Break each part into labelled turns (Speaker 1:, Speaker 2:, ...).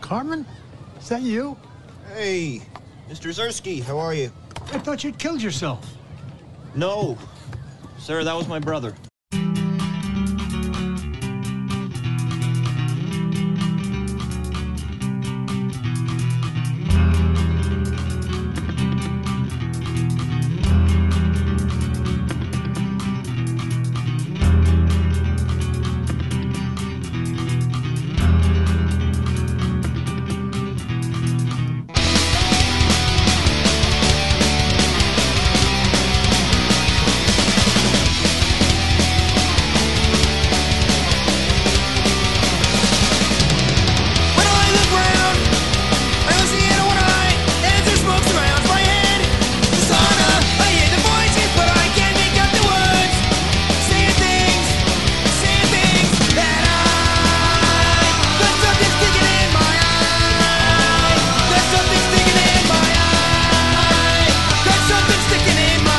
Speaker 1: Carmen, is that you?
Speaker 2: Hey, Mr. Zersky, how are you?
Speaker 1: I thought you'd killed yourself.
Speaker 2: No, sir, that was my brother.
Speaker 3: When I look round, I don't see anyone I answer smokes around my head. Dishonor, I hear the voices, but I can't make up the words. Saying things, saying things that I got something sticking in my eye. Got something sticking in my eye. Got something sticking in my eye.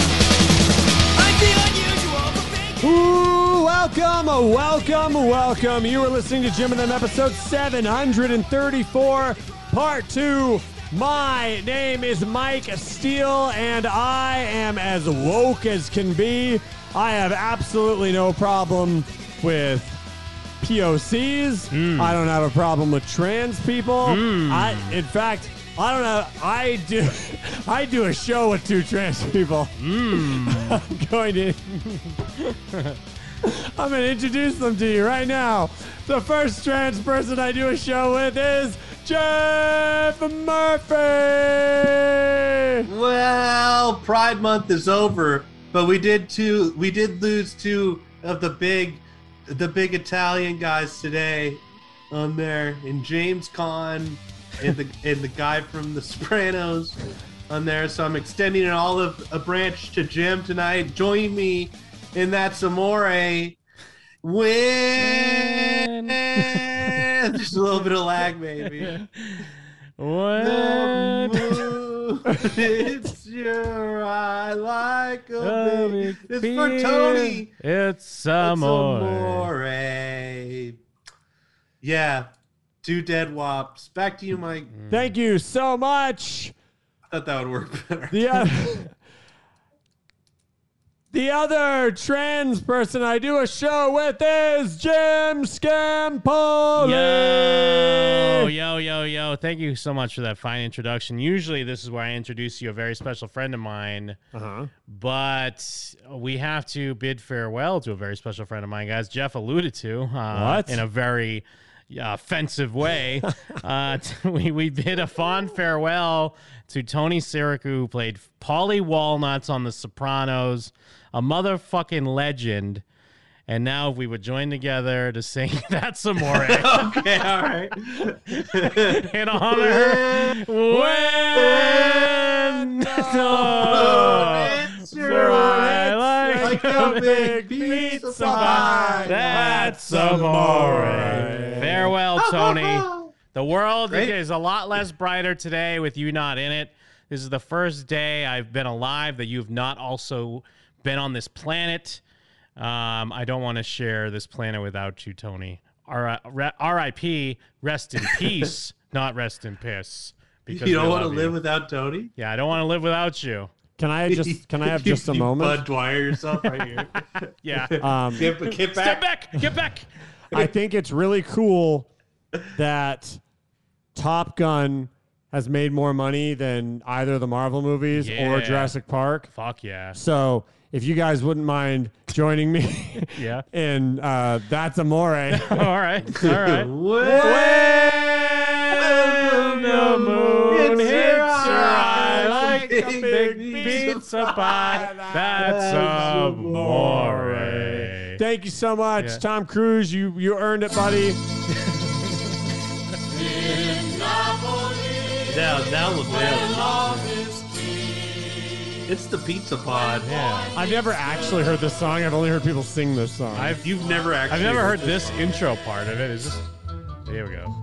Speaker 3: I'm the unusual for being.
Speaker 4: Ooh, welcome, welcome, welcome. You are listening to Jim and Them, episode 734, part two. My name is Mike Steele, and I am as woke as can be. I have absolutely no problem with POCs. I don't have a problem with trans people. I, in fact, I don't know. I do, I do a show with two trans people. I'm going to I'm going to introduce them to you right now. The first trans person I do a show with is Jeff Murphy.
Speaker 5: Well, Pride Month is over, but we did two. We did lose two of the big, the big Italian guys today, on there, and James Caan, and the and the guy from The Sopranos, on there. So I'm extending an olive a branch to Jim tonight. Join me in that samore. When there's a little bit of lag, maybe. The moon hits your eye like a big. It's for Tony.
Speaker 6: It's
Speaker 5: It's
Speaker 6: some more.
Speaker 5: amore. Yeah, two dead wops. Back to you, Mike.
Speaker 4: Thank you so much.
Speaker 5: I thought that would work better.
Speaker 4: The other, the other trans person I do a show with is Jim Scampoli.
Speaker 6: Yo, yo, yo, yo. Thank you so much for that fine introduction. Usually, this is where I introduce you a very special friend of mine,
Speaker 4: Uh-huh.
Speaker 6: but we have to bid farewell to a very special friend of mine, guys. Jeff alluded to uh,
Speaker 4: What?
Speaker 6: in a very uh, offensive way. uh, t- we, we bid a fond farewell to Tony Siricu, who played Polly Walnuts on The Sopranos, a motherfucking legend. And now, if we would join together to sing "That's Some More"
Speaker 5: Okay, all right.
Speaker 6: in honor when
Speaker 4: Oh,
Speaker 6: no.
Speaker 5: It's
Speaker 6: Sure,
Speaker 5: your
Speaker 6: I
Speaker 5: eye
Speaker 6: like
Speaker 5: like a big piece of pie.
Speaker 6: that's amore.
Speaker 5: Oh,
Speaker 6: Farewell, Tony. The world
Speaker 5: Great.
Speaker 6: is a lot less brighter today with you not in it. This is the first day I've been alive that you've not also been on this planet. Um, I don't want to share this planet without you, Tony. R- R- R.I.P. Rest in peace, not rest in piss. Because
Speaker 5: You don't
Speaker 6: want to
Speaker 5: live without Tony.
Speaker 6: Yeah, I don't want to live without you.
Speaker 4: Can I just can I have just a
Speaker 5: You
Speaker 4: moment?
Speaker 5: Bud Dwyer yourself right here.
Speaker 6: Yeah.
Speaker 4: Um,
Speaker 5: Get, get back.
Speaker 6: Step back. Get back.
Speaker 4: I think it's really cool that Top Gun has made more money than either the Marvel movies or
Speaker 6: Yeah.
Speaker 4: Jurassic Park.
Speaker 6: Fuck yeah.
Speaker 4: So if you guys wouldn't mind joining me
Speaker 6: Yeah.
Speaker 4: in uh, That's Amore.
Speaker 6: All right. All right.
Speaker 5: Well,
Speaker 6: When the moon hits your eye like a big pizza pie, that's amore.
Speaker 4: Thank you so much,
Speaker 6: Yeah.
Speaker 4: Tom Cruise. You you earned it, buddy.
Speaker 5: Now that was it. It's the Pizza Pod.
Speaker 4: I've never actually heard this song. I've only heard people sing this song.
Speaker 6: I've
Speaker 5: You've never actually.
Speaker 6: I've never heard this intro part of it. Is this? Here we go.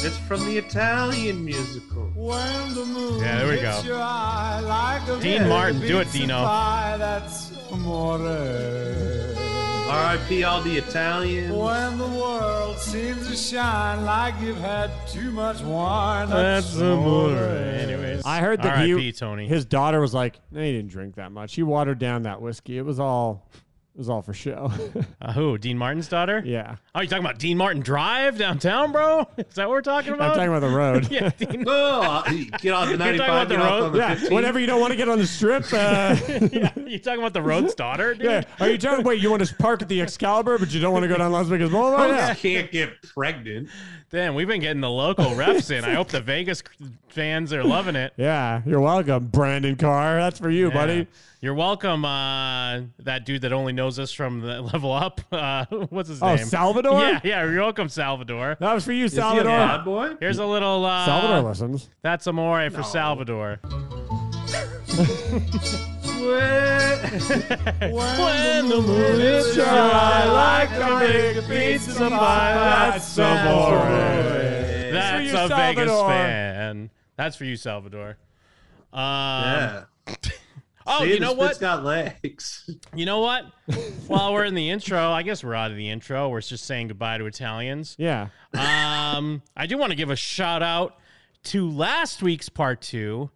Speaker 5: It's from the Italian musical.
Speaker 7: When the moon
Speaker 6: Yeah, there we go.
Speaker 7: hits your eye like a
Speaker 6: Dean Martin, do it,
Speaker 7: pizza
Speaker 6: Dino.
Speaker 7: pie, that's amore.
Speaker 5: R.I.P. all the Italians.
Speaker 7: When the world seems to shine like you've had too much wine,
Speaker 6: That's amore. Anyways,
Speaker 4: I heard that
Speaker 6: R.I.P.
Speaker 4: he,
Speaker 6: Tony.
Speaker 4: his daughter was like, "No, he didn't drink that much. He watered down that whiskey. It was all, it was all for show."
Speaker 6: Uh, who? Dean Martin's daughter?
Speaker 4: yeah,
Speaker 6: Oh, you talking about Dean Martin Drive downtown, bro? Is that what we're talking about?
Speaker 4: I'm talking about the road.
Speaker 6: yeah, Dean.
Speaker 5: Oh, get off the
Speaker 6: talking
Speaker 5: 95,
Speaker 6: about the
Speaker 5: get off
Speaker 6: road?
Speaker 5: on the
Speaker 4: yeah.
Speaker 5: 15.
Speaker 4: Whenever you don't want to get on the strip. Uh,
Speaker 6: yeah. You talking about the Rhodes daughter? Dude?
Speaker 4: yeah. Are you talking? Wait, you want to park at the Excalibur, but you don't want to go down Las Vegas
Speaker 6: Oh,
Speaker 4: Boulevard?
Speaker 5: Folks
Speaker 4: Yeah.
Speaker 5: can't get pregnant.
Speaker 6: Damn, we've been getting the local refs in. I hope the Vegas fans are loving it.
Speaker 4: Yeah, you're welcome, Brandon Carr. That's for you,
Speaker 6: Yeah.
Speaker 4: buddy.
Speaker 6: You're welcome. Uh, that dude that only knows us from the level up. Uh, what's his
Speaker 4: Oh,
Speaker 6: name?
Speaker 4: Salvador.
Speaker 6: Yeah, yeah. You're welcome, Salvador.
Speaker 4: that was for you,
Speaker 5: Is he a
Speaker 4: Salvador.
Speaker 5: pod boy?
Speaker 6: Here's a little. Uh,
Speaker 4: Salvador listens.
Speaker 6: That's amore for Salvador.
Speaker 5: What?
Speaker 6: When the moon
Speaker 4: It's your eye like a big
Speaker 6: pizza
Speaker 4: pie. That's so boring.
Speaker 6: That's
Speaker 4: you,
Speaker 6: a Vegas
Speaker 4: Salvador.
Speaker 6: fan. That's for you, Salvador. Um,
Speaker 5: Yeah.
Speaker 6: Oh,
Speaker 5: See,
Speaker 6: you
Speaker 5: the
Speaker 6: know
Speaker 5: spit's
Speaker 6: what?
Speaker 5: got legs.
Speaker 6: You know what? While we're in the intro, I guess we're out of the intro. We're just saying goodbye to Italians.
Speaker 4: Yeah.
Speaker 6: Um, I do want to give a shout out to last week's part two,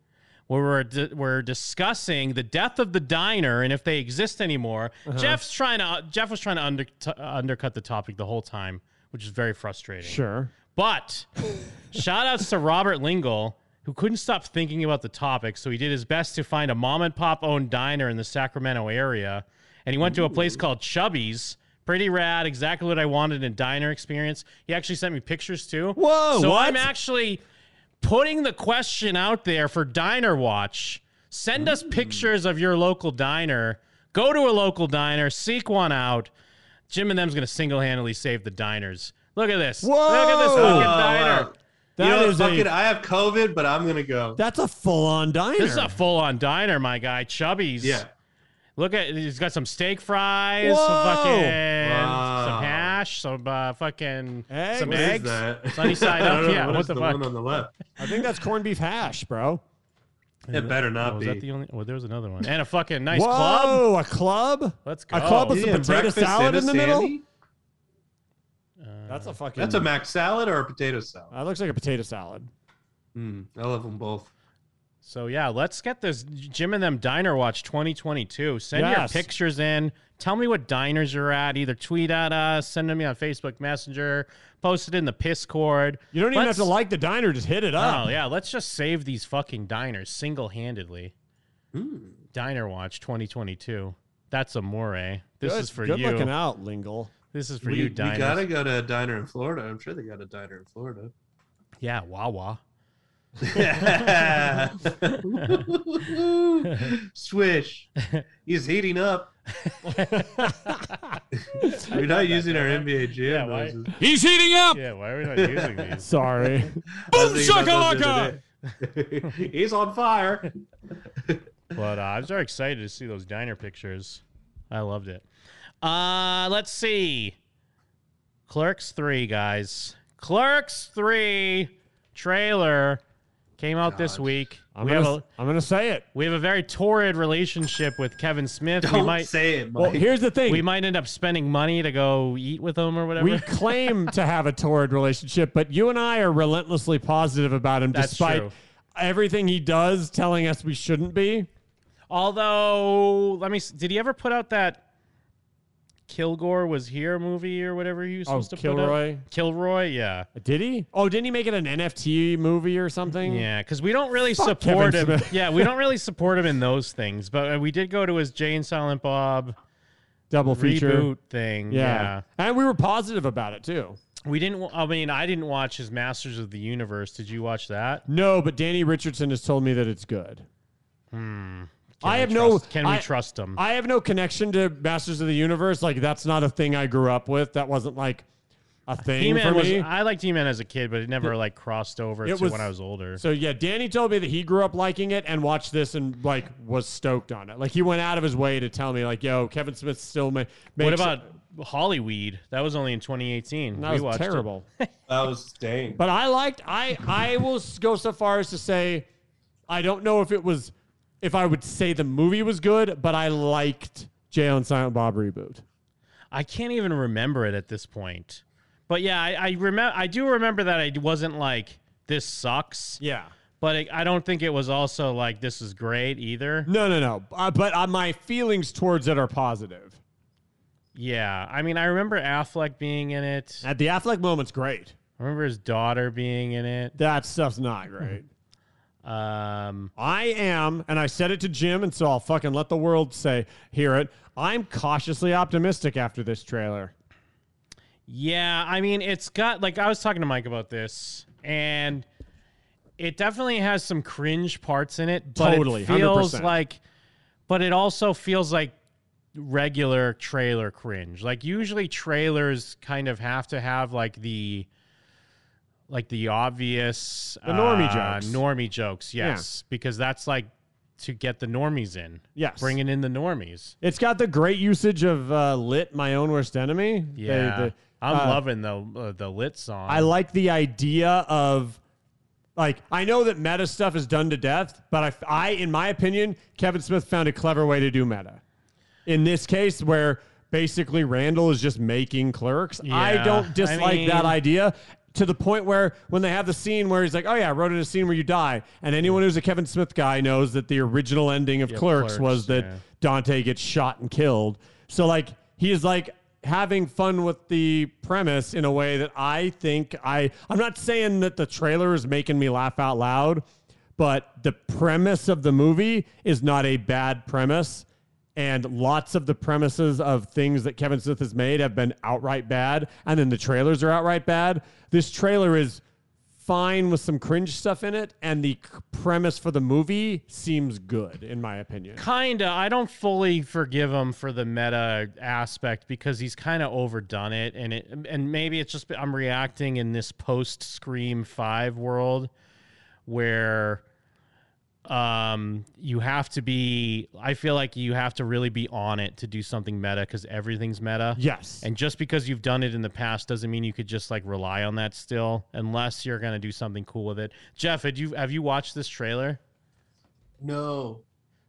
Speaker 6: where we're di- we're discussing the death of the diner and if they exist anymore. Jeff's trying to Jeff was trying to under, t- undercut the topic the whole time, which is very frustrating.
Speaker 4: Sure.
Speaker 6: But shout outs to Robert Lingle, who couldn't stop thinking about the topic, so he did his best to find a mom and pop owned diner in the Sacramento area. And he went to a place called Chubby's. Pretty rad, exactly what I wanted in diner experience. He actually sent me pictures too.
Speaker 4: Whoa,
Speaker 6: So
Speaker 4: what?
Speaker 6: I'm actually putting the question out there for Diner Watch. Send us pictures of your local diner. Go to a local diner, seek one out. Jim and them's gonna single handedly save the diners. Look at this. Look at this
Speaker 4: Whoa.
Speaker 6: fucking
Speaker 5: Oh,
Speaker 6: diner.
Speaker 5: wow.
Speaker 4: That
Speaker 5: you know,
Speaker 4: is a-
Speaker 5: fucking, I have COVID, but I'm gonna go.
Speaker 4: That's a full-on diner.
Speaker 6: This is a full on diner, my guy. Chubby's.
Speaker 5: Yeah.
Speaker 6: Look at he's got some steak fries,
Speaker 4: Whoa.
Speaker 6: some fucking
Speaker 5: Wow.
Speaker 6: some hash, some uh, fucking
Speaker 4: Eggs?
Speaker 6: some
Speaker 4: What
Speaker 5: What is
Speaker 6: eggs.
Speaker 5: that?
Speaker 6: Sunny side
Speaker 5: I don't
Speaker 6: up,
Speaker 5: know,
Speaker 6: yeah, what
Speaker 5: is
Speaker 6: the
Speaker 5: the
Speaker 6: fuck?
Speaker 5: one on the left?
Speaker 4: I think that's corned beef hash, bro.
Speaker 5: It better
Speaker 6: Oh,
Speaker 5: not
Speaker 6: was that the
Speaker 5: be.
Speaker 6: only? Well, there was another one, and a fucking nice club.
Speaker 4: Whoa, a club?
Speaker 6: Let's
Speaker 4: A
Speaker 6: go.
Speaker 4: club with
Speaker 5: You
Speaker 4: some
Speaker 5: had
Speaker 4: potato
Speaker 5: breakfast
Speaker 4: salad
Speaker 5: and a
Speaker 4: in the middle?
Speaker 5: sandy?
Speaker 4: That's a fucking.
Speaker 5: That's a mac salad or a potato salad.
Speaker 4: That looks like a potato salad.
Speaker 5: Mm,
Speaker 6: Hmm.
Speaker 5: I love them both.
Speaker 6: So yeah, let's get this Jim and them Diner Watch 2022. Send
Speaker 4: Yes.
Speaker 6: your pictures in. Tell me what diners you're at. Either tweet at us, send them me on Facebook Messenger, post it in the Piscord.
Speaker 4: You don't even
Speaker 6: Let's-
Speaker 4: have to like the diner; just hit it up.
Speaker 6: Oh yeah, let's just save these fucking diners single-handedly.
Speaker 4: Hmm.
Speaker 6: Diner Watch 2022. That's amore. This
Speaker 4: Good-
Speaker 6: is for
Speaker 4: good looking
Speaker 6: you.
Speaker 4: out, Lingle.
Speaker 6: This is for
Speaker 5: We,
Speaker 6: you,
Speaker 5: we
Speaker 6: diners.
Speaker 5: gotta go to a diner in Florida. I'm sure they got a diner in Florida.
Speaker 6: Yeah, Wawa.
Speaker 5: Swish. He's heating up. We're not using our NBA
Speaker 6: Yeah,
Speaker 5: jam
Speaker 6: why-
Speaker 5: noises.
Speaker 7: He's heating up.
Speaker 6: Yeah, why are we not using these?
Speaker 4: Sorry.
Speaker 5: Boom shakalaka! He's on fire.
Speaker 6: But uh, I was very excited to see those diner pictures. I loved it. Uh, let's see. Clerks 3, guys. Clerks 3 trailer came out this
Speaker 5: God.
Speaker 6: week.
Speaker 4: I'm
Speaker 6: we,
Speaker 4: gonna,
Speaker 6: have a,
Speaker 4: I'm gonna say it.
Speaker 6: we have a very torrid relationship with Kevin Smith. we
Speaker 5: Don't
Speaker 6: might
Speaker 5: say it, Mike.
Speaker 4: Well, here's the thing.
Speaker 6: we might end up spending money to go eat with him or whatever.
Speaker 4: we claim to have a torrid relationship, but you and I are relentlessly positive about him,
Speaker 6: That's
Speaker 4: despite
Speaker 6: true.
Speaker 4: everything he does telling us we shouldn't be.
Speaker 6: Although, let me. s- Did he ever put out that Kilgore was here movie or whatever he was
Speaker 4: Oh,
Speaker 6: supposed to
Speaker 4: Kilroy.
Speaker 6: put out? Kilroy, yeah.
Speaker 4: Did he? Oh, didn't he make it an NFT movie or something?
Speaker 6: Yeah, because we don't really
Speaker 4: Fuck
Speaker 6: support
Speaker 4: Kevin
Speaker 6: him.
Speaker 4: Smith.
Speaker 6: yeah, we don't really support him in those things. But uh, we did go to his Jay and Silent Bob
Speaker 4: Double feature.
Speaker 6: reboot thing.
Speaker 4: Yeah.
Speaker 6: Yeah.
Speaker 4: And we were positive about it too.
Speaker 6: we didn't. wa- I mean, I didn't watch his Masters of the Universe. Did you watch that?
Speaker 4: No, but Danny Richardson has told me that it's good.
Speaker 6: Hmm. Can
Speaker 4: I
Speaker 6: we
Speaker 4: have
Speaker 6: trust-
Speaker 4: no.
Speaker 6: Can we
Speaker 4: I-
Speaker 6: trust him?
Speaker 4: I have no connection to Masters of the Universe. Like that's not a thing I grew up with. That wasn't like a thing for
Speaker 6: He-Man was.
Speaker 4: me.
Speaker 6: I liked He-Man as a kid, but it never like crossed over
Speaker 4: It
Speaker 6: to
Speaker 4: was-
Speaker 6: when I was older.
Speaker 4: so yeah, Danny told me that he grew up liking it and watched this and like was stoked on it. Like he went out of his way to tell me like, "Yo, Kevin Smith still ma- makes."
Speaker 6: what about Hollyweed? That was only in 2018.
Speaker 4: That
Speaker 6: we
Speaker 4: was
Speaker 6: watched it.
Speaker 4: terrible.
Speaker 5: That was dang.
Speaker 4: But I liked. I I will s- go so far as to say, I don't know if it was, if I would say the movie was good, but I liked Jay and Silent Bob reboot.
Speaker 6: I can't even remember it at this point. But yeah, I, I remember. I do remember that I wasn't like this sucks.
Speaker 4: Yeah.
Speaker 6: But it, I don't think it was also like this is great either.
Speaker 4: No, no, no. Uh, but uh, my feelings towards it are positive.
Speaker 6: Yeah, I mean, I remember Affleck being in it. I
Speaker 4: At the Affleck moment's great.
Speaker 6: remember his daughter being in it.
Speaker 4: That stuff's not great.
Speaker 6: Um,
Speaker 4: I am, and I said it to Jim, and so I'll fucking let the world say hear it. I'm cautiously optimistic after this trailer.
Speaker 6: Yeah, I mean, it's got like I was talking to Mike about this, and it definitely has some cringe parts in it. But
Speaker 4: Totally,
Speaker 6: it feels
Speaker 4: 100%.
Speaker 6: like, but it also feels like regular trailer cringe. Like usually trailers kind of have to have like the like the obvious
Speaker 4: The normie
Speaker 6: uh,
Speaker 4: jokes.
Speaker 6: normie jokes,
Speaker 4: Yeah.
Speaker 6: yes, because that's like to get the normies in,
Speaker 4: Yes.
Speaker 6: bringing in the normies.
Speaker 4: It's got the great usage of uh, "Lit My Own Worst Enemy." They-
Speaker 6: Yeah,
Speaker 4: they-
Speaker 6: I'm
Speaker 4: uh,
Speaker 6: loving the uh, the lit song.
Speaker 4: I like the idea of like I know that meta stuff is done to death, but I, I in my opinion, Kevin Smith found a clever way to do meta. In this case, where basically Randall is just making clerks, I
Speaker 6: Yeah, I
Speaker 4: don't dislike that
Speaker 6: mean-
Speaker 4: idea. To the point where when they have the scene where he's like, "Oh yeah, I wrote in a scene where you die," and anyone who's a Kevin Smith guy knows that the original ending of Clerks,
Speaker 6: Clerks,
Speaker 4: was that
Speaker 6: yeah.
Speaker 4: Dante gets shot and killed. So like he is like having fun with the premise in a way that I think I I'm not saying that the trailer is making me laugh out loud, but the premise of the movie is not a bad premise. And lots of the premises of things that Kevin Smith has made have been outright bad, and then the trailers are outright bad. This trailer is fine with some cringe stuff in it, and the c- premise for the movie seems good, in my opinion.
Speaker 6: Kinda. I don't fully forgive him for the meta aspect because he's kind of overdone it, and it and maybe it's just I'm reacting in this post Scream Five world where um you have to be I feel like you have to really be on it to do something meta because everything's meta.
Speaker 4: Yes.
Speaker 6: And just because you've done it in the past doesn't mean you could just like rely on that still, unless you're gonna do something cool with it. Jeff, had you have you watched this trailer?
Speaker 5: No.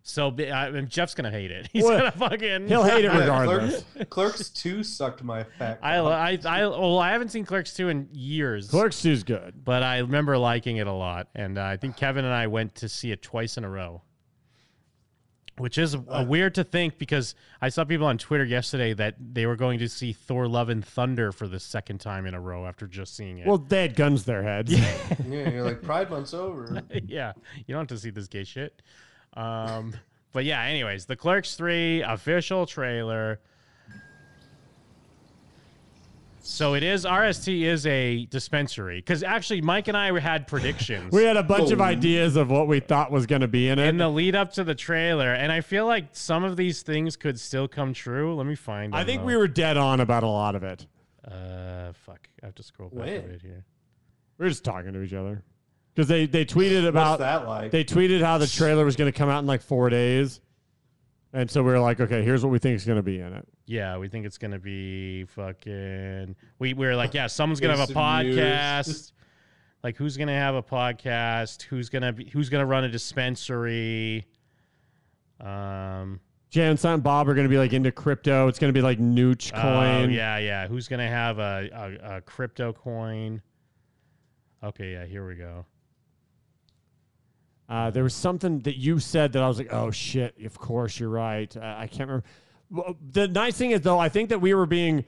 Speaker 6: So be- I mean, Jeff's gonna hate it. He's
Speaker 4: Well,
Speaker 6: gonna fucking.
Speaker 4: He'll hate it
Speaker 5: Yeah,
Speaker 4: regardless.
Speaker 5: Clerks, Clerks 2 sucked my fat.
Speaker 6: I, I I well, I haven't seen Clerks two in years,
Speaker 4: Clerks 2 is good.
Speaker 6: but I remember liking it a lot, and uh, I think Kevin and I went to see it twice in a row, which is uh, weird to think because I saw people on Twitter yesterday that they were going to see Thor: Love and Thunder for the second time in a row after just seeing it.
Speaker 4: Well, they had guns to their heads.
Speaker 5: yeah, you're like, Pride Month's over.
Speaker 6: yeah, you don't have to see this gay shit. Um, but yeah, anyways, the Clerks three official trailer. So it is RST is a dispensary because actually Mike and I had predictions
Speaker 4: We had a bunch of ideas of what we thought was going to be in it.
Speaker 6: in the lead up to the trailer, and I feel like some of these things could still come true. Let me find.
Speaker 4: I
Speaker 6: them,
Speaker 4: think
Speaker 6: though.
Speaker 4: we were dead on about a lot of it.
Speaker 6: Uh, fuck! I have to scroll back
Speaker 5: Wait.
Speaker 6: a bit here.
Speaker 4: We were just talking to each other because they they tweeted
Speaker 5: What's
Speaker 4: about
Speaker 5: that like?
Speaker 4: they tweeted how the trailer was going to come out in like four days, and so we were like, okay, here's what we think is going to be in it.
Speaker 6: Yeah, we think it's gonna be fucking. We we are like, yeah, someone's gonna have a
Speaker 5: Some news.
Speaker 6: podcast. Like, who's gonna have a podcast? Who's gonna be? Who's gonna run a dispensary? Um.
Speaker 4: Jay and Silent Bob are going to be like into crypto. It's going to be like Nooch
Speaker 6: Oh
Speaker 4: coin.
Speaker 6: yeah, yeah. Who's gonna have a, a a crypto coin? Okay, yeah. Here we go.
Speaker 4: Uh, there was something that you said that I was like, oh shit, of course you're right. Uh, I can't remember. Well, the nice thing is though, I think that we were being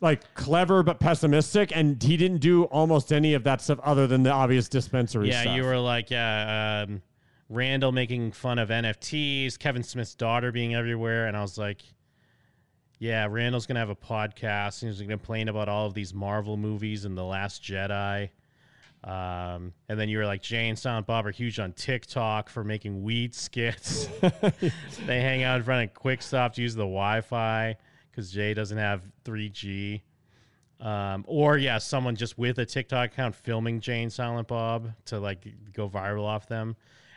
Speaker 4: like clever but pessimistic, and he didn't do almost any of that stuff other than the obvious dispensary
Speaker 6: Yeah,
Speaker 4: stuff.
Speaker 6: you were like, yeah, um, Randall making fun of NFTs, Kevin Smith's daughter being everywhere, and I was like, yeah, Randall's gonna have a podcast and he's gonna complain about all of these Marvel movies and The Last Jedi. Um, and then you were like, Jay and Silent Bob are huge on TikTok for making weed skits. they hang out in front of Quick Stop to use the Wi Fi because Jay doesn't have 3G. Um, or yeah, someone just with a TikTok account filming Jane Silent Bob to like go viral off them.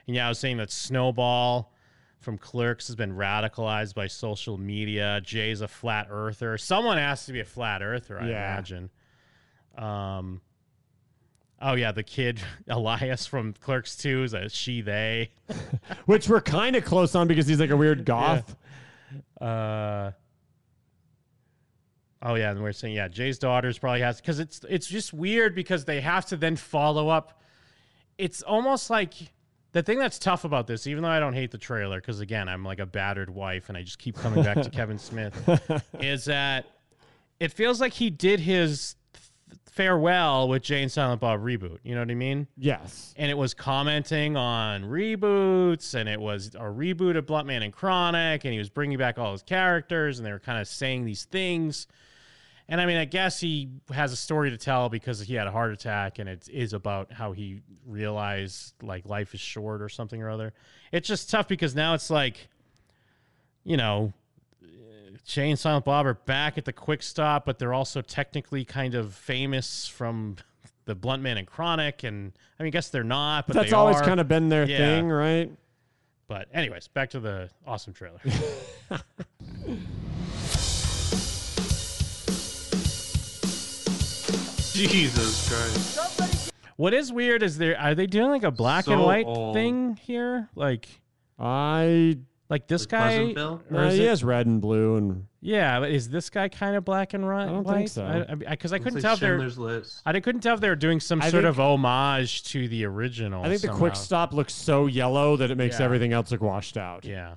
Speaker 6: And yeah, I was saying that Snowball from Clerks has been radicalized by social media. Jay's a flat earther. Someone has to be a flat earther, I
Speaker 4: Yeah.
Speaker 6: imagine. Um, oh yeah, the kid Elias from Clerks Two is a she they.
Speaker 4: which we're kind of close on because he's like a weird goth.
Speaker 6: Uh, oh yeah, and we're saying yeah, Jay's daughters probably has because it's it's just weird because they have to then follow up. It's almost like the thing that's tough about this, even though I don't hate the trailer, because again, I'm like a battered wife and I just keep coming back to Kevin Smith, is that it feels like he did his th- farewell with Jane Silent Bob reboot. You know what I mean?
Speaker 4: Yes.
Speaker 6: and it was commenting on reboots and it was a reboot of blunt man and chronic and he was bringing back all his characters and they were kind of saying these things and i mean i guess he has a story to tell because he had a heart attack and it is about how he realized like life is short or something or other it's just tough because now it's like you know Jay and Silent Bob are back at the Quick Stop, but they're also technically kind of famous from the Blunt Man and Chronic, and I mean, I guess they're not, but
Speaker 4: That's
Speaker 6: they
Speaker 4: always
Speaker 6: are.
Speaker 4: kind of been their
Speaker 6: Yeah.
Speaker 4: thing, right?
Speaker 6: But anyways, back to the awesome trailer.
Speaker 5: Jesus Christ.
Speaker 6: what is weird is there are they doing like a black and
Speaker 5: So
Speaker 6: white
Speaker 5: old.
Speaker 6: thing here, like
Speaker 4: I
Speaker 6: like this
Speaker 5: Like
Speaker 6: guy.
Speaker 5: Pleasantville?
Speaker 6: or
Speaker 4: uh,
Speaker 6: is
Speaker 4: he
Speaker 6: it-
Speaker 4: has red and blue and
Speaker 6: yeah, but is this guy kind of black and ri- white?
Speaker 4: don't think so.
Speaker 6: I because I,
Speaker 5: Looks
Speaker 6: couldn't
Speaker 5: like
Speaker 6: tell if they're.
Speaker 5: Schindler's List.
Speaker 6: I couldn't tell if they were doing some
Speaker 4: I
Speaker 6: sort
Speaker 4: think-
Speaker 6: of homage to the original.
Speaker 4: I think the quick
Speaker 6: somehow.
Speaker 4: stop looks so yellow that it makes
Speaker 6: Yeah.
Speaker 4: everything else look washed out.
Speaker 6: Yeah.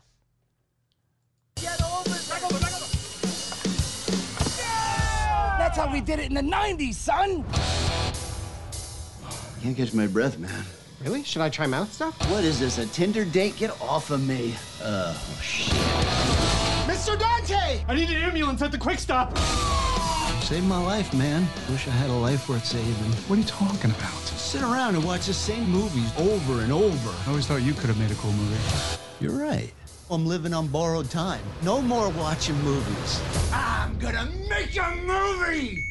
Speaker 8: That's how we did it in the 90s, son.
Speaker 9: Can't catch my breath, man.
Speaker 10: Really? Should I try mouth stuff?
Speaker 9: What is this? A Tinder date? Get off of me. Oh shit.
Speaker 10: Mr. Dante!
Speaker 7: I need an ambulance at the quick stop.
Speaker 9: Saved my life, man. Wish I had a life worth saving.
Speaker 1: What are you talking about?
Speaker 9: Sit around and watch the same movies over and over.
Speaker 1: I always thought you could have made a cool movie.
Speaker 9: You're right. I'm living on borrowed time. No more watching movies.
Speaker 8: I'm gonna make a movie!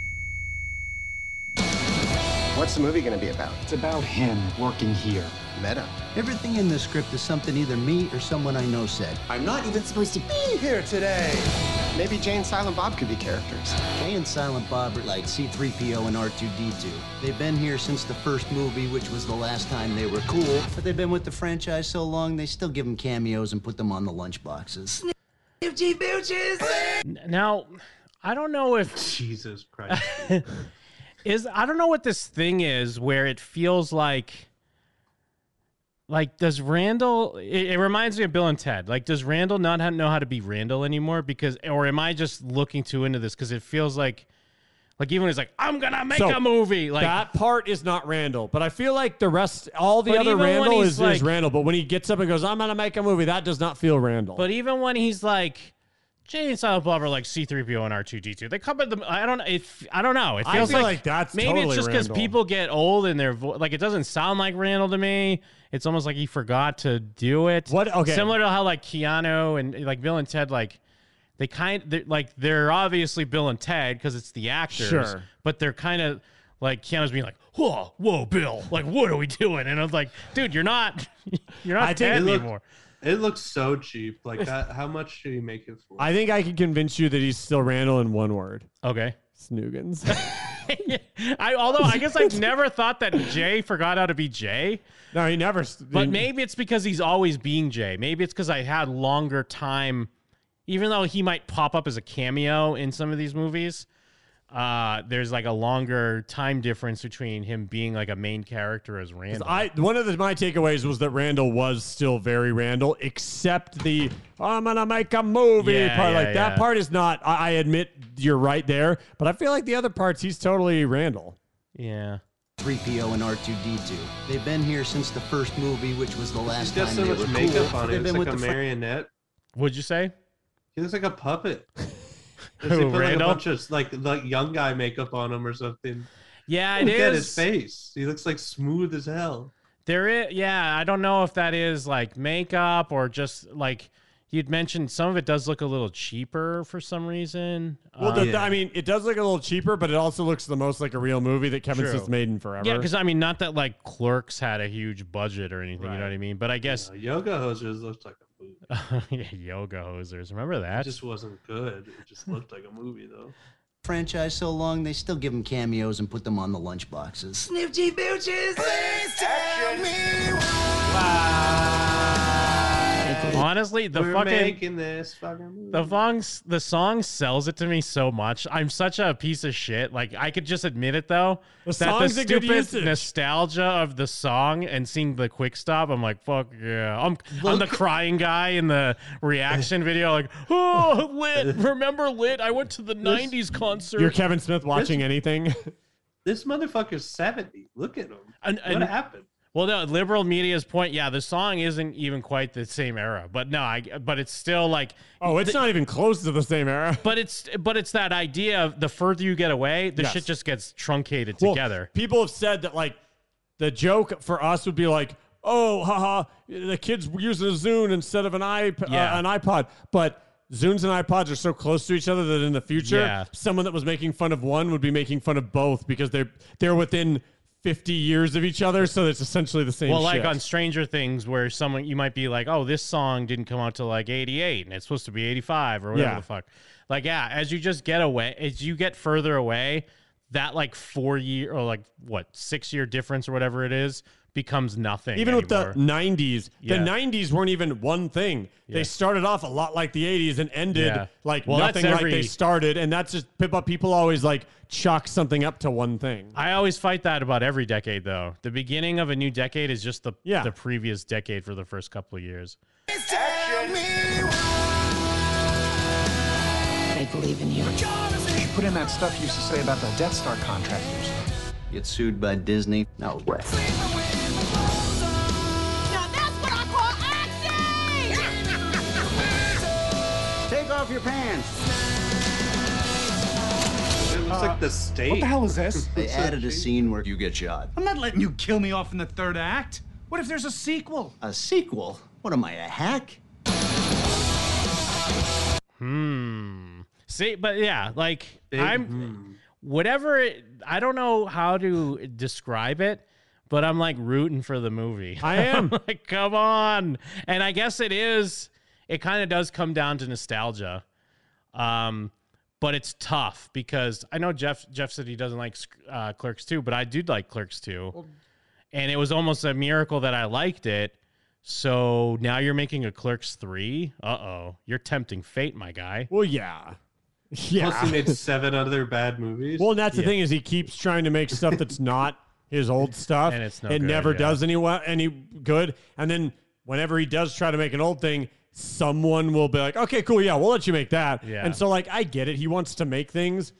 Speaker 10: What's the movie gonna be about?
Speaker 11: It's about him working here.
Speaker 10: Meta.
Speaker 9: Everything in this script is something either me or someone I know said.
Speaker 10: I'm not even supposed to be here today. Maybe Jay and Silent Bob could be characters.
Speaker 9: Jay and Silent Bob are like C3PO and R2D2. They've been here since the first movie, which was the last time they were cool, but they've been with the franchise so long they still give them cameos and put them on the lunchboxes.
Speaker 8: Beauty Booches!
Speaker 6: N- Now, I don't know if
Speaker 5: Jesus Christ.
Speaker 6: is I don't know what this thing is where it feels like like does Randall it, it reminds me of Bill and Ted. Like does Randall not ha- know how to be Randall anymore because or am I just looking too into this cuz it feels like like even when it's like I'm going to make
Speaker 4: So,
Speaker 6: a movie like
Speaker 4: that part is not Randall, but I feel like the rest, all the
Speaker 6: But
Speaker 4: other
Speaker 6: even when
Speaker 4: Randall
Speaker 6: he's
Speaker 4: is,
Speaker 6: like-
Speaker 4: is Randall. But when he gets up and goes, "I'm gonna make a movie," that does not feel Randall.
Speaker 6: But even when he's like Jay and Silent Bob are like C-3PO and R2-D2. They come at them. I don't. It, I don't know. It
Speaker 4: I
Speaker 6: feels
Speaker 4: feel
Speaker 6: like,
Speaker 4: like that's
Speaker 6: maybe
Speaker 4: totally
Speaker 6: it's just because
Speaker 4: Randall.
Speaker 6: people get old and their vo- like it doesn't sound like Randall to me. It's almost like he forgot to do it.
Speaker 4: What- okay.
Speaker 6: Similar to how like Keanu and like Bill and Ted like they kind they're, like they're obviously Bill and Ted because it's the actors.
Speaker 4: Sure.
Speaker 6: But they're kind of like Keanu's being like, whoa, whoa, Bill, like what are we doing? And I'm like, dude, you're not, you're not
Speaker 4: I think
Speaker 6: Ted
Speaker 5: it looked-
Speaker 6: anymore.
Speaker 5: it looks so cheap. Like, that, how much should he make it for?
Speaker 4: I think I can convince you that he's still Randall in one word:
Speaker 6: okay.
Speaker 4: Snoogans.
Speaker 6: I although I guess I've never thought that Jay forgot how to be Jay,
Speaker 4: no, he never.
Speaker 6: but maybe it's because he's always being Jay. Maybe it's because I had longer time, even though he might pop up as a cameo in some of these movies. Uh, there's like a longer time difference between him being like a main character as Randall.
Speaker 4: I one of the, my takeaways was that Randall was still very Randall, except the "I'm gonna make a movie"
Speaker 6: Yeah,
Speaker 4: part.
Speaker 6: yeah,
Speaker 4: like
Speaker 6: yeah.
Speaker 4: that part is not. I, I admit you're right there, but I feel like the other parts he's totally Randall.
Speaker 6: yeah.
Speaker 9: 3PO and R2D2. They've been here since the first movie, which was the
Speaker 5: He's
Speaker 9: last
Speaker 5: got
Speaker 9: time
Speaker 5: so
Speaker 9: they
Speaker 5: much
Speaker 9: were
Speaker 5: makeup
Speaker 9: cool.
Speaker 5: on
Speaker 9: They've
Speaker 5: it. It's like
Speaker 9: been with
Speaker 5: a
Speaker 9: the fr-
Speaker 5: marionette.
Speaker 6: Would you say?
Speaker 5: He looks like a puppet. Does
Speaker 6: Who,
Speaker 5: he put like a
Speaker 6: Randall?
Speaker 5: bunch of like like young guy makeup on him or something?
Speaker 6: Yeah, it
Speaker 5: Look at
Speaker 6: is.
Speaker 5: his face. He looks like smooth as hell.
Speaker 6: There is, yeah, I don't know if that is like makeup or just like You'd mentioned some of it does look a little cheaper for some reason.
Speaker 4: Well,
Speaker 6: Um,
Speaker 4: the, I mean, it does look a little cheaper, but it also looks the most like a real movie that Kevin's
Speaker 6: True.
Speaker 4: just made in forever.
Speaker 6: Yeah, because I mean, not that like Clerks had a huge budget or anything. You know what I mean? But I guess
Speaker 5: Uh, Yoga Hosers looks like a movie.
Speaker 6: yeah, yoga hosers. Remember
Speaker 5: It
Speaker 6: that?
Speaker 5: just wasn't good. It just looked like a movie though.
Speaker 9: franchise so long, they still give them cameos and put them on the lunch boxes.
Speaker 3: Snoochie Booches, please tell me
Speaker 6: Honestly, the
Speaker 5: We're
Speaker 6: fucking
Speaker 5: making this fucking movie.
Speaker 6: the song the song sells it to me so much. I'm such a piece of shit. Like I could just admit it though.
Speaker 4: The
Speaker 6: that the
Speaker 4: song's a good
Speaker 6: stupid
Speaker 4: usage.
Speaker 6: nostalgia of the song and seeing the quick stop. I'm like, fuck yeah. I'm I'm the crying guy in the reaction video. Like, oh lit. Remember lit? I went to the '90s concert.
Speaker 4: You're Kevin Smith watching anything?
Speaker 5: This motherfucker's seventy. Look at him.
Speaker 6: And- and-
Speaker 5: what happened?
Speaker 6: Well, no, liberal media's point. Yeah, the song isn't even quite the same era, but no, I. But it's still like.
Speaker 4: oh, it's not even close to the same era.
Speaker 6: But it's but it's that idea of the further you get away, the
Speaker 4: Yes.
Speaker 6: shit just gets truncated
Speaker 4: Well,
Speaker 6: together.
Speaker 4: people have said that like the joke for us would be like, oh, haha, the kids using a Zune instead of an iP-
Speaker 6: Yeah.
Speaker 4: uh, an iPod, but. Zunes and iPods are so close to each other that in the future,
Speaker 6: Yeah.
Speaker 4: someone that was making fun of one would be making fun of both because they're they're within fifty years of each other, so it's essentially the same.
Speaker 6: Well, like
Speaker 4: shit.
Speaker 6: on Stranger Things, where someone you might be like, "Oh, this song didn't come out till like '88, and it's supposed to be '85 or whatever
Speaker 4: Yeah.
Speaker 6: the fuck." Like, yeah, as you just get away, as you get further away, that like four year or like what six year difference or whatever it is becomes nothing.
Speaker 4: even with the
Speaker 6: anymore.
Speaker 4: 90s
Speaker 6: Yeah.
Speaker 4: the 90s weren't even one thing
Speaker 6: Yeah.
Speaker 4: they started off a lot like the 80s and ended
Speaker 6: Yeah.
Speaker 4: like
Speaker 6: Well, that's
Speaker 4: nothing like
Speaker 6: every-
Speaker 4: they started and that's just pip up people always like chalk something up to one thing
Speaker 6: I always fight that about every decade, though. The beginning of a new decade is just the
Speaker 4: Yeah.
Speaker 6: the previous decade for the first couple of years.
Speaker 8: I believe in you.
Speaker 10: You should put in that stuff you used to say about the Death Star contract years ago.
Speaker 9: Get sued by Disney? No way.
Speaker 3: Now that's what I call acting!
Speaker 9: Take off your pants.
Speaker 5: It
Speaker 6: Uh,
Speaker 5: looks like the state.
Speaker 10: What the hell is this?
Speaker 9: They added a scene where you get shot.
Speaker 7: I'm not letting you kill me off in the third act. What if there's a sequel?
Speaker 9: A sequel? What am I, a hack?
Speaker 6: Hmm. See, but yeah, like
Speaker 5: Big
Speaker 6: I'm
Speaker 4: hmm.
Speaker 6: whatever. It, I don't know how to describe it, but I'm like rooting for the movie.
Speaker 4: I am.
Speaker 6: I'm like, come on. And I guess it is. It kind of does come down to nostalgia. Um, but it's tough because I know Jeff. Jeff said he doesn't like uh, Clerks two, but I do like Clerks two, and it was almost a miracle that I liked it. So now you're making a Clerks three. Uh oh, you're tempting fate, my guy.
Speaker 4: well yeah
Speaker 5: Plus, he
Speaker 4: yeah
Speaker 5: made seven other bad movies.
Speaker 4: well and that's the thing is he keeps trying to make stuff that's not his old stuff
Speaker 6: And it's no
Speaker 4: it
Speaker 6: good,
Speaker 4: never
Speaker 6: yeah.
Speaker 4: does any wa- any good and then whenever he does try to make an old thing someone will be like okay cool yeah we'll let you make that
Speaker 6: Yeah.
Speaker 4: and so like i get it he wants to make things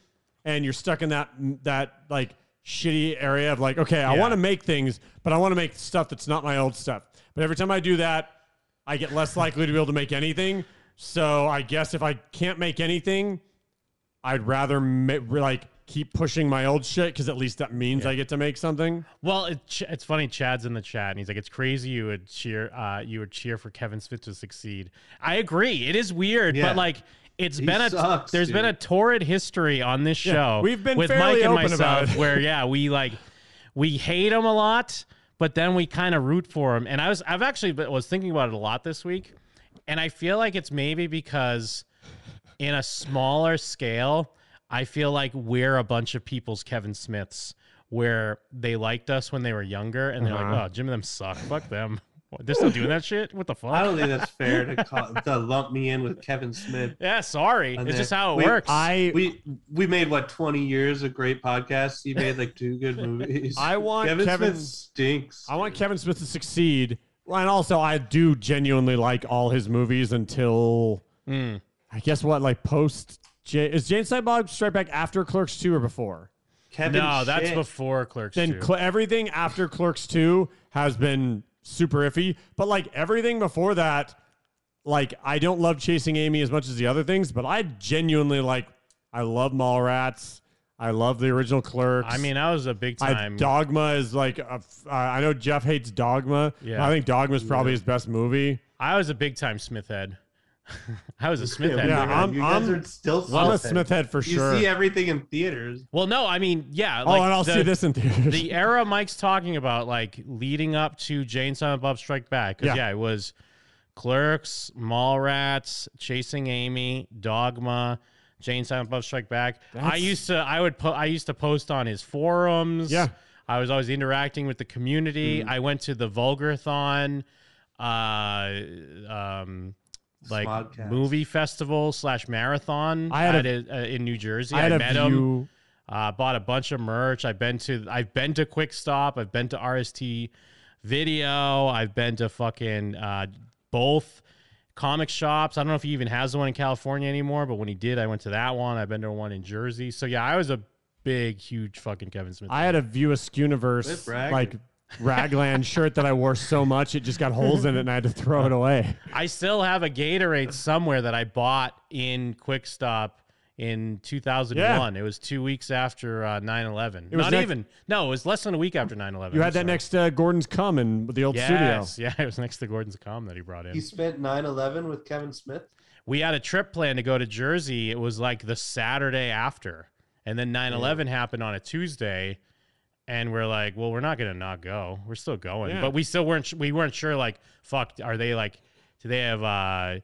Speaker 4: and you're stuck in that that like shitty area of like okay i
Speaker 6: Yeah.
Speaker 4: want to make things but i want to make stuff that's not my old stuff but every time i do that i get less likely to be able to make anything so i guess if i can't make anything i'd rather ma- re- like keep pushing my old shit because at least that means i get to make something
Speaker 6: Well, it, Ch- it's funny. Chad's in the chat, and he's like, "It's crazy you would cheer, uh, you would cheer for Kevin Smith to succeed." I agree. It is weird,
Speaker 5: Yeah.
Speaker 6: but like, it's
Speaker 5: He
Speaker 6: been a
Speaker 5: sucks,
Speaker 6: there's been a
Speaker 5: dude.
Speaker 6: torrid history on this
Speaker 4: Yeah,
Speaker 6: show.
Speaker 4: we've been
Speaker 6: with Mike
Speaker 4: fairly
Speaker 6: and
Speaker 4: open about
Speaker 6: myself,
Speaker 4: it.
Speaker 6: where yeah, we like we hate him a lot, but then we kind of root for him. And I was I've actually been, was thinking about it a lot this week, and I feel like it's maybe because in a smaller scale, I feel like we're a bunch of people's Kevin Smiths where they liked us when they were younger and they're
Speaker 4: Uh-huh.
Speaker 6: like, oh, Jim and them suck. Fuck them. What, they're still doing that shit? What the fuck?
Speaker 5: I don't think that's fair to, call, to lump me in with Kevin Smith.
Speaker 6: yeah, sorry.
Speaker 5: And
Speaker 6: It's
Speaker 5: then-
Speaker 6: just how it
Speaker 5: Wait,
Speaker 6: works.
Speaker 4: i
Speaker 5: We we made what twenty years of great podcasts. He made like two good movies.
Speaker 4: I want Kevin-
Speaker 5: Smith stinks.
Speaker 4: I want Kevin Smith to succeed. Well, And also, I do genuinely like all his movies until
Speaker 6: Mm.
Speaker 4: I guess what like post J- is Jane Silent Bob Strike Back after Clerks two or before?
Speaker 5: Kevin
Speaker 6: no, that's
Speaker 5: shit.
Speaker 6: before Clerks
Speaker 4: Then
Speaker 6: 2.
Speaker 4: cl- everything after Clerks two has been super iffy. But like everything before that, like I don't love Chasing Amy as much as the other things, but I genuinely like I love Mallrats. I love the original Clerks.
Speaker 6: I mean, I was a big
Speaker 4: I-
Speaker 6: time.
Speaker 4: Dogma is like a f- uh, I know Jeff hates Dogma.
Speaker 6: Yeah.
Speaker 4: but I think Dogma is probably his best movie.
Speaker 6: I was a big time Smith head. I was a Smith
Speaker 5: Yeah,
Speaker 6: head.
Speaker 5: yeah, I'm- You guys I'm- are still I'm a Smith Smith head. head for You sure. see everything in theaters.
Speaker 6: Well, no, I mean, yeah.
Speaker 5: Oh, and I'll see this in theaters.
Speaker 6: The era Mike's talking about, like leading up to Jane Silent Bob Strike Back. 'cause,
Speaker 4: Yeah.
Speaker 6: yeah, it was Clerks, Mallrats, Chasing Amy, Dogma, Jane Silent Bob Strike Back. I
Speaker 4: That's-
Speaker 6: used to, I would, po- I used to post on his forums. Yeah. I was always interacting with the community.
Speaker 4: Mm-hmm.
Speaker 6: I went to the Vulgarthon, uh, um, like
Speaker 5: Smodcast.
Speaker 6: movie festival slash marathon.
Speaker 4: I had a-
Speaker 6: at a- uh, in New Jersey.
Speaker 4: I
Speaker 6: I,
Speaker 4: had a
Speaker 6: met
Speaker 4: view-
Speaker 6: him. Uh, bought a bunch of merch. I've been to I've been to Quick Stop. I've been to RST Video. I've been to fucking uh, both comic shops. I don't know if he even has the one in California anymore, but when he did, I went to that one. I've been to one in Jersey. So yeah, I was a big, huge fucking Kevin Smith.
Speaker 4: I had a View
Speaker 6: Quit
Speaker 4: Universe
Speaker 6: bragging.
Speaker 4: like ragland shirt that I wore so much it just got holes in it and I had to throw it away.
Speaker 6: I still have a Gatorade somewhere that I bought in Quick Stop in 2001. It was two weeks after uh, 9/11.
Speaker 4: It was
Speaker 6: Not
Speaker 4: next-
Speaker 6: even. No, it was less than a week after 9/11.
Speaker 4: You had that next uh, Gordon's cum in the old
Speaker 6: yes,
Speaker 4: studio.
Speaker 6: Yeah, it was next to Gordon's Com that he brought in.
Speaker 5: He spent 9-11 with Kevin Smith.
Speaker 6: we had a trip planned to go to Jersey. It was like the Saturday after. And then 9 11 happened on a Tuesday. And we're like, well, we're not going to not go. We're still going.
Speaker 4: Yeah.
Speaker 6: But we still weren't, we weren't sure, like, fuck, are they like, do they have, uh,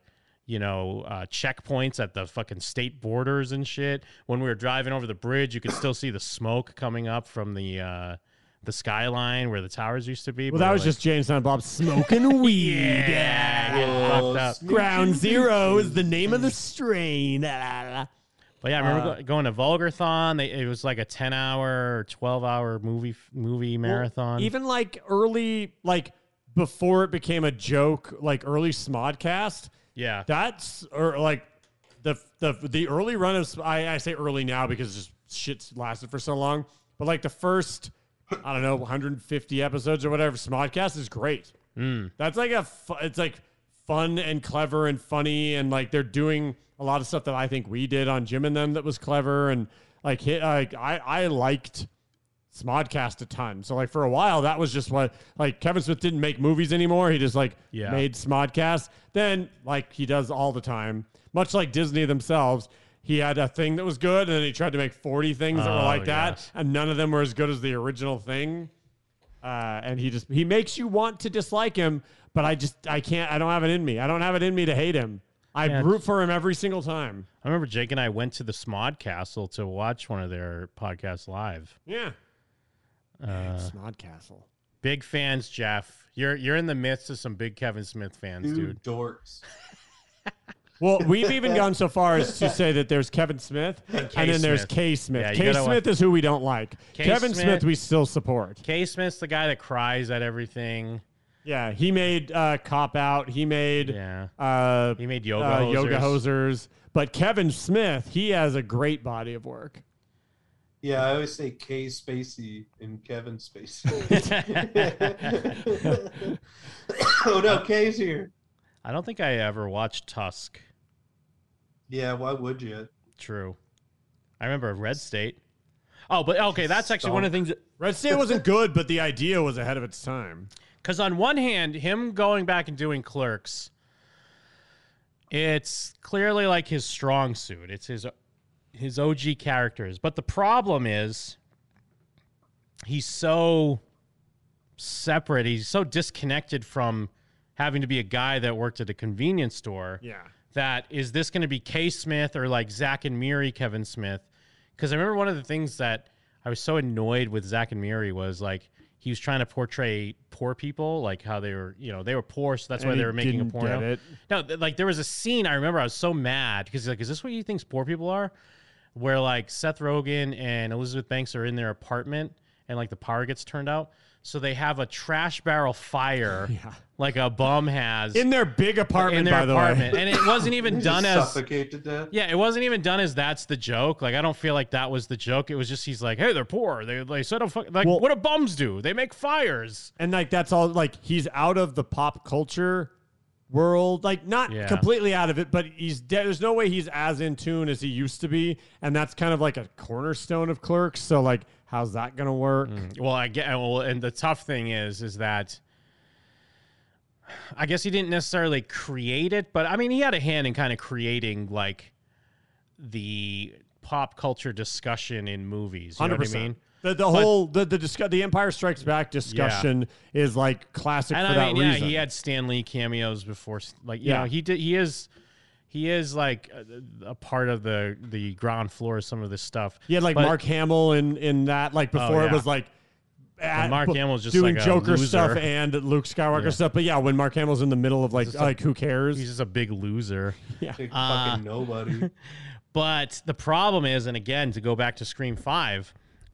Speaker 6: you know, uh, checkpoints at the fucking state borders and shit. When we were driving over the bridge, you could still see the smoke coming up from the uh, the skyline where the towers used to be.
Speaker 4: Well,
Speaker 6: But
Speaker 4: that
Speaker 6: we're
Speaker 4: was
Speaker 6: like-
Speaker 4: just James and Bob smoking weed.
Speaker 6: Yeah, getting fucked up.
Speaker 4: Ground Zero is the name of the strain.
Speaker 6: But yeah, I remember
Speaker 4: Uh,
Speaker 6: go- going to Vulgarthon. They, it was like a ten hour or twelve hour movie f- movie marathon.
Speaker 4: Even like early, like before it became a joke, like early Smodcast.
Speaker 6: Yeah.
Speaker 4: that's or like the the the early run of I, I say early now because just shit's lasted for so long. But like the first, I don't know, 150 episodes or whatever, Smodcast is great.
Speaker 6: Mm.
Speaker 4: That's like a fu- it's like fun and clever and funny and like they're doing a lot of stuff that I think we did on Jim and them that was clever and like hit like I I liked Smodcast a ton. So like for a while that was just what like Kevin Smith didn't make movies anymore. He just like
Speaker 6: Yeah.
Speaker 4: made Smodcast. Then like he does all the time, much like Disney themselves. He had a thing that was good, and then he tried to make forty things that were
Speaker 6: Oh,
Speaker 4: like that, and none of them were as good as the original thing uh, and he just he makes you want to dislike him. But I just I can't. I don't have it in me. I don't have it in me to hate him. I
Speaker 6: Yeah.
Speaker 4: root for him every single time.
Speaker 6: I remember Jake and I went to the Smod Castle to watch one of their podcasts live.
Speaker 4: Yeah.
Speaker 6: Uh,
Speaker 4: Smod Castle.
Speaker 6: Big fans, Jeff. You're you're in the midst of some big Kevin Smith fans,
Speaker 5: Two
Speaker 6: dude.
Speaker 5: dorks.
Speaker 4: Well, we've even gone so far as to say that there's Kevin Smith and,
Speaker 6: K.
Speaker 4: then there's
Speaker 6: Smith.
Speaker 4: K. Smith.
Speaker 6: Yeah, you
Speaker 4: K.
Speaker 6: gotta wa-
Speaker 4: Smith is who we don't like.
Speaker 6: K.
Speaker 4: Kevin Smith,
Speaker 6: Smith-
Speaker 4: we still support.
Speaker 6: K. Smith's the guy that cries at everything.
Speaker 4: Yeah, he made uh, Cop Out. He made
Speaker 6: yeah.
Speaker 4: uh,
Speaker 6: he made yoga
Speaker 4: uh, yoga
Speaker 6: hosers.
Speaker 4: hosers. But Kevin Smith, he has a great body of work.
Speaker 5: Yeah, I always say K Spacey and Kevin Spacey. oh no, K's here.
Speaker 6: I don't think I ever watched Tusk.
Speaker 5: Yeah, why would you?
Speaker 6: True. I remember Red State. Oh, but okay, that's actually one of the things. That,
Speaker 4: Red State wasn't good, but the idea was ahead of its time.
Speaker 6: Because on one hand, him going back and doing clerks, it's clearly like his strong suit. It's his his OG characters. But the problem is he's so separate. He's so disconnected from having to be a guy that worked at a convenience store.
Speaker 4: Yeah.
Speaker 6: That is this going to be K Smith or like Zach and Miri Kevin Smith? Because I remember one of the things that I was so annoyed with Zach and Miri was like he was trying to portray poor people, like how they were, you know, they were poor, so that's
Speaker 4: And
Speaker 6: why
Speaker 4: he
Speaker 6: they were making a
Speaker 4: didn't
Speaker 6: porno.
Speaker 4: get it.
Speaker 6: No, th- like there was a scene I remember I was so mad because like, is this what you thinks poor people are? Where like Seth Rogen and Elizabeth Banks are in their apartment and like the power gets turned out. So they have a trash barrel fire like a bum has
Speaker 4: In their big apartment,
Speaker 6: in their
Speaker 4: by the
Speaker 6: apartment.
Speaker 4: way.
Speaker 6: And it wasn't even
Speaker 5: You just
Speaker 6: done as
Speaker 5: suffocate to death.
Speaker 6: yeah, it wasn't even done as that's the joke. Like I don't feel like that was the joke. It was just he's like, hey, they're poor. They they set a fuck like
Speaker 4: Well-
Speaker 6: what do bums do? They make fires.
Speaker 4: and like that's all like he's out of the pop culture world like not
Speaker 6: Yeah.
Speaker 4: completely out of it but he's de- there's no way he's as in tune as he used to be and that's kind of like a cornerstone of clerks so like how's
Speaker 6: Mm.
Speaker 4: that gonna work
Speaker 6: Well, I get well, and the tough thing is, is that I guess he didn't necessarily create it, but I mean, he had a hand in kind of creating like the pop culture discussion in movies. You know
Speaker 4: Hundred
Speaker 6: what I
Speaker 4: percent.
Speaker 6: mean?
Speaker 4: The, the whole the the, discu- the Empire Strikes Back discussion is like classic
Speaker 6: and
Speaker 4: for
Speaker 6: I
Speaker 4: that
Speaker 6: mean, yeah,
Speaker 4: reason.
Speaker 6: he had Stan Lee cameos before, s- like you
Speaker 4: Yeah.
Speaker 6: know, he did. He is, he is like a, a part of the the ground floor of some of this stuff.
Speaker 4: He had like
Speaker 6: But-
Speaker 4: Mark Hamill in in that like
Speaker 6: Oh,
Speaker 4: before it
Speaker 6: yeah.
Speaker 4: was like at-
Speaker 6: Mark
Speaker 4: bu-
Speaker 6: Hamill's just
Speaker 4: doing
Speaker 6: like a
Speaker 4: Joker
Speaker 6: loser.
Speaker 4: stuff and Luke Skywalker
Speaker 6: Yeah.
Speaker 4: stuff. But yeah, when Mark Hamill's in the middle of like
Speaker 6: He's just a-
Speaker 4: like who cares?
Speaker 6: He's just a big loser.
Speaker 4: Yeah.
Speaker 5: Like
Speaker 6: Uh,
Speaker 5: fucking nobody.
Speaker 6: But the problem is, and again, to go back to Scream Five,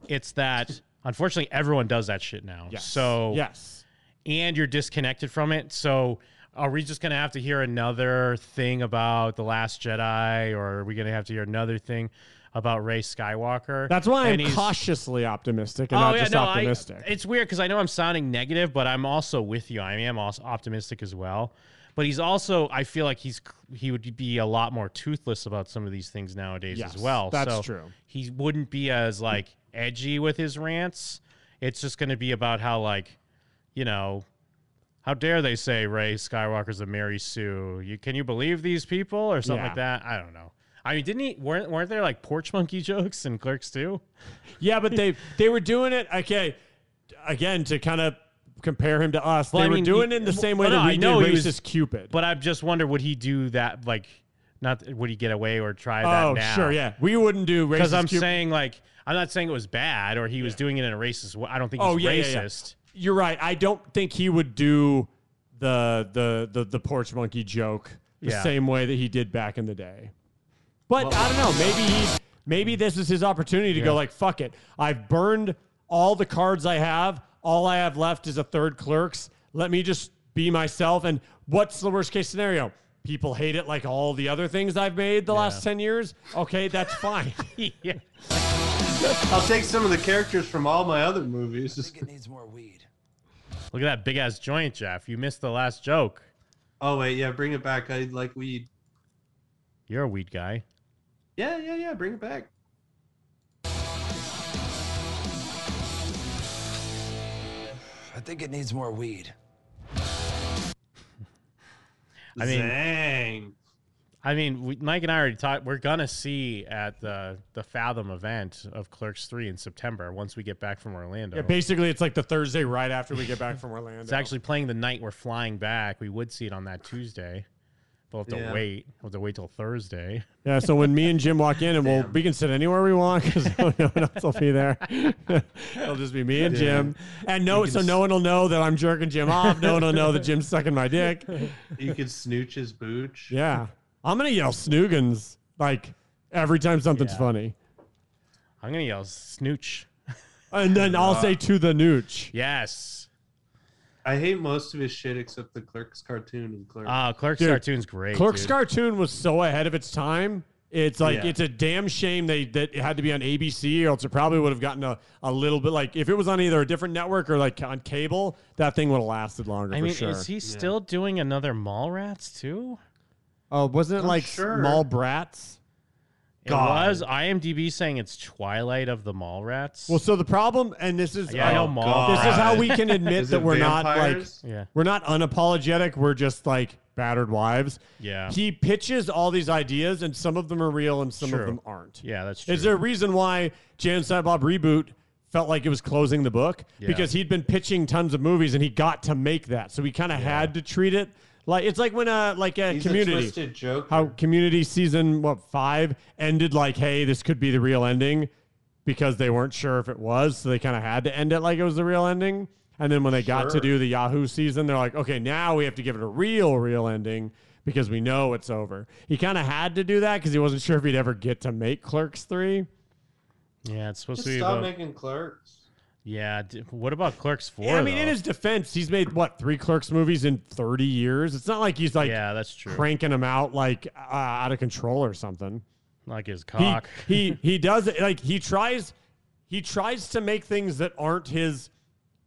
Speaker 6: it's that unfortunately everyone does that shit now.
Speaker 4: Yes.
Speaker 6: So
Speaker 4: yes,
Speaker 6: and you're disconnected from it. So are we just gonna have to hear another thing about the Last Jedi, or are we gonna have to hear another thing about Ray Skywalker?
Speaker 4: that's why I'm
Speaker 6: And he's- Oh,
Speaker 4: cautiously optimistic and not just
Speaker 6: I-
Speaker 4: optimistic.
Speaker 6: it's weird because I know I'm sounding negative, but I'm also with you. I am also optimistic as well. But he's also, I feel like he's he would be a lot more toothless about some of these things nowadays
Speaker 4: Yes,
Speaker 6: as well.
Speaker 4: that's
Speaker 6: So
Speaker 4: true.
Speaker 6: He wouldn't be as like edgy with his rants. It's just going to be about how like, you know, how dare they say Ray Skywalker's a Mary Sue? You can you believe these people or something
Speaker 4: Yeah.
Speaker 6: like that? I don't know. I mean, didn't he? weren't weren't there like porch monkey jokes and Clerks too?
Speaker 4: yeah, but they they were doing it. Okay, again to kind of compare him to us,
Speaker 6: Well,
Speaker 4: they
Speaker 6: I mean,
Speaker 4: were doing
Speaker 6: he-
Speaker 4: it in the
Speaker 6: well,
Speaker 4: same way
Speaker 6: no,
Speaker 4: that
Speaker 6: I
Speaker 4: we
Speaker 6: know
Speaker 4: did
Speaker 6: he
Speaker 4: racist
Speaker 6: was-
Speaker 4: Cupid.
Speaker 6: But I just wonder would he do that like not would he get away or try that
Speaker 4: oh
Speaker 6: now?
Speaker 4: sure, yeah, we wouldn't do racist.
Speaker 6: Because I'm
Speaker 4: Cupid.
Speaker 6: saying like I'm not saying it was bad or he was doing it in a racist way. I don't think he's
Speaker 4: Oh, yeah, yeah, yeah.
Speaker 6: racist.
Speaker 4: You're right. I don't think he would do the the the, the porch monkey joke the
Speaker 6: Yeah.
Speaker 4: same way that he did back in the day. But I don't know. Maybe he maybe this is his opportunity to go
Speaker 6: Yeah.
Speaker 4: like fuck it. I've burned all the cards I have. All I have left is a third clerks. Let me just be myself. And what's the worst case scenario? People hate it like all the other things I've made the last 10 years. Okay, that's fine.
Speaker 6: Yeah.
Speaker 5: I'll take some of the characters from all my other movies. Just-
Speaker 8: It needs more weed.
Speaker 6: Look at that big ass joint, Jeff. You missed the last joke.
Speaker 5: oh wait, yeah, bring it back. I like weed.
Speaker 6: You're a weed guy.
Speaker 5: Yeah, yeah, yeah. Bring it back.
Speaker 8: I think it needs more weed.
Speaker 6: I mean-
Speaker 5: Zang.
Speaker 6: I mean, we, Mike and I already talked. We're gonna see at the the Fathom event of Clerks Three in September once we get back from Orlando.
Speaker 4: Yeah, basically, it's like the Thursday right after we get back from Orlando.
Speaker 6: It's actually playing the night we're flying back. We would see it on that Tuesday. We'll have to
Speaker 5: Yeah.
Speaker 6: wait. We'll have to wait till Thursday.
Speaker 4: Yeah, so when me and Jim walk in, and we'll we can sit anywhere we want because no one else will be there. It'll just be me and Jim, and no, so no one will know that I'm jerking Jim off. No one will know that Jim's sucking my dick.
Speaker 5: You could snooch his booch.
Speaker 4: Yeah, I'm gonna yell snoogans like every time something's
Speaker 6: Yeah.
Speaker 4: funny,
Speaker 6: I'm gonna yell snooch.
Speaker 4: and then I'll
Speaker 6: Uh,
Speaker 4: say to the nooch.
Speaker 6: Yes.
Speaker 5: I hate most of his shit except the Clerks cartoon and Clerks.
Speaker 6: Uh Clerks
Speaker 4: Dude,
Speaker 6: cartoon's great.
Speaker 4: Clerk's
Speaker 6: dude.
Speaker 4: cartoon was so ahead of its time. It's like
Speaker 5: Yeah.
Speaker 4: it's a damn shame they that it had to be on ABC, or else it probably would have gotten a, a little bit like if it was on either a different network or like on cable, that thing would have lasted longer.
Speaker 6: I
Speaker 4: for
Speaker 6: mean,
Speaker 4: sure.
Speaker 6: is he still doing another Mallrats too?
Speaker 4: Oh, wasn't it like
Speaker 5: sure.
Speaker 4: small brats?
Speaker 6: It was IMDb saying it's Twilight of the Mallrats.
Speaker 4: Well, so the problem, and this is uh,
Speaker 6: yeah, I know
Speaker 5: oh,
Speaker 6: Mallrats.
Speaker 5: God.
Speaker 4: this is how we
Speaker 5: Alright.
Speaker 4: can admit
Speaker 5: Is
Speaker 4: that
Speaker 5: it
Speaker 4: we're
Speaker 5: vampires?
Speaker 4: not like
Speaker 6: Yeah.
Speaker 4: we're not unapologetic. We're just like battered wives.
Speaker 6: Yeah.
Speaker 4: He pitches all these ideas, and some of them are real, and some
Speaker 6: True.
Speaker 4: of them aren't.
Speaker 6: Yeah, that's true.
Speaker 4: Is there a reason why Jan Silent Bob reboot felt like it was closing the book?
Speaker 6: Yeah.
Speaker 4: Because he'd been pitching tons of movies, and he got to make that, so he kind of had to treat it like it's like when a like a
Speaker 5: He's
Speaker 4: community.
Speaker 5: a twisted joke.
Speaker 4: how community season what five ended like hey this could be the real ending because they weren't sure if it was so they kind of had to end it like it was the real ending and then when they got to
Speaker 5: Sure.
Speaker 4: do the yahoo season they're like okay now we have to give it a real real ending because we know it's over he kind of had to do that because he wasn't sure if he'd ever get to make clerks 3
Speaker 6: yeah, it's supposed
Speaker 5: Just
Speaker 6: to be
Speaker 5: stop
Speaker 6: about.
Speaker 5: making Clerks.
Speaker 6: yeah, d- what about Clerks Four?
Speaker 4: i mean in
Speaker 6: though?
Speaker 4: his defense he's made what three clerks movies in 30 years it's not like he's like
Speaker 6: yeah, that's true.
Speaker 4: cranking them out like uh, out of control or something
Speaker 6: like his
Speaker 4: he,
Speaker 6: cock.
Speaker 4: he he does it like he tries he tries to make things that aren't his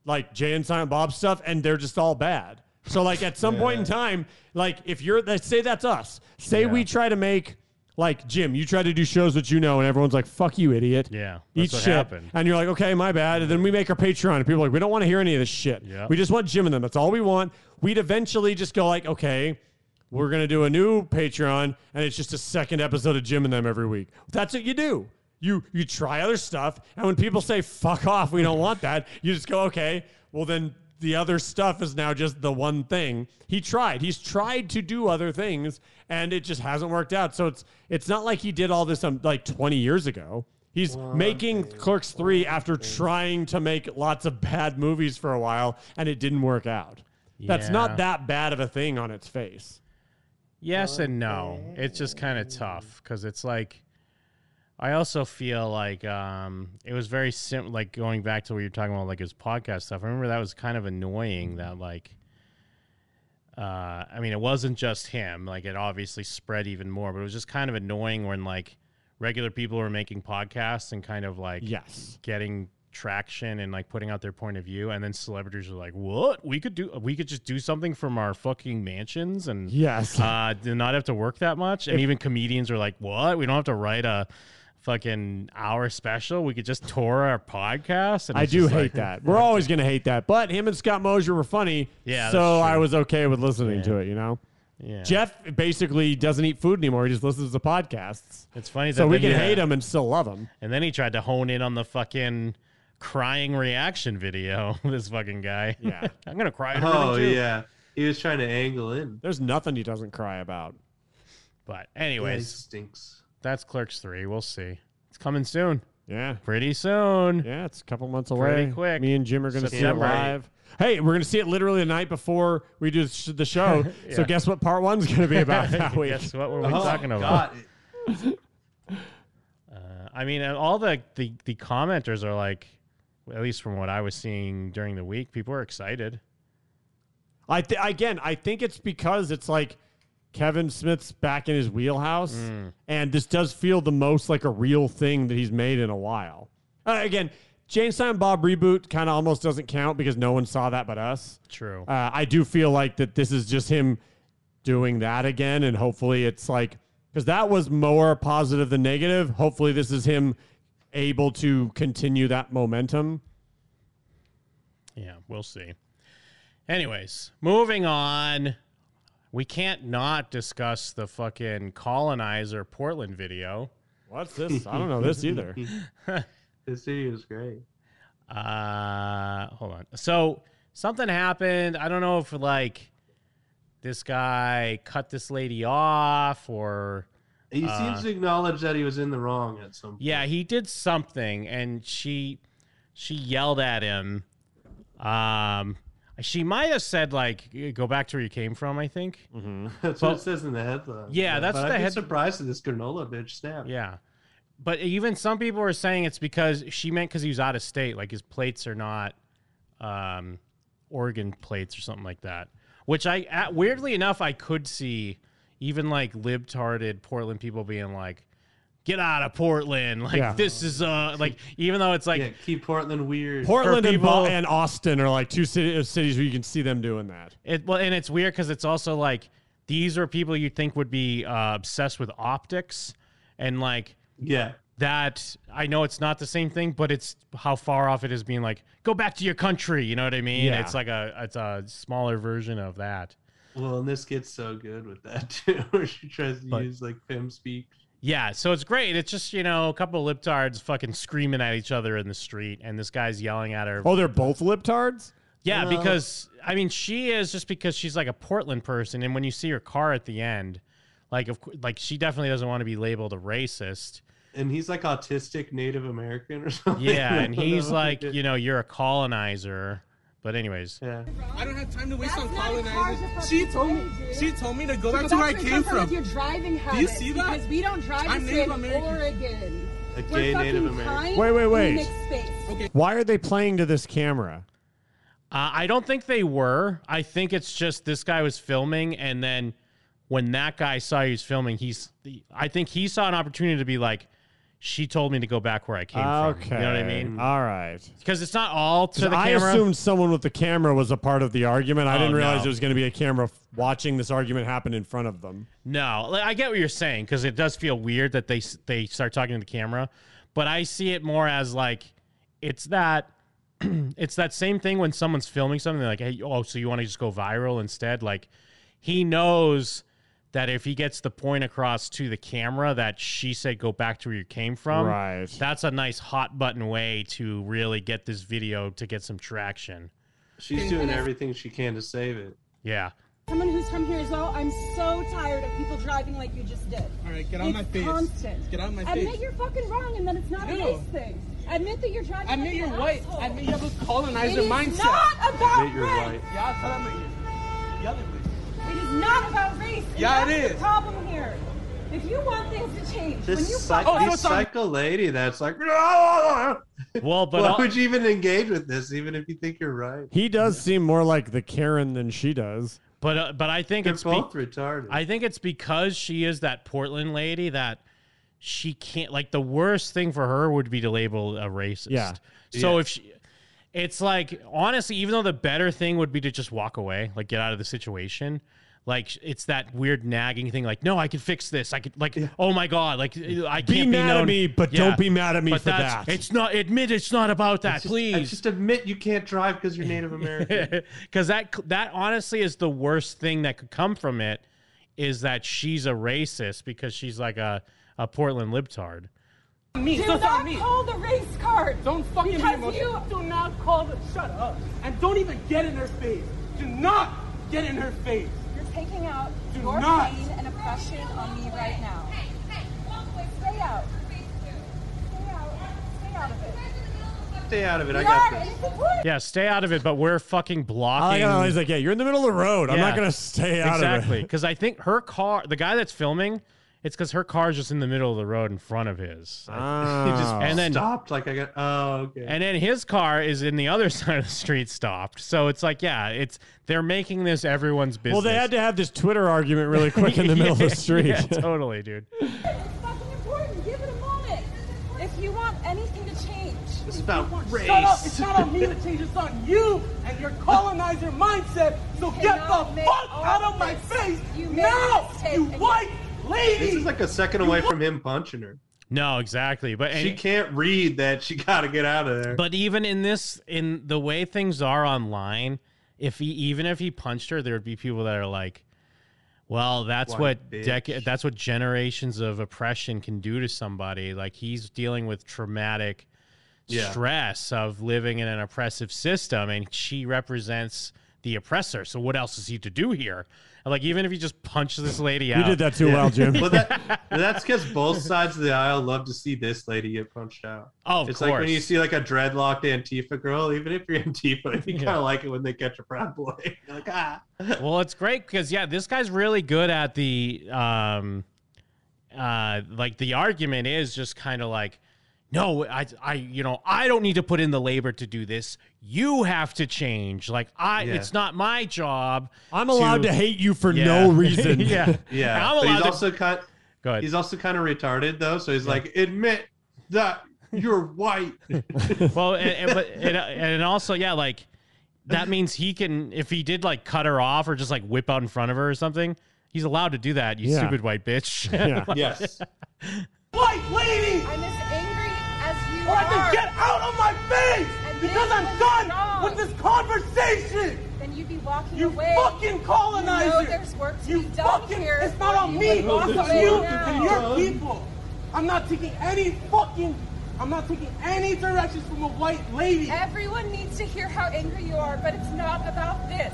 Speaker 4: like Jay and Silent Bob stuff and they're just all bad. So like at some point in time, like if you're let's say that's us. Say we
Speaker 6: Yeah.
Speaker 4: try to make Like Jim, you tried to do shows that you know, and everyone's like, "Fuck you, idiot."
Speaker 6: Yeah,
Speaker 4: eat
Speaker 6: that's what
Speaker 4: shit.
Speaker 6: happened.
Speaker 4: And you're like, "Okay, my bad." And then we make our Patreon, and people are like, "We don't want to hear any of this shit.
Speaker 6: Yeah.
Speaker 4: We just want Jim and them. That's all we want." We'd eventually just go like, "Okay." We're gonna do a new Patreon, and it's just a second episode of Jim and them every week. That's what you do. You you try other stuff, and when people say "fuck off," we don't want that. You just go, okay, well then the other stuff is now just the one thing he tried. He's tried to do other things, and it just hasn't worked out. So it's it's not like he did all this um, like 20 years ago. He's making Clerks Three after trying to make lots of bad movies for a while, and it didn't work out. That's
Speaker 6: Yeah.
Speaker 4: not that bad of a thing on its face.
Speaker 6: Yes and no. It's just kind of tough because it's like I also feel like um, it was very sim- like going back to what you're talking about, like his podcast stuff. I remember that was kind of annoying that like. Uh, I mean, it wasn't just him. Like, it obviously spread even more, but it was just kind of annoying when like regular people were making podcasts and kind of like
Speaker 4: yes,
Speaker 6: getting traction and like putting out their point of view, and then celebrities are like, "What? We could do? We could just do something from our fucking mansions and
Speaker 4: Yes.
Speaker 6: uh, do not have to work that much. And
Speaker 4: If-
Speaker 6: even comedians are like, what? We don't have to write a fucking hour special. We could just tour our podcast. And
Speaker 4: I
Speaker 6: it's
Speaker 4: do
Speaker 6: just
Speaker 4: hate
Speaker 6: like-
Speaker 4: that. We're always going to hate that. But him and Scott Mosier were funny.
Speaker 6: Yeah,
Speaker 4: So
Speaker 6: that's
Speaker 4: I
Speaker 6: true.
Speaker 4: was okay with listening to it, you know?
Speaker 6: Yeah.
Speaker 4: Jeff basically doesn't eat food anymore. He just listens to podcasts.
Speaker 6: It's funny that
Speaker 4: So we can
Speaker 6: then you-
Speaker 4: hate him and still love him.
Speaker 6: And then he tried to hone in on the fucking crying reaction video. this fucking guy. Yeah. I'm gonna cry. in a
Speaker 5: Oh
Speaker 6: minute, too.
Speaker 5: yeah, he was trying to angle in.
Speaker 4: There's nothing he doesn't cry about.
Speaker 6: But
Speaker 5: Yeah, he
Speaker 6: anyways,
Speaker 5: stinks.
Speaker 6: that's Clerks Three. We'll see. It's coming soon.
Speaker 4: Yeah.
Speaker 6: Pretty soon.
Speaker 4: Yeah, it's a couple months away.
Speaker 6: Pretty quick.
Speaker 4: Me and Jim are going to see it
Speaker 6: September.
Speaker 4: live. Hey, we're going to see it literally the night before we do sh- the show. So
Speaker 6: Yeah.
Speaker 4: guess what part one's going to be about that week?
Speaker 6: Guess what were we
Speaker 4: oh,
Speaker 5: Oh,
Speaker 6: talking about? Uh, I mean, and all the, the the commenters are like, at least from what I was seeing during the week, people are excited.
Speaker 4: I th- again, I think it's because it's like Kevin Smith's back in his wheelhouse,
Speaker 6: Mm.
Speaker 4: and this does feel the most like a real thing that he's made in a while. Uh, again, James Silent Bob reboot kind of almost doesn't count because no one saw that but us.
Speaker 6: True.
Speaker 4: Uh, I do feel like that this is just him doing that again, and hopefully it's like because that was more positive than negative. Hopefully, this is him able to continue that momentum.
Speaker 6: Yeah, we'll see. Anyways, moving on. We can't not discuss the fucking colonizer Portland video.
Speaker 4: What's this? I don't know this either.
Speaker 5: this video is great.
Speaker 6: Uh, hold on. So something happened. I don't know if like this guy cut this lady off or
Speaker 5: He
Speaker 6: uh,
Speaker 5: seems to acknowledge that he was in the wrong at some. point.
Speaker 6: Yeah, he did something, and she she yelled at him. Um, she might have said like, "Go back to where you came from." I think. Mm-hmm.
Speaker 5: That's what it says in the headline.
Speaker 6: Yeah, that's
Speaker 5: but
Speaker 6: the
Speaker 5: I'd be
Speaker 6: head-
Speaker 5: surprised if this granola bitch snapped.
Speaker 6: Yeah, but even some people were saying it's because she meant because he was out of state, like his plates are not um, Oregon plates or something like that. Which I at- weirdly enough I could see even like libtarded Portland people being like. Get out of Portland! Like
Speaker 4: Yeah.
Speaker 6: this is uh like even though it's like
Speaker 5: Yeah, keep Portland weird.
Speaker 4: Portland and, Bo-
Speaker 6: people-
Speaker 4: and Austin are like two city- cities where you can see them doing that.
Speaker 6: It well, and it's weird because it's also like these are people you think would be uh, obsessed with optics, and like
Speaker 5: yeah,
Speaker 6: that. I know it's not the same thing, but it's how far off it is being like go back to your country. You know what I mean?
Speaker 5: Yeah.
Speaker 6: It's like a it's a smaller version of that.
Speaker 5: Well, and this gets so good with that too, where she tries to
Speaker 6: But-
Speaker 5: use like fem speak.
Speaker 6: Yeah, so it's great. It's just you know a couple of libtards fucking screaming at each other in the street, and this guy's yelling at her.
Speaker 4: Oh, they're both libtards?
Speaker 6: Yeah,
Speaker 4: Well-
Speaker 6: because I mean, she is just because she's like a Portland person, and when you see her car at the end, like of cou- like she definitely doesn't want to be labeled a racist.
Speaker 5: And he's like autistic Native American or something.
Speaker 6: Yeah,
Speaker 5: I
Speaker 6: and
Speaker 5: don't
Speaker 6: he's
Speaker 5: know.
Speaker 6: like, you know, you're a colonizer. But anyways,
Speaker 5: yeah.
Speaker 12: I don't have time to waste on
Speaker 13: not as hard
Speaker 12: colonizers.
Speaker 13: as
Speaker 12: She
Speaker 13: fucking
Speaker 12: told me.
Speaker 13: crazy.
Speaker 12: She told me to go
Speaker 13: So
Speaker 12: back to where I came
Speaker 13: with
Speaker 12: from.
Speaker 13: Your driving
Speaker 12: Do
Speaker 13: habits,
Speaker 12: you see that?
Speaker 13: Because we don't drive
Speaker 12: I'm
Speaker 13: this
Speaker 12: Native
Speaker 13: in
Speaker 12: American.
Speaker 13: Oregon.
Speaker 5: A
Speaker 13: We're
Speaker 5: gay
Speaker 13: fucking
Speaker 5: Native American.
Speaker 13: kind
Speaker 4: Wait, wait,
Speaker 13: and
Speaker 4: wait.
Speaker 13: mixed space.
Speaker 4: Why are they playing to this camera?
Speaker 6: uh, I don't think they were. I think it's just this guy was filming, and then when that guy saw he was filming, he's. I think he saw an opportunity to be like, she told me to go back where I came from. You know what I mean?
Speaker 4: All right.
Speaker 6: Because it's not all to the
Speaker 4: I
Speaker 6: camera.
Speaker 4: assumed someone with the camera was a part of the argument. I
Speaker 6: Oh,
Speaker 4: didn't realize
Speaker 6: no.
Speaker 4: there was going to be a camera f- watching this argument happen in front of them.
Speaker 6: No, like, I get what you're saying because it does feel weird that they s- they start talking to the camera, but I see it more as like it's that it's that same thing when someone's filming something they're like hey oh so you want to just go viral instead like he knows that if he gets the point across to the camera that she said go back to where you came from
Speaker 4: Right.
Speaker 6: that's a nice hot button way to really get this video to get some traction
Speaker 5: She's doing everything she can to save it.
Speaker 6: yeah
Speaker 14: Someone who's from here as well, I'm so tired of people driving like you just did. All right,
Speaker 3: get on
Speaker 14: it's
Speaker 3: my face.
Speaker 14: Constant.
Speaker 3: Get on my
Speaker 14: Admit
Speaker 3: face.
Speaker 14: you're fucking wrong and that it's not a
Speaker 3: No.
Speaker 14: race thing. Admit that you're driving
Speaker 3: Admit
Speaker 14: like
Speaker 3: you're
Speaker 14: an
Speaker 3: white.
Speaker 14: Asshole.
Speaker 3: Admit you have a colonizer
Speaker 14: It is
Speaker 3: mindset.
Speaker 14: not about
Speaker 3: Admit you're
Speaker 14: race.
Speaker 3: white. Yeah, tell him it. Yell it.
Speaker 14: It is not about race. and
Speaker 3: Yeah, it
Speaker 14: that's the
Speaker 3: is.
Speaker 14: problem here. If you want things to change, when you
Speaker 5: This, psych-
Speaker 3: Oh,
Speaker 14: fuck
Speaker 5: this
Speaker 14: up-
Speaker 5: psycho lady that's like,
Speaker 6: well,
Speaker 5: but why would you even engage with this, even if you think you're right?
Speaker 4: He does seem more like the Karen than she does.
Speaker 6: But uh, but I think
Speaker 5: They're
Speaker 6: it's
Speaker 5: both retarded.
Speaker 6: I think it's because she is that Portland lady that she can't like the worst thing for her would be to label a racist.
Speaker 4: Yeah.
Speaker 6: So
Speaker 4: Yeah.
Speaker 6: if she it's like honestly even though the better thing would be to just walk away, like get out of the situation, like sh- it's that weird nagging thing like no, I can fix this. I could like oh my god, like I can't
Speaker 4: Be
Speaker 6: be
Speaker 4: mad at
Speaker 6: known-
Speaker 4: me, but don't be mad at me
Speaker 6: But
Speaker 4: for
Speaker 6: that's-
Speaker 4: that.
Speaker 6: It's not admit it's not about that,
Speaker 5: Just-
Speaker 6: please.
Speaker 5: just admit you can't drive because you're Native American.
Speaker 6: because that that honestly is the worst thing that could come from it is that she's a racist because she's like a, a Portland libtard.
Speaker 3: Me.
Speaker 14: Do
Speaker 3: It's not
Speaker 14: not
Speaker 3: me.
Speaker 14: call the race card.
Speaker 3: Don't fucking be
Speaker 14: because
Speaker 3: emotional.
Speaker 14: you
Speaker 3: do not call the. Shut up. And don't even get in her face. Do not get in her face.
Speaker 14: You're taking out
Speaker 3: Do
Speaker 14: your
Speaker 3: not.
Speaker 14: pain and oppression on me right now. Stay out. Stay out. Stay out of it.
Speaker 5: Stay out of it.
Speaker 14: We
Speaker 5: I got
Speaker 14: are
Speaker 5: this.
Speaker 14: in support.
Speaker 6: Yeah, stay out of it, but we're fucking blocking.
Speaker 4: I like how he's like, yeah, you're in the middle of the road. I'm not
Speaker 6: Yeah.
Speaker 4: going to stay out of
Speaker 6: exactly.
Speaker 4: it.
Speaker 6: Because I think her car, the guy that's filming, it's because her car's just in the middle of the road in front of his.
Speaker 5: He
Speaker 4: Oh.
Speaker 5: just
Speaker 6: and then
Speaker 5: stopped. Like I got. Oh, okay.
Speaker 6: and then his car is in the other side of the street stopped. So it's like, yeah, it's they're making this everyone's
Speaker 4: Well,
Speaker 6: business.
Speaker 4: they had to have this Twitter argument really quick in the middle of
Speaker 6: Yeah,
Speaker 4: the street.
Speaker 6: yeah, totally, dude.
Speaker 14: It's fucking important. Give it a moment. If you want anything to change,
Speaker 5: It's about race.
Speaker 3: Shut up. It's not on me to change. It's on you and your colonizer mindset. So get the
Speaker 14: cannot make
Speaker 3: fuck
Speaker 14: all
Speaker 3: out of my face
Speaker 14: mistakes. You made
Speaker 3: now,
Speaker 14: a mistake
Speaker 3: you
Speaker 14: and you-
Speaker 3: white lady.
Speaker 5: This is like a second away from him punching her.
Speaker 6: No, exactly. But
Speaker 5: She can't read that. She got to get out of there.
Speaker 6: But even in this, in the way things are online, if he even if he punched her, there would be people that are like, "Well, that's
Speaker 5: White
Speaker 6: what dec- that's what generations of oppression can do to somebody." Like he's dealing with traumatic
Speaker 5: Yeah.
Speaker 6: stress of living in an oppressive system, and she represents the oppressor. So what else is he to do here? And, like even if he just punches this lady
Speaker 4: You
Speaker 6: out,
Speaker 4: did that too well, Jim.
Speaker 5: Well, that, that's because both sides of the aisle love to see this lady get punched out.
Speaker 6: Oh, of
Speaker 5: it's like when
Speaker 6: course.
Speaker 5: you see like a dreadlocked Antifa girl. Even if you're Antifa, you
Speaker 6: Yeah.
Speaker 5: kind of like it when they catch a proud boy. You're like ah,
Speaker 6: well, it's great because yeah, this guy's really good at the um, uh, like the argument is just kind of like, no, I, I, you know, I don't need to put in the labor to do this. You have to change. Like I,
Speaker 4: Yeah.
Speaker 6: it's not my job.
Speaker 4: I'm allowed to hate you for no reason.
Speaker 6: yeah,
Speaker 5: yeah.
Speaker 6: I'm
Speaker 5: But
Speaker 6: allowed
Speaker 5: he's
Speaker 6: to.
Speaker 5: also kind.
Speaker 6: Go ahead.
Speaker 5: He's also kind of retarded though, so he's like, admit that you're white.
Speaker 6: well, and, and- but and, and also yeah, like that means he can if he did like cut her off or just like whip out in front of her or something. He's allowed to do that. You
Speaker 4: Yeah.
Speaker 6: stupid white bitch.
Speaker 4: Yeah.
Speaker 5: yes.
Speaker 3: white lady.
Speaker 14: I'm as angry as you
Speaker 3: Or I
Speaker 14: are.
Speaker 3: can get out of my face
Speaker 14: And
Speaker 3: because
Speaker 14: this
Speaker 3: I'm
Speaker 14: was
Speaker 3: done
Speaker 14: wrong.
Speaker 3: with this conversation.
Speaker 14: Then you'd be walking
Speaker 3: You
Speaker 14: away.
Speaker 3: fucking
Speaker 14: You
Speaker 3: colonizer.
Speaker 14: know there's work to
Speaker 3: You
Speaker 14: be done
Speaker 3: fucking,
Speaker 14: here.
Speaker 3: it's not on
Speaker 14: You
Speaker 3: me. It's
Speaker 14: would walk
Speaker 3: on
Speaker 14: away
Speaker 3: you
Speaker 14: now.
Speaker 3: and your people. I'm not taking any fucking, I'm not taking any directions from a white lady.
Speaker 14: Everyone needs to hear how angry you are, but it's not about this.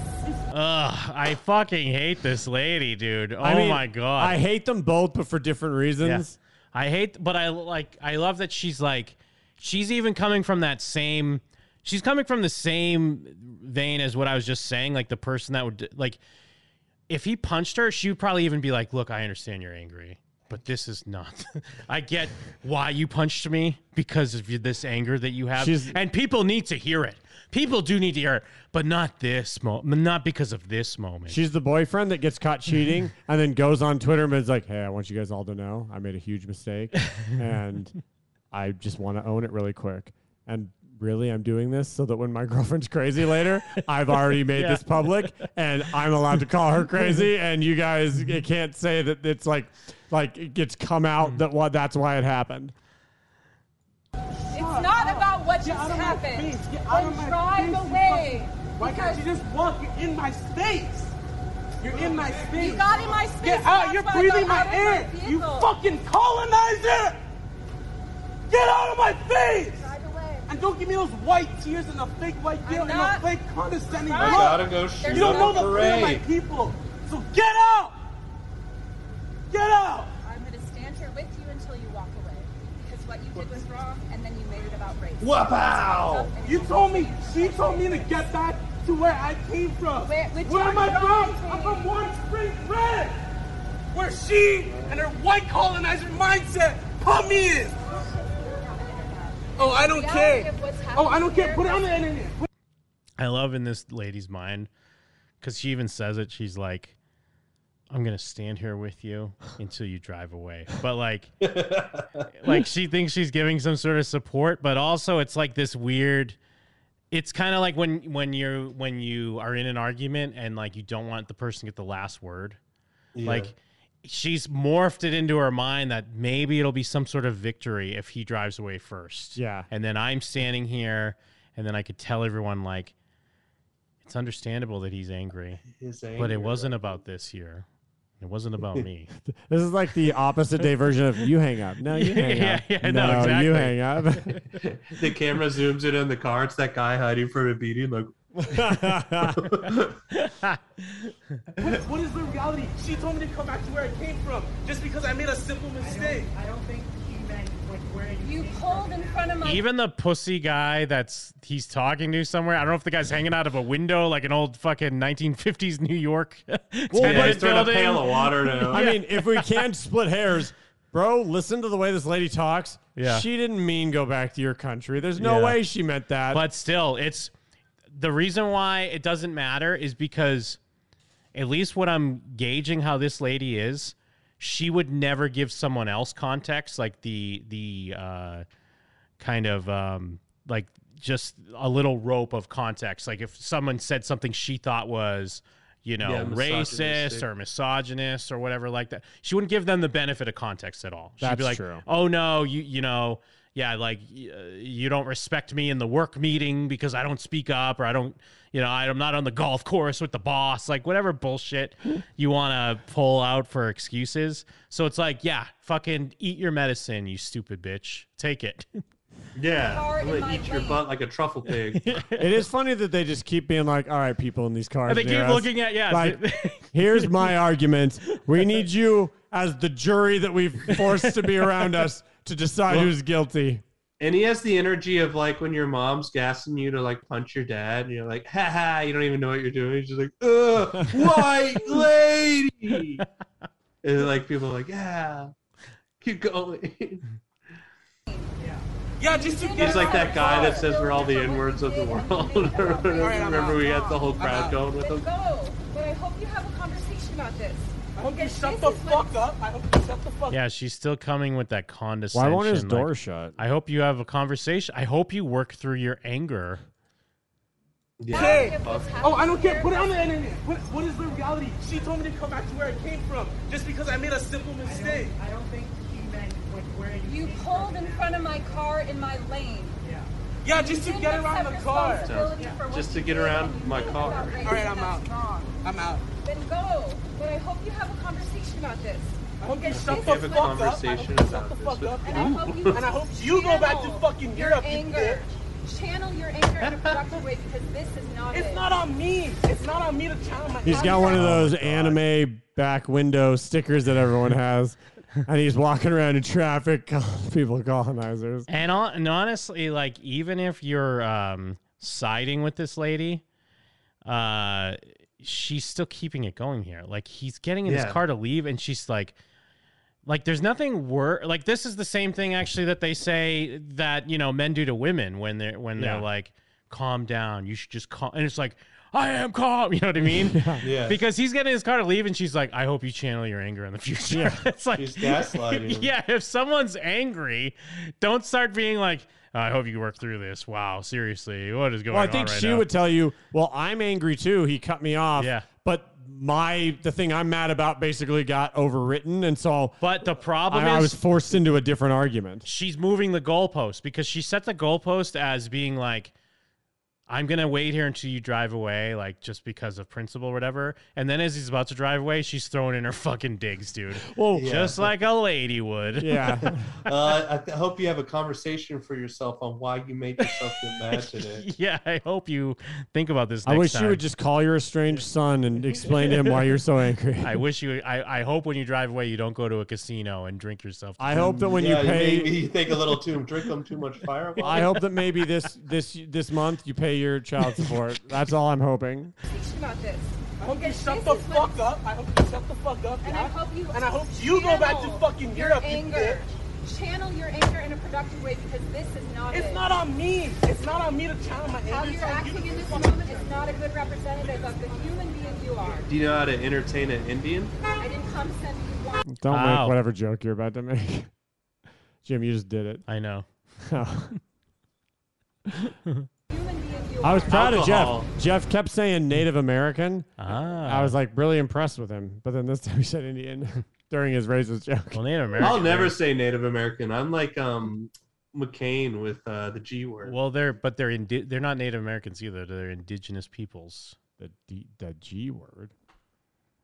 Speaker 6: Ugh, I fucking hate this lady, dude. Oh
Speaker 4: I mean,
Speaker 6: my god.
Speaker 4: I hate them both, but for different reasons.
Speaker 6: I hate but I like I love that she's like she's even coming from that same she's coming from the same vein as what I was just saying, like the person that would like if he punched her, she would probably even be like, "Look, I understand you're angry, but this is not. I get why you punched me because of this anger that you have,
Speaker 4: She's-
Speaker 6: and people need to hear it. People do need to hear it, but not this moment, not because of this moment.
Speaker 4: She's the boyfriend that gets caught cheating and then goes on Twitter and is like, hey, I want you guys all to know I made a huge mistake. And I just want to own it really quick. And really, I'm doing this so that when my girlfriend's crazy later, I've already made
Speaker 6: Yeah.
Speaker 4: this public, and I'm allowed to call her crazy. And you guys you can't say that it's like, like it gets come
Speaker 6: Mm.
Speaker 4: out that what that's why it happened.
Speaker 15: It's not about what just
Speaker 14: out of my
Speaker 15: happened.
Speaker 14: face. Get out
Speaker 15: Then
Speaker 14: of my face,
Speaker 15: drive
Speaker 14: you
Speaker 15: away.
Speaker 14: fucking- Why
Speaker 15: Because
Speaker 14: can't you just walk? You're in my space. You're in my space.
Speaker 15: You got in my space,
Speaker 14: Get
Speaker 15: that's
Speaker 14: out. You're
Speaker 15: why I got
Speaker 14: breathing my
Speaker 15: out of my
Speaker 14: air. you
Speaker 15: vehicle.
Speaker 14: fucking colonizer. Get out of my face. And don't give me those white tears and a fake white deal and a fake condescending
Speaker 5: I
Speaker 14: look.
Speaker 5: gotta go shoot
Speaker 14: You don't know
Speaker 5: a
Speaker 14: the fear of my
Speaker 5: parade.
Speaker 14: people. So get out. Get out.
Speaker 15: I'm going to stand here with you until you walk away. Because what you did was wrong, and then you made it about race.
Speaker 14: Wow! You told me, she told me to get back to where I came from. Where, am I from? I'm from Warm Springs Red! Where she and her white colonizer mindset put me in! Oh, I don't
Speaker 15: Reality
Speaker 14: care.
Speaker 15: of what's happening
Speaker 14: Oh, I don't care.
Speaker 15: here
Speaker 14: Put it on the
Speaker 15: doesn't-
Speaker 14: internet.
Speaker 6: I love in this lady's mind because she even says it. She's like, "I'm gonna stand here with you until you drive away." But like, like she thinks she's giving some sort of support, but also it's like this weird. It's kind of like when when you're when you are in an argument and like you don't want the person to get the last word,
Speaker 5: Yeah.
Speaker 6: like. She's morphed it into her mind that maybe it'll be some sort of victory if he drives away first.
Speaker 4: Yeah.
Speaker 6: And then I'm standing here and then I could tell everyone like it's understandable that he's angry.
Speaker 5: He's
Speaker 6: but
Speaker 5: angry,
Speaker 6: it wasn't about this year. It wasn't about me.
Speaker 4: This is like the opposite day version of you hang up. No, you hang
Speaker 6: Yeah,
Speaker 4: up.
Speaker 6: yeah,
Speaker 4: no,
Speaker 6: no,
Speaker 4: you
Speaker 6: exactly.
Speaker 4: hang up.
Speaker 5: the camera zooms in on the car. It's that guy hiding from a beating. Like,
Speaker 14: What, what is the reality? She told me to come back to where I came from just because I made a simple mistake. I don't, think he meant like where
Speaker 15: You pulled in front of my
Speaker 6: Even the pussy guy that's he's talking to somewhere. I don't know if the guy's hanging out of a window like an old fucking 1950s New York.
Speaker 4: Well, but
Speaker 6: tenement
Speaker 4: it's throwing a
Speaker 6: building.
Speaker 5: pail of water now.
Speaker 4: I mean, if we can split hairs, bro, listen to the way this lady talks.
Speaker 6: Yeah.
Speaker 4: She didn't mean go back to your country. There's no
Speaker 6: Yeah.
Speaker 4: way she meant that.
Speaker 6: But still, it's the reason why it doesn't matter is because at least what I'm gauging how this lady is, she would never give someone else context, like the the uh, kind of um, like just a little rope of context. Like if someone said something she thought was you know
Speaker 5: Yeah,
Speaker 6: racist
Speaker 5: misogynistic.
Speaker 6: or misogynist or whatever like that she wouldn't give them the benefit of context at all she'd
Speaker 4: That's
Speaker 6: be like
Speaker 4: true.
Speaker 6: oh no you you know yeah like y- uh, you don't respect me in the work meeting because i don't speak up or i don't you know I- i'm not on the golf course with the boss like whatever bullshit you want to pull out for excuses so it's like yeah fucking eat your medicine you stupid bitch take it
Speaker 5: yeah,
Speaker 15: Car
Speaker 5: I'm
Speaker 15: in
Speaker 5: gonna
Speaker 15: my
Speaker 5: eat your
Speaker 15: lane.
Speaker 5: butt like a truffle pig.
Speaker 4: it is funny that they just keep being like, all right, people in these cars.
Speaker 6: And they
Speaker 4: near
Speaker 6: keep
Speaker 4: us,
Speaker 6: looking at- yeah,
Speaker 4: Like,
Speaker 6: they-
Speaker 4: here's my argument. We need you as the jury that we've forced to be around us to decide
Speaker 5: Well-
Speaker 4: who's guilty.
Speaker 5: And he has the energy of like when your mom's gassing you to like punch your dad, and you're like, ha ha, you don't even know what you're doing. He's just like, ugh, white lady. And like people are like, yeah, keep going.
Speaker 14: Yeah, just to get
Speaker 5: He's like
Speaker 14: out.
Speaker 5: that guy that says we're all the N words of the world. Remember, we had the whole crowd going with him?
Speaker 15: go. But I hope you have a conversation about this.
Speaker 14: I hope you
Speaker 15: Because
Speaker 14: shut
Speaker 15: this
Speaker 14: the
Speaker 15: is what-
Speaker 14: fuck up. I hope you shut the fuck
Speaker 6: yeah she's still coming with that condescension
Speaker 4: Why won't his door
Speaker 6: like,
Speaker 4: shut?
Speaker 6: i hope you have a conversation i hope you work through your anger
Speaker 14: Hey.
Speaker 5: fuck.
Speaker 14: Oh, I don't care. Put it on the internet. What, what is the reality? She told me to come back to where I came from just because I made a simple mistake. I don't, think he meant like where
Speaker 15: You pulled in front of my car in my lane. Yeah.
Speaker 14: Yeah, just to get around the car.
Speaker 5: Just to get around my car.
Speaker 14: All right, I'm out. I'm out.
Speaker 15: Then go. But I hope you have a conversation about this.
Speaker 14: I hope you
Speaker 15: Because
Speaker 14: shut
Speaker 15: this
Speaker 14: the
Speaker 15: is
Speaker 14: fuck
Speaker 15: what-
Speaker 14: up. I hope you
Speaker 5: conversation
Speaker 14: shut the
Speaker 5: about
Speaker 14: fuck
Speaker 5: this
Speaker 14: up.
Speaker 5: with
Speaker 14: And I hope you, and I hope you go back to
Speaker 15: channel
Speaker 14: fucking
Speaker 15: your
Speaker 14: Europe, you bitch.
Speaker 15: anger. Channel your anger in a productive way because this is not
Speaker 14: It's
Speaker 15: it.
Speaker 14: not on me. It's not on me to channel my
Speaker 4: He's got one of those anime back window stickers that everyone has, and he's walking around in traffic calling people colonizers.
Speaker 6: And, on, and honestly, like even if you're um, siding with this lady, uh, she's still keeping it going here. Like he's getting in
Speaker 5: Yeah.
Speaker 6: his car to leave, and she's like, like there's nothing worse. Like this is the same thing actually that they say that you know men do to women when they're when
Speaker 4: Yeah.
Speaker 6: they're like, calm down. You should just calm. And it's like, I am calm. You know what I mean?
Speaker 5: Yeah.
Speaker 6: Because he's getting his car to leave, and she's like, I hope you channel your anger in the future. it's like
Speaker 5: She's gaslighting him.
Speaker 6: Yeah, if someone's angry, don't start being like, I hope you work through this. Wow, seriously, what is going
Speaker 4: well,
Speaker 6: on?
Speaker 4: I think
Speaker 6: right
Speaker 4: she
Speaker 6: now?
Speaker 4: would tell you, "Well, I'm angry too. He cut me off."
Speaker 6: Yeah.
Speaker 4: But my the thing I'm mad about basically got overwritten, and so
Speaker 6: But the problem
Speaker 4: I, I
Speaker 6: is,
Speaker 4: was forced into a different argument.
Speaker 6: she's moving the goalpost because she set the goalpost as being like, I'm gonna wait here until you drive away, like just because of principle or whatever. And then as he's about to drive away, she's throwing in her fucking digs, dude.
Speaker 4: Well,
Speaker 6: just like a lady would.
Speaker 5: uh, I th- hope you have a conversation for yourself on why you made yourself get mad today.
Speaker 6: yeah. I hope you think about this.
Speaker 4: I
Speaker 6: next
Speaker 4: wish
Speaker 6: time.
Speaker 4: you would just call your estranged son and explain to him why you're so angry.
Speaker 6: I wish you. I, I hope when you drive away, you don't go to a casino and drink yourself. to
Speaker 4: I
Speaker 6: sleep.
Speaker 4: hope that when
Speaker 5: Yeah,
Speaker 4: you pay,
Speaker 5: made me think a little too, drink them too much fireball.
Speaker 4: I hope that maybe this this this month you pay your child support. That's all I'm hoping.
Speaker 12: Teach about this.
Speaker 13: I hope you shut the fuck up. I hope you shut the fuck up.
Speaker 12: And I hope you
Speaker 13: And I hope you go back to
Speaker 12: channel
Speaker 13: fucking
Speaker 12: your
Speaker 13: Europe, you
Speaker 12: anger. Channel your anger in a productive way because this is not.
Speaker 13: It's
Speaker 12: it.
Speaker 13: not on me. It's not on me to channel my anger.
Speaker 12: How
Speaker 13: It's
Speaker 12: you're
Speaker 13: on
Speaker 12: acting in this moment is not a good representative of the human being you are.
Speaker 5: Do you know how to entertain an Indian?
Speaker 12: I didn't come send you one.
Speaker 4: Don't
Speaker 6: Ow.
Speaker 4: make whatever joke you're about to make. Jim, you just did it.
Speaker 6: I know.
Speaker 12: Human being you
Speaker 4: I was
Speaker 12: are.
Speaker 4: proud
Speaker 5: Alcohol.
Speaker 4: of Jeff. Jeff kept saying Native American.
Speaker 6: Ah.
Speaker 4: I was like really impressed with him. But then this time he said Indian during his racist joke.
Speaker 6: Well, Native American.
Speaker 5: I'll never
Speaker 6: they're-
Speaker 5: say Native American. I'm like um McCain with uh, the G word.
Speaker 6: Well, they're but they're indi- they're not Native Americans either. They're indigenous peoples.
Speaker 4: The D, the G word.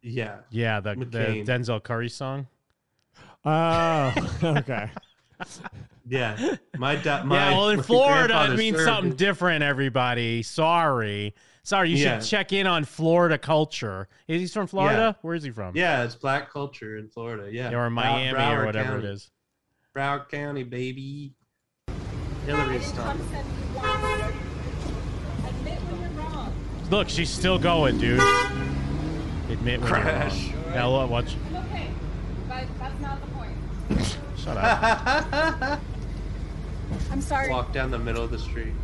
Speaker 5: Yeah.
Speaker 6: Yeah, the, the
Speaker 5: McCain.
Speaker 6: Denzel Curry song.
Speaker 4: Oh, okay.
Speaker 5: Yeah. My da- my
Speaker 6: yeah, well, in
Speaker 5: my
Speaker 6: Florida, it
Speaker 5: grandfather
Speaker 6: means
Speaker 5: served
Speaker 6: something
Speaker 5: in-
Speaker 6: different. Everybody, sorry, sorry. You
Speaker 5: Yeah.
Speaker 6: should check in on Florida culture. Is he from Florida? Where is he from?
Speaker 5: Yeah, it's black culture in Florida. Yeah.
Speaker 6: or
Speaker 5: Broward-
Speaker 6: Miami or
Speaker 5: Broward
Speaker 6: whatever
Speaker 5: County.
Speaker 6: it is.
Speaker 5: Broward County, baby.
Speaker 12: I
Speaker 5: Hillary
Speaker 12: didn't
Speaker 5: Stop.
Speaker 12: come send you one. Admit when you're wrong.
Speaker 6: Look, she's still going, dude. Admit when
Speaker 5: Crash.
Speaker 6: you're wrong. Now look, watch.
Speaker 12: I'm okay, but that's not the point.
Speaker 6: Shut up.
Speaker 12: I'm sorry.
Speaker 5: Walk down the middle of the street.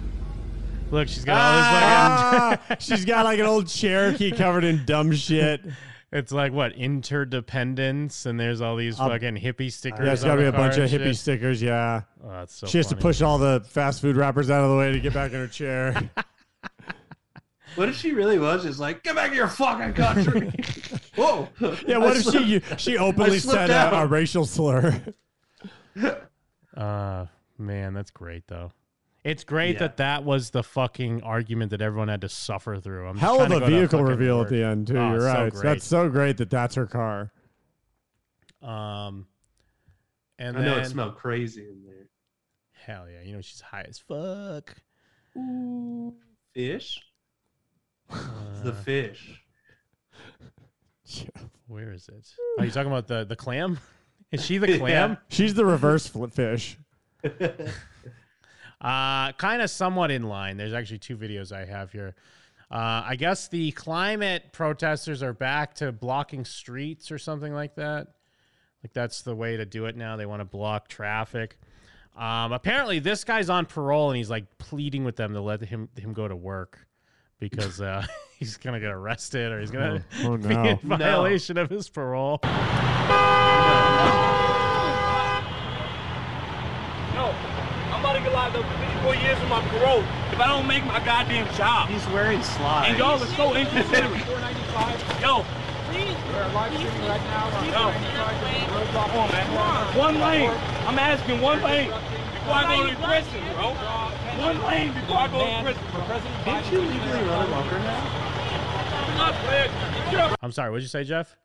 Speaker 6: Look, she's got all this like.
Speaker 4: Ah, she's got like an old Cherokee covered in dumb shit.
Speaker 6: It's like what interdependence, and there's all these
Speaker 4: Uh,
Speaker 6: fucking hippie stickers.
Speaker 4: Yeah, it's
Speaker 6: on
Speaker 4: got to be
Speaker 6: the
Speaker 4: a bunch
Speaker 6: car
Speaker 4: of
Speaker 6: and
Speaker 4: hippie
Speaker 6: shit.
Speaker 4: stickers. Yeah.
Speaker 6: Oh, that's so
Speaker 4: she has to
Speaker 6: funny.
Speaker 4: push all the fast food wrappers out of the way to get back in her chair.
Speaker 5: What if she really was just like, get back to your fucking country? Whoa.
Speaker 4: Yeah, what
Speaker 5: I
Speaker 4: if
Speaker 5: slipped-
Speaker 4: she she openly
Speaker 5: slipped
Speaker 4: said a, a
Speaker 5: out.
Speaker 4: racial slur?
Speaker 6: Uh, man, that's great though. It's great
Speaker 5: Yeah.
Speaker 6: that that was the fucking argument that everyone had to suffer through. I'm just
Speaker 4: Hell of
Speaker 6: trying to
Speaker 4: a
Speaker 6: go to
Speaker 4: vehicle
Speaker 6: fucking
Speaker 4: reveal
Speaker 6: work.
Speaker 4: at the end too.
Speaker 6: Oh,
Speaker 4: you're
Speaker 6: so
Speaker 4: right.
Speaker 6: great.
Speaker 4: That's so great that that's her car.
Speaker 6: Um, and
Speaker 5: I know
Speaker 6: then,
Speaker 5: it smelled crazy in there.
Speaker 6: Hell yeah, you know she's high as fuck.
Speaker 5: Fish? It's the
Speaker 6: Uh,
Speaker 5: fish.
Speaker 6: where is it? Are you talking about the the clam? Is she the clam?
Speaker 4: She's the reverse flip fish.
Speaker 6: Uh, kind of somewhat in line. There's actually two videos I have here. Uh, I guess the climate protesters are back to blocking streets or something like that. Like that's the way to do it now. They want to block traffic. Um, apparently, this guy's on parole and he's like pleading with them to let him him go to work because uh, he's gonna get arrested or he's gonna
Speaker 4: Oh, oh,
Speaker 6: be
Speaker 4: no.
Speaker 6: in violation of his parole.
Speaker 13: No, I'm about to get locked up for 54 years on my parole if I don't make my goddamn job.
Speaker 5: He's wearing slides.
Speaker 13: And y'all are so inconsiderate. Yo. Yo. Come on, man. One lane. I'm asking one lane before I go to prison, bro. One lane before I go to prison.
Speaker 5: Didn't you legally run him over now?
Speaker 13: I'm not playing. Get up.
Speaker 6: I'm sorry. What'd you say, Jeff?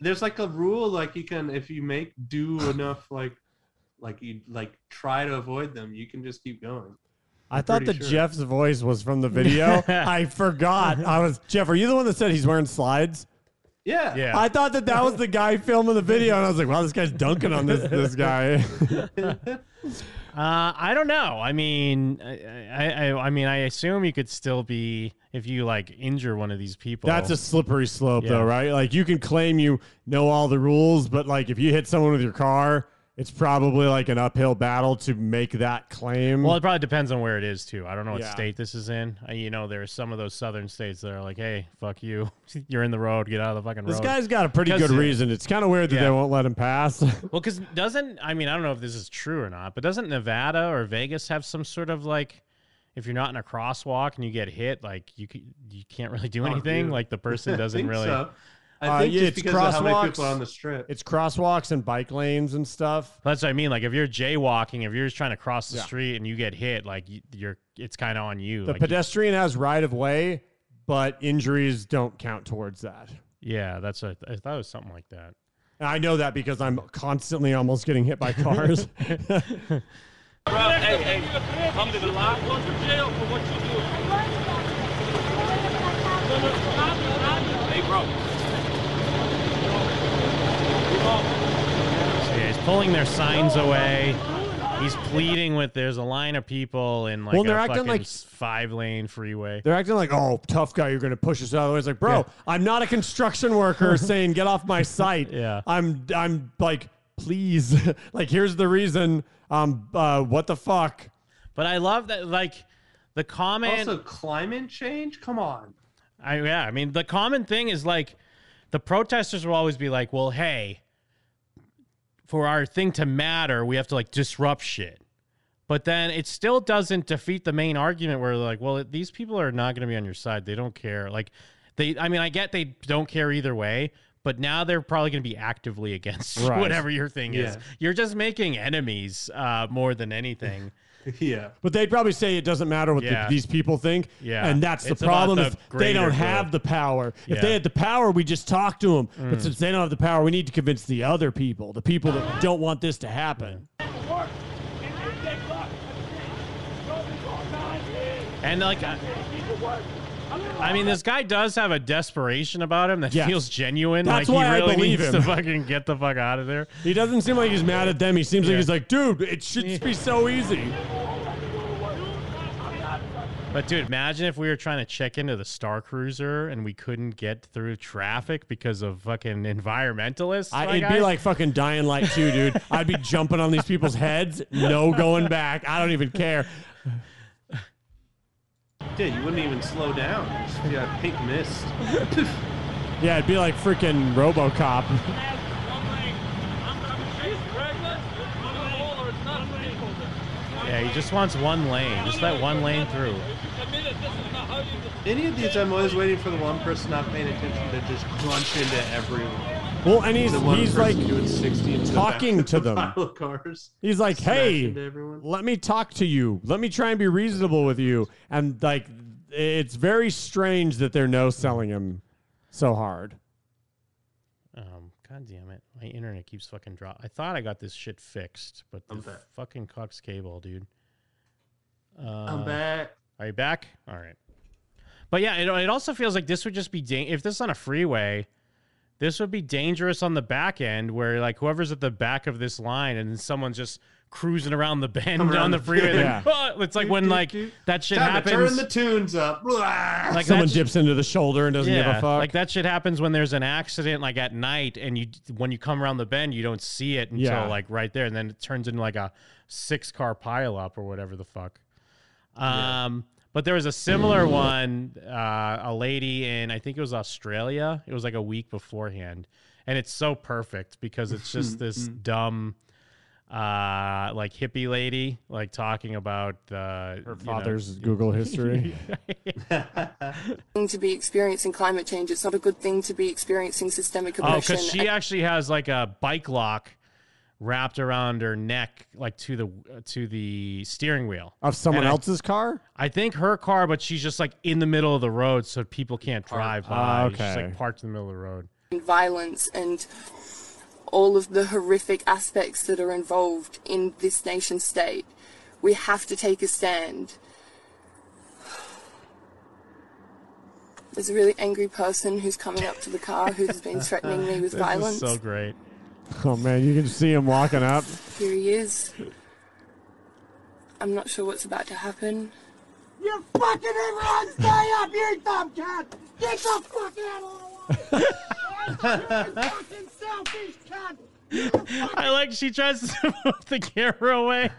Speaker 5: There's like a rule, like you can, if you make do enough, like, like you like try to avoid them, you can just keep going.
Speaker 4: I thought
Speaker 5: pretty
Speaker 4: that
Speaker 5: sure.
Speaker 4: Jeff's voice was from the video. I forgot. I was Jeff. Are you the one that said he's wearing slides?
Speaker 5: Yeah.
Speaker 6: Yeah.
Speaker 4: I thought that that was the guy filming the video, and I was like, "Wow, this guy's dunking on this this guy."
Speaker 6: Uh, I don't know. I mean, I, I, I, I mean, I assume you could still be if you like injure one of these people.
Speaker 4: That's a slippery slope,
Speaker 6: Yeah.
Speaker 4: though, right? Like you can claim you know all the rules, but like if you hit someone with your car, It's probably like an uphill battle to make that claim.
Speaker 6: Well, it probably depends on where it is too. I don't know what
Speaker 4: Yeah.
Speaker 6: state this is in. Uh, You know, there are some of those southern states that are like, "Hey, fuck you, you're in the road. Get out of the fucking
Speaker 4: this
Speaker 6: road."
Speaker 4: guy's got a pretty
Speaker 6: 'Cause-
Speaker 4: good reason. It's kind of weird that
Speaker 6: Yeah.
Speaker 4: they won't let him pass.
Speaker 6: Well, because doesn't I mean I don't know if this is true or not, but doesn't Nevada or Vegas have some sort of like, if you're not in a crosswalk and you get hit, like you c- you can't really do
Speaker 5: Oh,
Speaker 6: anything.
Speaker 5: dude.
Speaker 6: Like the person
Speaker 5: I
Speaker 6: doesn't
Speaker 5: think
Speaker 6: really.
Speaker 5: so.
Speaker 4: Uh,
Speaker 5: I think
Speaker 4: yeah,
Speaker 5: just
Speaker 4: it's
Speaker 5: because of how many people
Speaker 4: crosswalks.
Speaker 5: are on the strip.
Speaker 4: it's crosswalks and bike lanes and stuff.
Speaker 6: That's what I mean. Like if you're jaywalking, if you're just trying to cross the
Speaker 4: Yeah.
Speaker 6: street and you get hit, like you, you're, it's kind of on you.
Speaker 4: The
Speaker 6: Like, you-
Speaker 4: pedestrian has right of way, but injuries don't count towards that.
Speaker 6: yeah, that's what I, th- I thought it was something like that.
Speaker 4: And I know that because I'm constantly almost getting hit by cars.
Speaker 16: Bro, hey, hey, alhamdulillah, go to jail for what you do. No, no, stop it, stop it. Hey, bro.
Speaker 6: So yeah, he's pulling their signs away. He's pleading with there's a line of people in like
Speaker 4: Well, they're
Speaker 6: a
Speaker 4: acting
Speaker 6: fucking
Speaker 4: like-
Speaker 6: five lane freeway.
Speaker 4: They're acting like, oh, tough guy, you're going to push us out of the way. It's like, bro, I'm not a construction worker saying, get off my site.
Speaker 6: Yeah.
Speaker 4: I'm, I'm like, please. like, here's the reason. Um, uh, what the fuck?
Speaker 6: But I love that like the comment
Speaker 5: also, climate change. Come on.
Speaker 6: I yeah, I mean the common thing is like the protesters will always be like, "Well, hey, for our thing to matter, we have to like disrupt shit." But then it still doesn't defeat the main argument where like, "Well, it- these people are not going to be on your side. They don't care." Like they I mean, I get they don't care either way, but now they're probably going to be actively against
Speaker 4: Right.
Speaker 6: whatever your thing is.
Speaker 4: Yeah.
Speaker 6: You're just making enemies uh, more than anything.
Speaker 5: yeah.
Speaker 4: But they'd probably say it doesn't matter what the-
Speaker 6: Yeah.
Speaker 4: these people think.
Speaker 6: Yeah.
Speaker 4: And that's the
Speaker 6: It's about
Speaker 4: problem.
Speaker 6: the
Speaker 4: is they don't
Speaker 6: greater
Speaker 4: have the power. If
Speaker 6: Yeah.
Speaker 4: they had the power, we just talk to them. But
Speaker 6: Mm.
Speaker 4: since they don't have the power, we need to convince the other people, the people that don't want this to happen.
Speaker 6: And like I, I mean, this guy does have a desperation about him that
Speaker 4: Yes.
Speaker 6: feels genuine.
Speaker 4: That's
Speaker 6: like
Speaker 4: why
Speaker 6: he
Speaker 4: I
Speaker 6: really
Speaker 4: believe
Speaker 6: needs
Speaker 4: him.
Speaker 6: to fucking get the fuck out of there.
Speaker 4: He doesn't seem like he's mad at them. He seems
Speaker 6: Yeah.
Speaker 4: like he's like, dude, it should just be so easy.
Speaker 6: But dude, imagine if we were trying to check into the Star Cruiser and we couldn't get through traffic because of fucking environmentalists.
Speaker 4: I,
Speaker 6: my
Speaker 4: it'd
Speaker 6: guy.
Speaker 4: be like fucking dying light too, dude. I'd be jumping on these people's heads. No going back. I don't even care.
Speaker 5: Dude, you wouldn't even slow down. You'd Just be like pink mist.
Speaker 4: Yeah, it'd be like freaking RoboCop.
Speaker 6: yeah, he just wants one lane. Just let one lane through.
Speaker 5: Any of these, I'm always waiting for the one person not paying attention to just crunch into everyone.
Speaker 4: Well, and he's
Speaker 5: The one
Speaker 4: he's like
Speaker 5: person doing 60 and go back
Speaker 4: talking to them.
Speaker 5: pile of cars.
Speaker 4: He's like,
Speaker 5: Smash
Speaker 4: hey,
Speaker 5: into everyone.
Speaker 4: let me talk to you. Let me try and be reasonable with you. And like, it's very strange that they're no selling him so hard.
Speaker 6: Um, God damn it. My internet keeps fucking drop. I thought I got this shit fixed, but the
Speaker 5: I'm back.
Speaker 6: fucking cuck's cable, dude. Uh,
Speaker 5: back.
Speaker 6: Are you back? All right. But yeah, it, it also feels like this would just be da- if this is on a freeway, this would be dangerous on the back end where like whoever's at the back of this line and someone's just cruising around the bend
Speaker 5: Come around
Speaker 6: on the
Speaker 5: the-
Speaker 6: freeway. like,
Speaker 5: Yeah.
Speaker 6: "Oh," It's like when like that shit
Speaker 5: Time to
Speaker 6: happens.
Speaker 5: turn the tunes up. Like
Speaker 4: Someone
Speaker 6: that's-
Speaker 4: dips into the shoulder and doesn't give a fuck.
Speaker 6: Like that shit happens when there's an accident, like at night, and you when you come around the bend, you don't see it until
Speaker 4: Yeah.
Speaker 6: like right there, and then it turns into like a six car pileup or whatever the fuck. Um, but there was a similar one. Uh, a lady in I think it was Australia. It was like a week beforehand, and it's so perfect because it's just this dumb. Uh, like hippie lady, like talking about uh, her
Speaker 4: Father's Google history.
Speaker 14: thing to be experiencing climate change. It's not a good thing to be experiencing systemic
Speaker 6: Oh,
Speaker 14: oppression.
Speaker 6: because she actually has like a bike lock wrapped around her neck, like to the to the steering wheel
Speaker 4: Of someone
Speaker 6: And I-
Speaker 4: else's car?
Speaker 6: I think her car, but she's just like in the middle of the road, so people can't drive by.
Speaker 4: Ah,
Speaker 6: She's
Speaker 4: okay.
Speaker 6: like parked in the middle of the road.
Speaker 14: and violence and all of the horrific aspects that are involved in this nation state. We have to take a stand. There's a really angry person who's coming up to the car who's been threatening me with
Speaker 6: This is
Speaker 14: violence.
Speaker 6: so great.
Speaker 4: Oh man, you can see him walking up.
Speaker 14: Here he is. I'm not sure what's about to happen.
Speaker 3: You fucking everyone stay up, you dumb cat! Get the fuck out of the way! You fucking selfish cunt!
Speaker 6: I like she tries to move the camera away,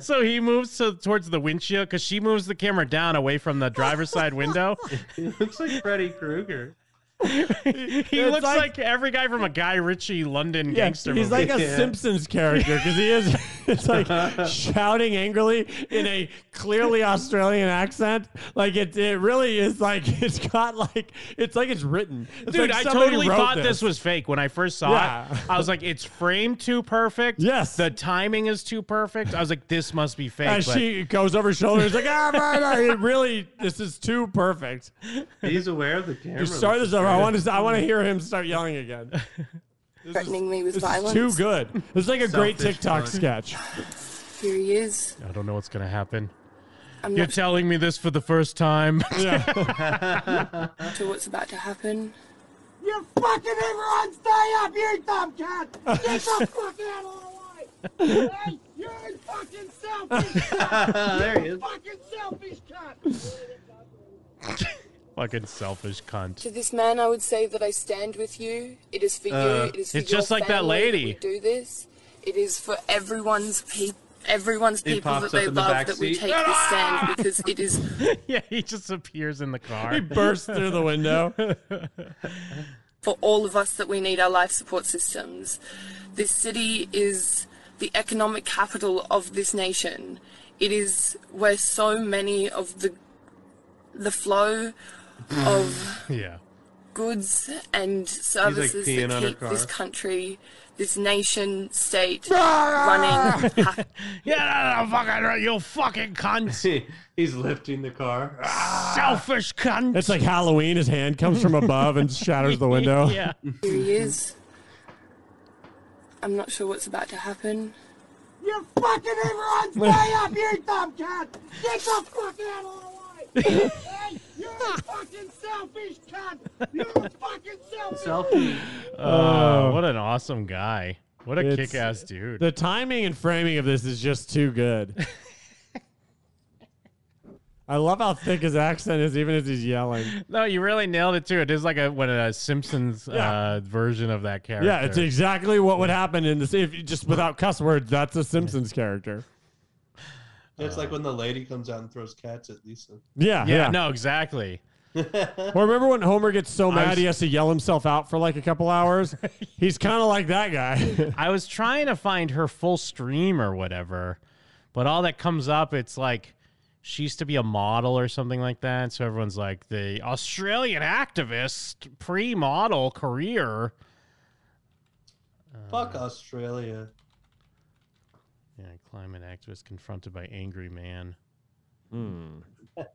Speaker 6: so he moves to, towards the windshield because she moves the camera down away from the driver's side window.
Speaker 5: He looks like Freddy Krueger.
Speaker 6: He looks like, every guy from a Guy Ritchie London
Speaker 4: Yeah,
Speaker 6: gangster.
Speaker 4: he's
Speaker 6: movie.
Speaker 4: like a Simpsons character because he is it's like shouting angrily in a clearly Australian accent. Like it, it really is like it's got like it's like it's written. It's
Speaker 6: Dude,
Speaker 4: like
Speaker 6: I
Speaker 4: somebody
Speaker 6: totally
Speaker 4: wrote
Speaker 6: thought this. was fake when I first saw
Speaker 4: Yeah.
Speaker 6: it. I was like, it's framed too perfect. Yes. The timing is too perfect. I was like, this must be fake.
Speaker 4: And
Speaker 6: but-
Speaker 4: she goes over her shoulder. It's like ah, murder. It really, this is too perfect.
Speaker 5: He's aware of the camera.
Speaker 4: You start this over. I want to. I want to hear him start yelling again.
Speaker 14: threatening me with
Speaker 4: This is
Speaker 14: violence.
Speaker 4: too good. This is like a great
Speaker 6: Selfish
Speaker 4: TikTok
Speaker 6: cunt.
Speaker 4: sketch.
Speaker 14: Here he is.
Speaker 6: I don't know what's going to happen.
Speaker 14: I'm
Speaker 6: You're
Speaker 14: not
Speaker 6: telling me this for the first time.
Speaker 14: to what's about to happen.
Speaker 3: You fucking everyone stay up, you dumb cat! Get the fuck out of the way! Hey, you fucking selfish cat!
Speaker 5: Oh, There he
Speaker 3: You
Speaker 5: is.
Speaker 3: Fucking selfish cat!
Speaker 6: Fucking selfish cunt.
Speaker 14: To this man, I would say that I stand with you. It is for
Speaker 6: Uh,
Speaker 14: you. It is for
Speaker 6: it's
Speaker 14: your
Speaker 6: just like that
Speaker 14: family
Speaker 6: lady.
Speaker 14: that we do this. It is for everyone's people. Everyone's
Speaker 6: He
Speaker 14: people
Speaker 6: pops
Speaker 14: that
Speaker 6: up
Speaker 14: they
Speaker 6: in the
Speaker 14: love
Speaker 6: back
Speaker 14: that we
Speaker 6: seat.
Speaker 14: take this stand because it is
Speaker 6: yeah, he just appears in the car.
Speaker 4: He bursts through the window.
Speaker 14: for all of us that we need our life support systems. This city is the economic capital of this nation. It is where so many of the the flow of
Speaker 6: yeah.
Speaker 14: goods and services
Speaker 6: peeing
Speaker 14: that
Speaker 6: on her
Speaker 14: keep this
Speaker 6: car.
Speaker 14: country, this nation, state running.
Speaker 6: Yeah, no, no, fucking right, you fucking cunt.
Speaker 5: He's lifting the car.
Speaker 6: Selfish cunt.
Speaker 4: Ah. It's like Halloween. His hand comes from above and shatters the window.
Speaker 6: Yeah.
Speaker 14: Here he is. I'm not sure what's about to happen.
Speaker 3: You fucking everyone stay up, you dumb cat! Get the fuck out of the way! hey, you fucking selfish cat! You fucking selfish!
Speaker 5: Selfie.
Speaker 6: Uh, what an awesome guy. What a
Speaker 4: It's-
Speaker 6: kick ass dude.
Speaker 4: The timing and framing of this is just too good. I love how thick his accent is, even as he's yelling.
Speaker 6: No, you really nailed it too. It is like a when a Simpsons uh, version of that character.
Speaker 4: Yeah, it's exactly what would happen in this. If you, just without cuss words, that's a Simpsons character.
Speaker 5: It's like when the lady comes out and throws cats at Lisa.
Speaker 4: Yeah,
Speaker 6: yeah,
Speaker 4: yeah.
Speaker 6: no, exactly.
Speaker 4: Or remember when Homer gets so
Speaker 6: I
Speaker 4: mad
Speaker 6: was-
Speaker 4: he has to yell himself out for like a couple hours? He's kind of like that guy.
Speaker 6: I was trying to find her full stream or whatever, but all that comes up, it's like she used to be a model or something like that. So everyone's like the Australian activist pre-model career. Uh.
Speaker 5: Fuck Australia.
Speaker 6: Yeah, climate activist confronted by angry man.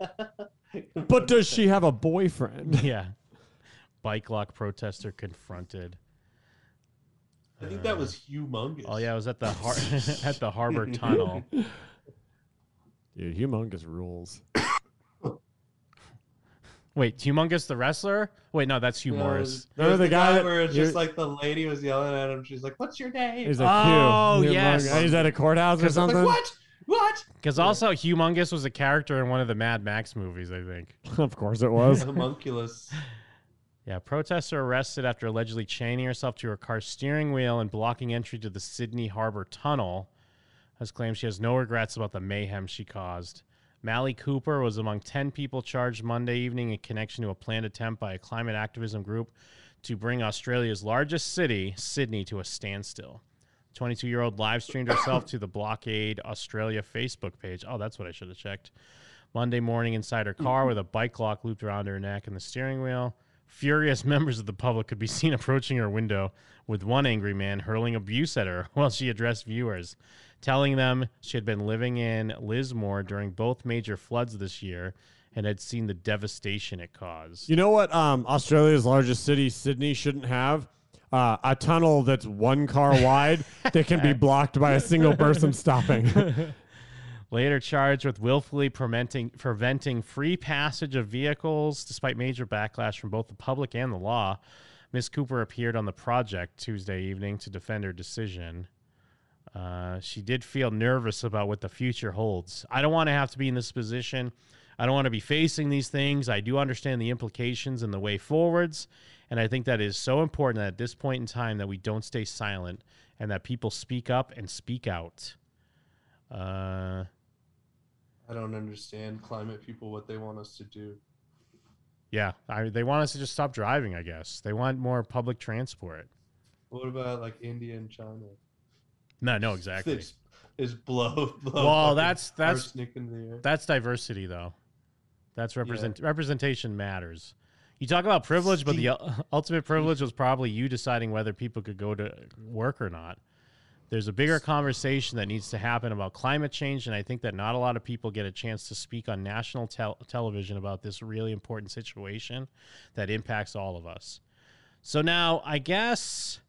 Speaker 4: but does she have a boyfriend?
Speaker 6: Yeah, bike lock protester confronted.
Speaker 5: I think that was humongous.
Speaker 6: Uh. Oh yeah, I was at the har- at the harbor tunnel.
Speaker 4: Dude, humongous rules.
Speaker 6: Wait, Humongous the wrestler? Wait, no, that's humorous.
Speaker 5: There
Speaker 4: Remember
Speaker 5: was
Speaker 4: the
Speaker 5: the, guy,
Speaker 4: guy that-
Speaker 5: where it's
Speaker 4: you're-
Speaker 5: just like the lady was yelling at him. She's like, "What's your name?"
Speaker 4: He's like,
Speaker 6: Oh,
Speaker 4: "Hugh, humongous."
Speaker 6: yes.
Speaker 4: He's at a courthouse or
Speaker 5: I'm like,
Speaker 4: something.
Speaker 5: "What? What?"
Speaker 6: Because also, Humongous was a character in one of the Mad Max movies, I think.
Speaker 4: of course it was.
Speaker 5: Homunculus.
Speaker 6: Yeah, protester arrested after allegedly chaining herself to her car's steering wheel and blocking entry to the Sydney Harbor Tunnel. Has claimed she has no regrets about the mayhem she caused. Mally Cooper was among 10 people charged Monday evening in connection to a planned attempt by a climate activism group to bring Australia's largest city, Sydney, to a standstill. 22 year old live streamed herself to the Blockade Australia Facebook page. Oh, that's what I should have checked. Monday morning inside her car with a bike lock looped around her neck and the steering wheel. Furious members of the public could be seen approaching her window with one angry man hurling abuse at her while she addressed viewers, telling them she had been living in Lismore during both major floods this year and had seen the devastation it caused.
Speaker 4: You know what? Um, Australia's largest city, Sydney, shouldn't have uh, a tunnel that's one car wide that can be blocked by a single person stopping.
Speaker 6: Later charged with willfully preventing, preventing free passage of vehicles despite major backlash from both the public and the law, Miss Cooper appeared on the project Tuesday evening to defend her decision. Uh, she did feel nervous about what the future holds. I don't want to have to be in this position. I don't want to be facing these things. I do understand the implications and the way forwards. And I think that is so important at this point in time that we don't stay silent and that people speak up and speak out. Uh,
Speaker 5: I don't understand climate people what they want us to do.
Speaker 6: yeah, I, they want us to just stop driving. I guess they want more public transport.
Speaker 5: What about like India and China?
Speaker 6: No, no, exactly.
Speaker 5: It's, it's blow, blow.
Speaker 6: well,
Speaker 5: Oh, fucking
Speaker 6: that's that's
Speaker 5: arsenic in the air.
Speaker 6: that's diversity though. That's represent representation matters. You talk about privilege, but the ul- ultimate privilege was probably you deciding whether people could go to work or not. There's a bigger conversation that needs to happen about climate change, and I think that not a lot of people get a chance to speak on national tel- television about this really important situation that impacts all of us. So now, I guess,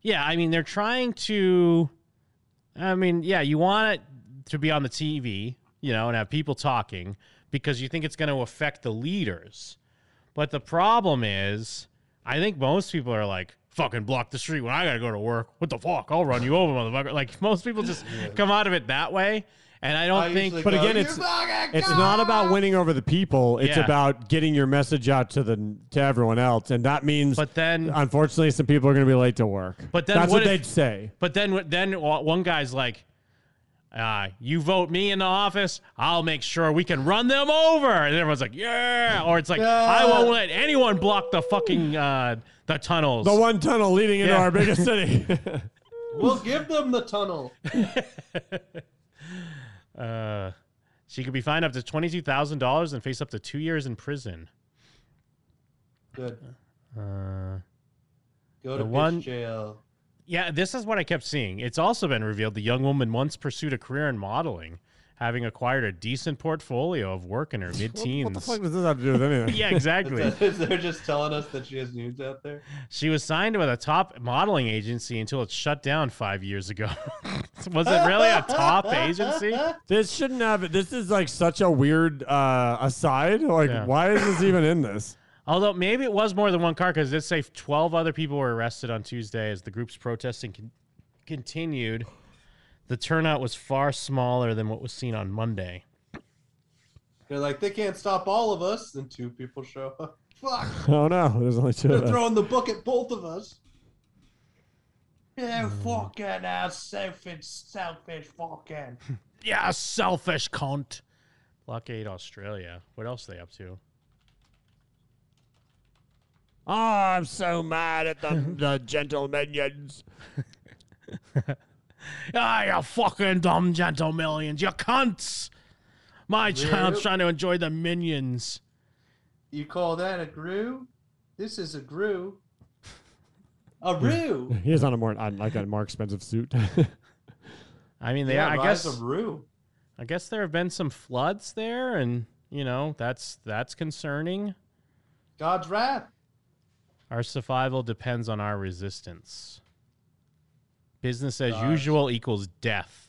Speaker 6: yeah, I mean, they're trying to. I mean, yeah, you want it to be on the TV, you know, and have people talking because you think it's going to affect the leaders. But the problem is, I think most people are like, fucking block the street when I got to go to work. What the fuck? I'll run you over, motherfucker. Like, most people just come out of it that way. And I don't think.
Speaker 4: but again, it's it's not about winning over the people. It's
Speaker 6: Yeah.
Speaker 4: about getting your message out to the to everyone else, and that means.
Speaker 6: But then,
Speaker 4: unfortunately, some people are going to be late to work.
Speaker 6: But then
Speaker 4: that's what,
Speaker 6: what if-
Speaker 4: they'd say.
Speaker 6: But then, wh- then o- one guy's like, uh, "You vote me in the office, I'll make sure we can run them over." And everyone's like, "Yeah!" Or it's like, "I won't let anyone block the fucking uh, the tunnels."
Speaker 4: The one tunnel leading into
Speaker 6: Yeah.
Speaker 4: our biggest city.
Speaker 5: We'll give them the tunnel.
Speaker 6: uh, she could be fined up to twenty two thousand dollars and face up to two years in prison.
Speaker 5: Good.
Speaker 6: Uh,
Speaker 5: Go
Speaker 6: the
Speaker 5: to
Speaker 6: one-
Speaker 5: one... jail.
Speaker 6: Yeah, this is what I kept seeing. It's also been revealed the young woman once pursued a career in modeling, having acquired a decent portfolio of work in her mid teens.
Speaker 4: what the fuck does this have to do with anything?
Speaker 6: yeah, exactly.
Speaker 5: Is that- is They're just telling us that she has nudes out there.
Speaker 6: She was signed with a top modeling agency until it shut down five years ago. was it really a top agency?
Speaker 4: This shouldn't have. This is like such a weird uh, aside. Like,
Speaker 6: Yeah.
Speaker 4: why is this even in this?
Speaker 6: Although maybe it was more than one car because it did say 12 other people were arrested on Tuesday as the group's protesting con- continued. The turnout was far smaller than what was seen on Monday.
Speaker 5: They're like, they can't stop all of us. Then two people show up. Fuck.
Speaker 4: Oh no, there's only two. Of
Speaker 5: They're
Speaker 4: us.
Speaker 5: throwing the book at both of us. You
Speaker 6: Mm.
Speaker 5: fucking ass selfish, selfish fucking.
Speaker 6: Yeah, selfish cunt. Blockade Australia. What else are they up to?
Speaker 4: Oh, I'm so mad at the the gentle minions.
Speaker 6: Ah, you fucking dumb gentle millions. You cunts. My child's
Speaker 5: Yep.
Speaker 6: trying to enjoy the minions.
Speaker 5: You call that a grew? This is a grew. A roo.
Speaker 4: He is on a more on like a more expensive suit.
Speaker 6: I mean, they.
Speaker 5: Yeah,
Speaker 6: I
Speaker 5: rise
Speaker 6: guess
Speaker 5: of roo.
Speaker 6: I guess there have been some floods there, and you know that's that's concerning.
Speaker 5: God's wrath.
Speaker 6: Our survival depends on our resistance. Business as
Speaker 5: Gosh.
Speaker 6: usual equals death.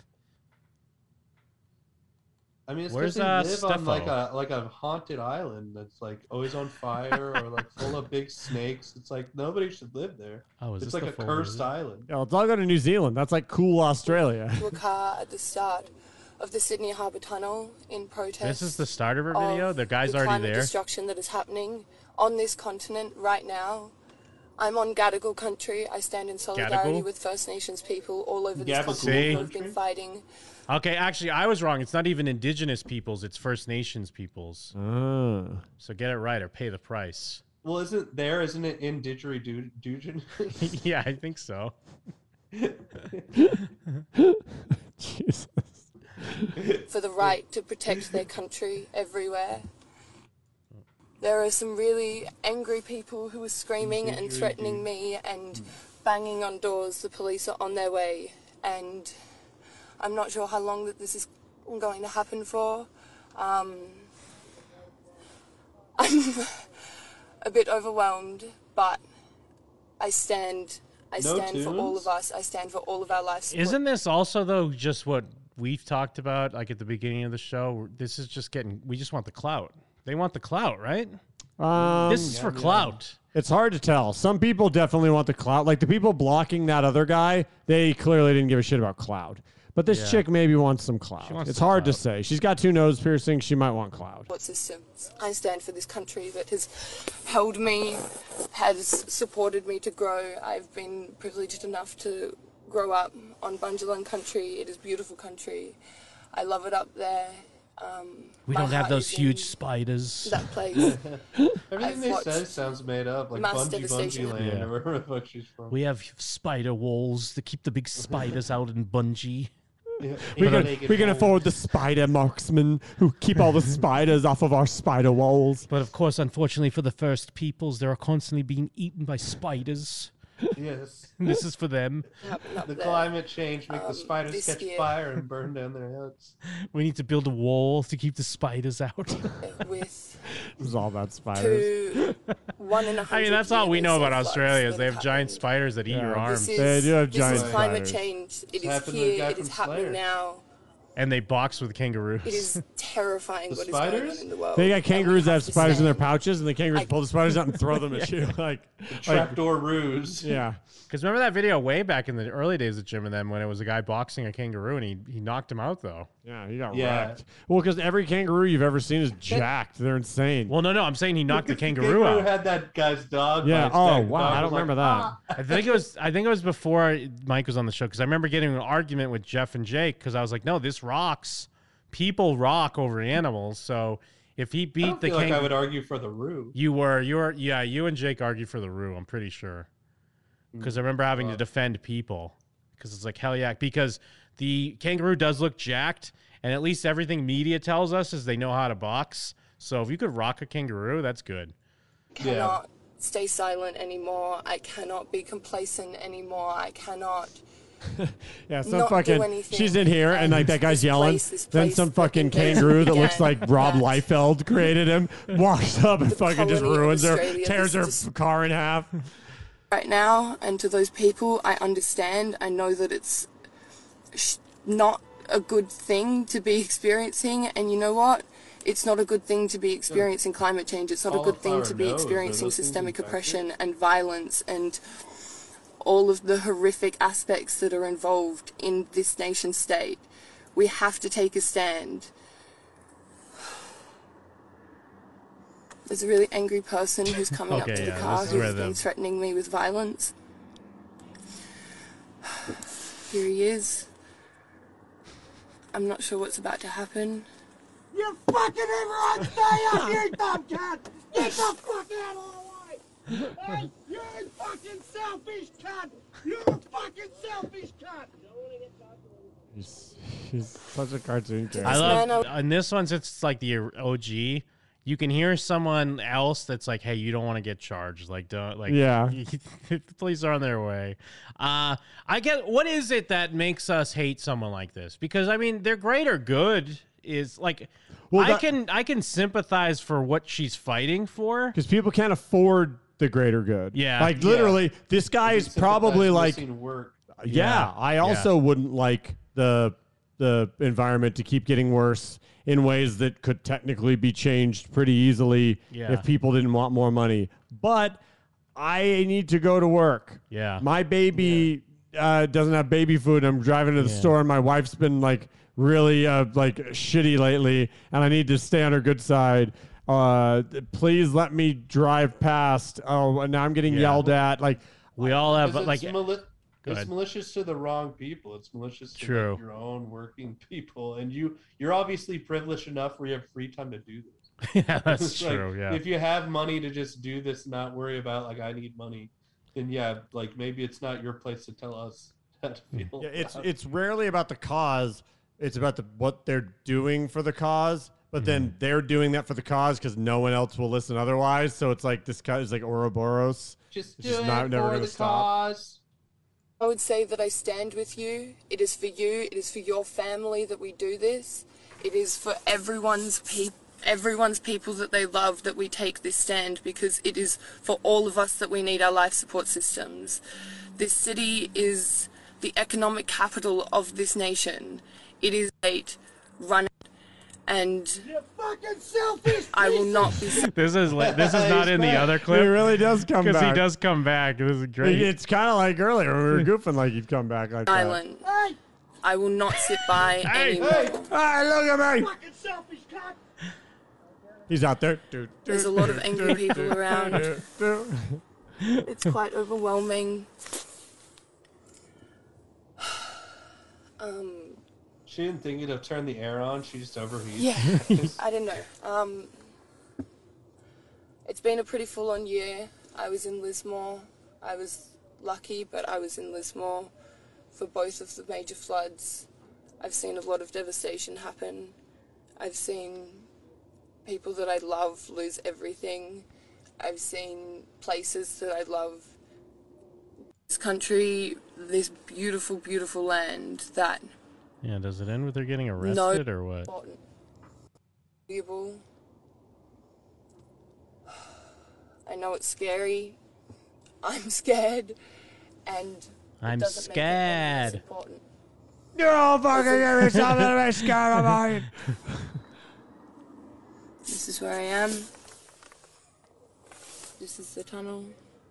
Speaker 5: I mean, it's
Speaker 6: Where's,
Speaker 5: because they
Speaker 6: uh,
Speaker 5: live on like a
Speaker 6: Steffo?
Speaker 5: like a haunted island that's like always on fire or like full of big snakes. It's like nobody should live there.
Speaker 6: Oh, is
Speaker 5: it's
Speaker 6: this
Speaker 5: like
Speaker 6: the
Speaker 5: a
Speaker 6: full
Speaker 5: cursed
Speaker 6: visit?
Speaker 5: island.
Speaker 4: Yeah, let's all go to New Zealand. That's like cool Australia.
Speaker 14: to a car at the start of the Sydney Harbour Tunnel in protest.
Speaker 6: This is the start of her video.
Speaker 14: of
Speaker 6: The guy's
Speaker 14: the
Speaker 6: already
Speaker 14: climate
Speaker 6: there.
Speaker 14: Destruction that is happening on this continent right now. I'm on Gadigal country. I stand in solidarity
Speaker 6: Gadigal?
Speaker 14: with First Nations people all over
Speaker 6: Gadigal
Speaker 14: this continent who've
Speaker 6: country?
Speaker 14: been fighting.
Speaker 6: Okay, actually, I was wrong. It's not even Indigenous peoples. It's First Nations peoples. So get it right or pay the price.
Speaker 5: Well, isn't there? Isn't it in didgeridoo?
Speaker 6: yeah, I think so.
Speaker 4: Jesus.
Speaker 14: for the right to protect their country everywhere. There are some really angry people who are screaming and threatening me and banging on doors. The police are on their way, and I'm not sure how long that this is going to happen for. Um, I'm a bit overwhelmed, but I stand. I
Speaker 6: No
Speaker 14: stand for all
Speaker 6: tunes?
Speaker 14: of us. I stand for all of our life support.
Speaker 6: Isn't this also though just what we've talked about like at the beginning of the show? This is just getting we just want the clout. They want the clout, right?
Speaker 4: Um,
Speaker 6: this is for clout.
Speaker 4: It's hard to tell. Some people definitely want the cloud. Like the people blocking that other guy, they clearly didn't give a shit about cloud. But this
Speaker 14: Yeah.
Speaker 4: chick maybe wants some cloud.
Speaker 14: wants
Speaker 4: It's
Speaker 14: the
Speaker 4: hard to say. She's got two nose piercings. She might want cloud.
Speaker 14: support systems. I stand for this country that has held me, has supported me to grow. I've been privileged enough to grow up on Bunjalung country. It is beautiful country. I love it up there. Um,
Speaker 6: We
Speaker 14: my
Speaker 6: don't have
Speaker 14: heart
Speaker 6: those
Speaker 14: is
Speaker 6: huge spiders.
Speaker 14: That place.
Speaker 5: Everything
Speaker 14: I've
Speaker 5: they
Speaker 14: watched-
Speaker 5: say sounds made up, like
Speaker 14: Mass
Speaker 5: Bungie
Speaker 14: Devastation.
Speaker 5: Bungie Land
Speaker 6: Yeah.
Speaker 5: or wherever the fuck she's from.
Speaker 6: We have spider walls to keep the big spiders out in bungee.
Speaker 4: We can, we can afford the spider marksmen who keep all the spiders off of our spider walls.
Speaker 6: But of course, unfortunately for the first peoples, they are constantly being eaten by spiders.
Speaker 5: Yes.
Speaker 6: this is for them.
Speaker 5: the climate change make the spiders
Speaker 14: um, this
Speaker 5: catch
Speaker 14: year.
Speaker 5: fire and burn down their heads.
Speaker 6: We need to build a wall to keep the spiders out.
Speaker 14: With
Speaker 4: This is all about
Speaker 14: spiders. one and a half.
Speaker 6: I mean, that's all we know about Australia is they have giant spiders that eat your arms.
Speaker 14: This is, this is climate change. It
Speaker 5: It's
Speaker 14: is
Speaker 5: happened to the
Speaker 14: here.
Speaker 5: guy
Speaker 14: It is
Speaker 5: from
Speaker 14: happening
Speaker 5: Slayer.
Speaker 14: now.
Speaker 6: And they box with kangaroos.
Speaker 14: It is terrifying
Speaker 5: The
Speaker 14: what is going
Speaker 5: spiders?
Speaker 14: on in the world.
Speaker 4: They got kangaroos that have
Speaker 14: to
Speaker 4: spiders in
Speaker 14: say-
Speaker 4: their pouches, and the kangaroos pull the spiders out and throw them at
Speaker 6: Yeah.
Speaker 4: you. Like, like
Speaker 5: Trapdoor ruse.
Speaker 4: Yeah.
Speaker 6: Because remember that video way back in the early days of Jim and them when it was a guy boxing a kangaroo and he, he knocked him out though.
Speaker 4: Yeah, he got
Speaker 6: Yeah.
Speaker 4: wrecked. Well, because every kangaroo you've ever seen is jacked. They're insane.
Speaker 6: Well, no, no, I'm saying he knocked the kangaroo
Speaker 5: Kangaroo
Speaker 6: out.
Speaker 5: had that guy's dog. by
Speaker 4: Yeah,
Speaker 5: its
Speaker 4: oh,
Speaker 5: neck. The
Speaker 4: wow,
Speaker 5: dog
Speaker 4: I
Speaker 5: was
Speaker 4: don't remember
Speaker 14: Uh,
Speaker 5: "Ah."
Speaker 6: I think it was I think it was before Mike was on the show because I remember getting in an argument with Jeff and Jake because I was like, no, this rocks. People rock over animals. So if he
Speaker 5: I
Speaker 6: beat
Speaker 5: don't
Speaker 6: the
Speaker 5: feel like I
Speaker 6: kangaroo,
Speaker 5: would argue for the roo.
Speaker 6: you were you were yeah you and Jake argued for the roo. I'm pretty sure because I remember having to defend people because it's like hell yeah because the kangaroo does look jacked and at least everything media tells us is they know how to box. So if you could rock a kangaroo, that's good.
Speaker 14: cannot stay silent anymore. I cannot be complacent anymore. I cannot.
Speaker 4: Yeah, some
Speaker 14: not do
Speaker 4: fucking.
Speaker 14: anything.
Speaker 4: She's in here, and like that guy's yelling.
Speaker 14: place- this
Speaker 4: then
Speaker 14: place
Speaker 4: some fucking
Speaker 14: fucking
Speaker 4: kangaroo that
Speaker 14: again.
Speaker 4: looks like Rob Liefeld created him walks up and fucking just
Speaker 14: colony of
Speaker 4: ruins her,
Speaker 14: Australia,
Speaker 4: tears
Speaker 14: this
Speaker 4: her
Speaker 14: is
Speaker 4: car in half.
Speaker 14: Right now, and to those people, I understand. I know that it's sh- not a good thing to be experiencing, and you know what? It's not a good thing to be experiencing climate change. It's not a
Speaker 17: All
Speaker 14: good
Speaker 17: of
Speaker 14: thing
Speaker 17: our
Speaker 14: to be
Speaker 17: no's are
Speaker 14: experiencing
Speaker 17: those things
Speaker 14: systemic
Speaker 17: impacted?
Speaker 14: oppression and violence and all of the horrific aspects that are involved in this nation state. We have to take a stand. There's a really angry person who's coming
Speaker 6: Okay,
Speaker 14: up to
Speaker 6: yeah,
Speaker 14: the car
Speaker 6: this is
Speaker 14: who's
Speaker 6: where the-
Speaker 14: been threatening me with violence. Here he is. I'm not sure what's about to happen.
Speaker 3: You fucking everyone stay up, you dumb cat! Get the fuck out of the way! Hey, you fucking selfish cat! You fucking selfish cat!
Speaker 4: He's, he's such a cartoon character.
Speaker 6: I love on this one since it's like the OG. You can hear someone else that's like, "Hey, you don't want to get charged. Like, don't like,
Speaker 4: Yeah.
Speaker 6: the police are on their way." Uh, I get what is it that makes us hate someone like this? Because I mean, their greater good is like,
Speaker 4: Well,
Speaker 6: I
Speaker 4: that-
Speaker 6: can I can sympathize for what she's fighting for.
Speaker 4: because people can't afford the greater good.
Speaker 6: Yeah.
Speaker 4: like
Speaker 6: Yeah.
Speaker 4: literally, this guy is probably
Speaker 5: That's
Speaker 4: like uh,
Speaker 5: missing work.
Speaker 4: Yeah,
Speaker 6: Yeah.
Speaker 4: I
Speaker 6: Yeah.
Speaker 4: also wouldn't like the the environment to keep getting worse in ways that could technically be changed pretty easily
Speaker 6: Yeah.
Speaker 4: if people didn't want more money. But I need to go to work.
Speaker 6: Yeah.
Speaker 4: My baby uh, doesn't have baby food. I'm driving to the store, and my wife's been like really uh, like shitty lately, and I need to stay on her good side. Uh, please let me drive past. Oh, and now I'm getting
Speaker 6: Yeah.
Speaker 4: yelled at. Like
Speaker 6: We all have
Speaker 5: 'Cause it's
Speaker 6: like,
Speaker 5: mali-
Speaker 6: Go
Speaker 5: it's
Speaker 6: ahead.
Speaker 5: malicious to the wrong people. It's malicious to
Speaker 6: True.
Speaker 5: like, your own working people, and you you're obviously privileged enough where you have free time to do this.
Speaker 6: yeah, that's
Speaker 5: It's like,
Speaker 6: true. Yeah,
Speaker 5: If you have money to just do this, not worry about like I need money, then yeah, like maybe it's not your place to tell us how to feel.
Speaker 4: Hmm. Yeah, it's
Speaker 5: about it.
Speaker 4: it's rarely about the cause. It's about the what they're doing for the cause. But then they're doing that for the cause because no one else will listen otherwise. So it's like this guy is like Ouroboros.
Speaker 5: just
Speaker 4: it's just not- never gonna
Speaker 5: cause.
Speaker 14: I would say that I stand with you. It is for you. It is for your family that we do this. It is for everyone's people. Everyone's people that they love that we take this stand because it is for all of us that we need our life support systems. This city is the economic capital of this nation. It is state run it, and
Speaker 3: Fucking selfish!
Speaker 14: I will not be
Speaker 6: this is like, this is not in the other clip.
Speaker 4: He really does come
Speaker 6: because
Speaker 4: back.
Speaker 6: he does come back. This is great.
Speaker 4: It's kind of like earlier when we were goofing like he'd come back like that.
Speaker 14: silent. I will not sit by anymore.
Speaker 4: Hey, look at me!
Speaker 3: Fucking selfish cat!
Speaker 4: He's out there. Dude,
Speaker 14: There's a lot of angry people around. It's quite overwhelming. Um,
Speaker 5: She didn't think it'd turn the air on. She just overheated.
Speaker 14: Yeah, I don't know. Um, it's been a pretty full on year. I was in Lismore. I was lucky, but I was in Lismore for both of the major floods. I've seen a lot of devastation happen. I've seen people that I love lose everything. I've seen places that I love. This country, this beautiful, beautiful land that
Speaker 6: Yeah, does it end with her getting arrested or what?
Speaker 14: Unbelievable. I know it's scary. I'm scared, and it
Speaker 6: I'm
Speaker 14: doesn't make it any less
Speaker 6: scared.
Speaker 14: important.
Speaker 4: You're all fucking giving me something to be scared about. it.
Speaker 14: This is where I am. This is the tunnel.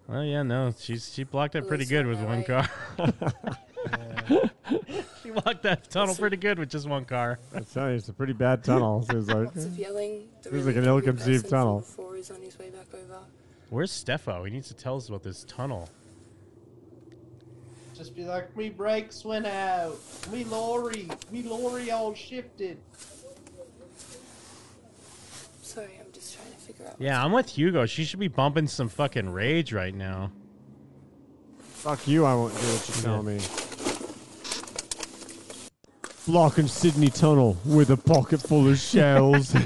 Speaker 6: Well, yeah, no, she's she blocked that
Speaker 14: At
Speaker 6: pretty
Speaker 14: least
Speaker 6: good
Speaker 14: one
Speaker 6: with
Speaker 14: that
Speaker 6: one
Speaker 14: way.
Speaker 6: car. she blocked that tunnel pretty good with just one car.
Speaker 4: That's funny, it's a pretty bad tunnel. Seems like,
Speaker 14: Lots of yelling. The
Speaker 4: seems like
Speaker 14: really
Speaker 4: an
Speaker 14: angry
Speaker 4: ill-conceived
Speaker 14: person
Speaker 4: tunnel.
Speaker 14: from Before is on his way back over.
Speaker 6: Where's Stefo? He needs to tell us about this tunnel.
Speaker 5: Just be like, me brakes went out. Me lorry. Me lorry all shifted.
Speaker 14: Sorry, I'm just trying to figure out.
Speaker 6: Yeah, I'm with Hugo. She should be bumping some fucking rage right now.
Speaker 4: Fuck you, I won't do what you tell me. Blocking Sydney Tunnel with a pocket full of shells.
Speaker 6: Uh,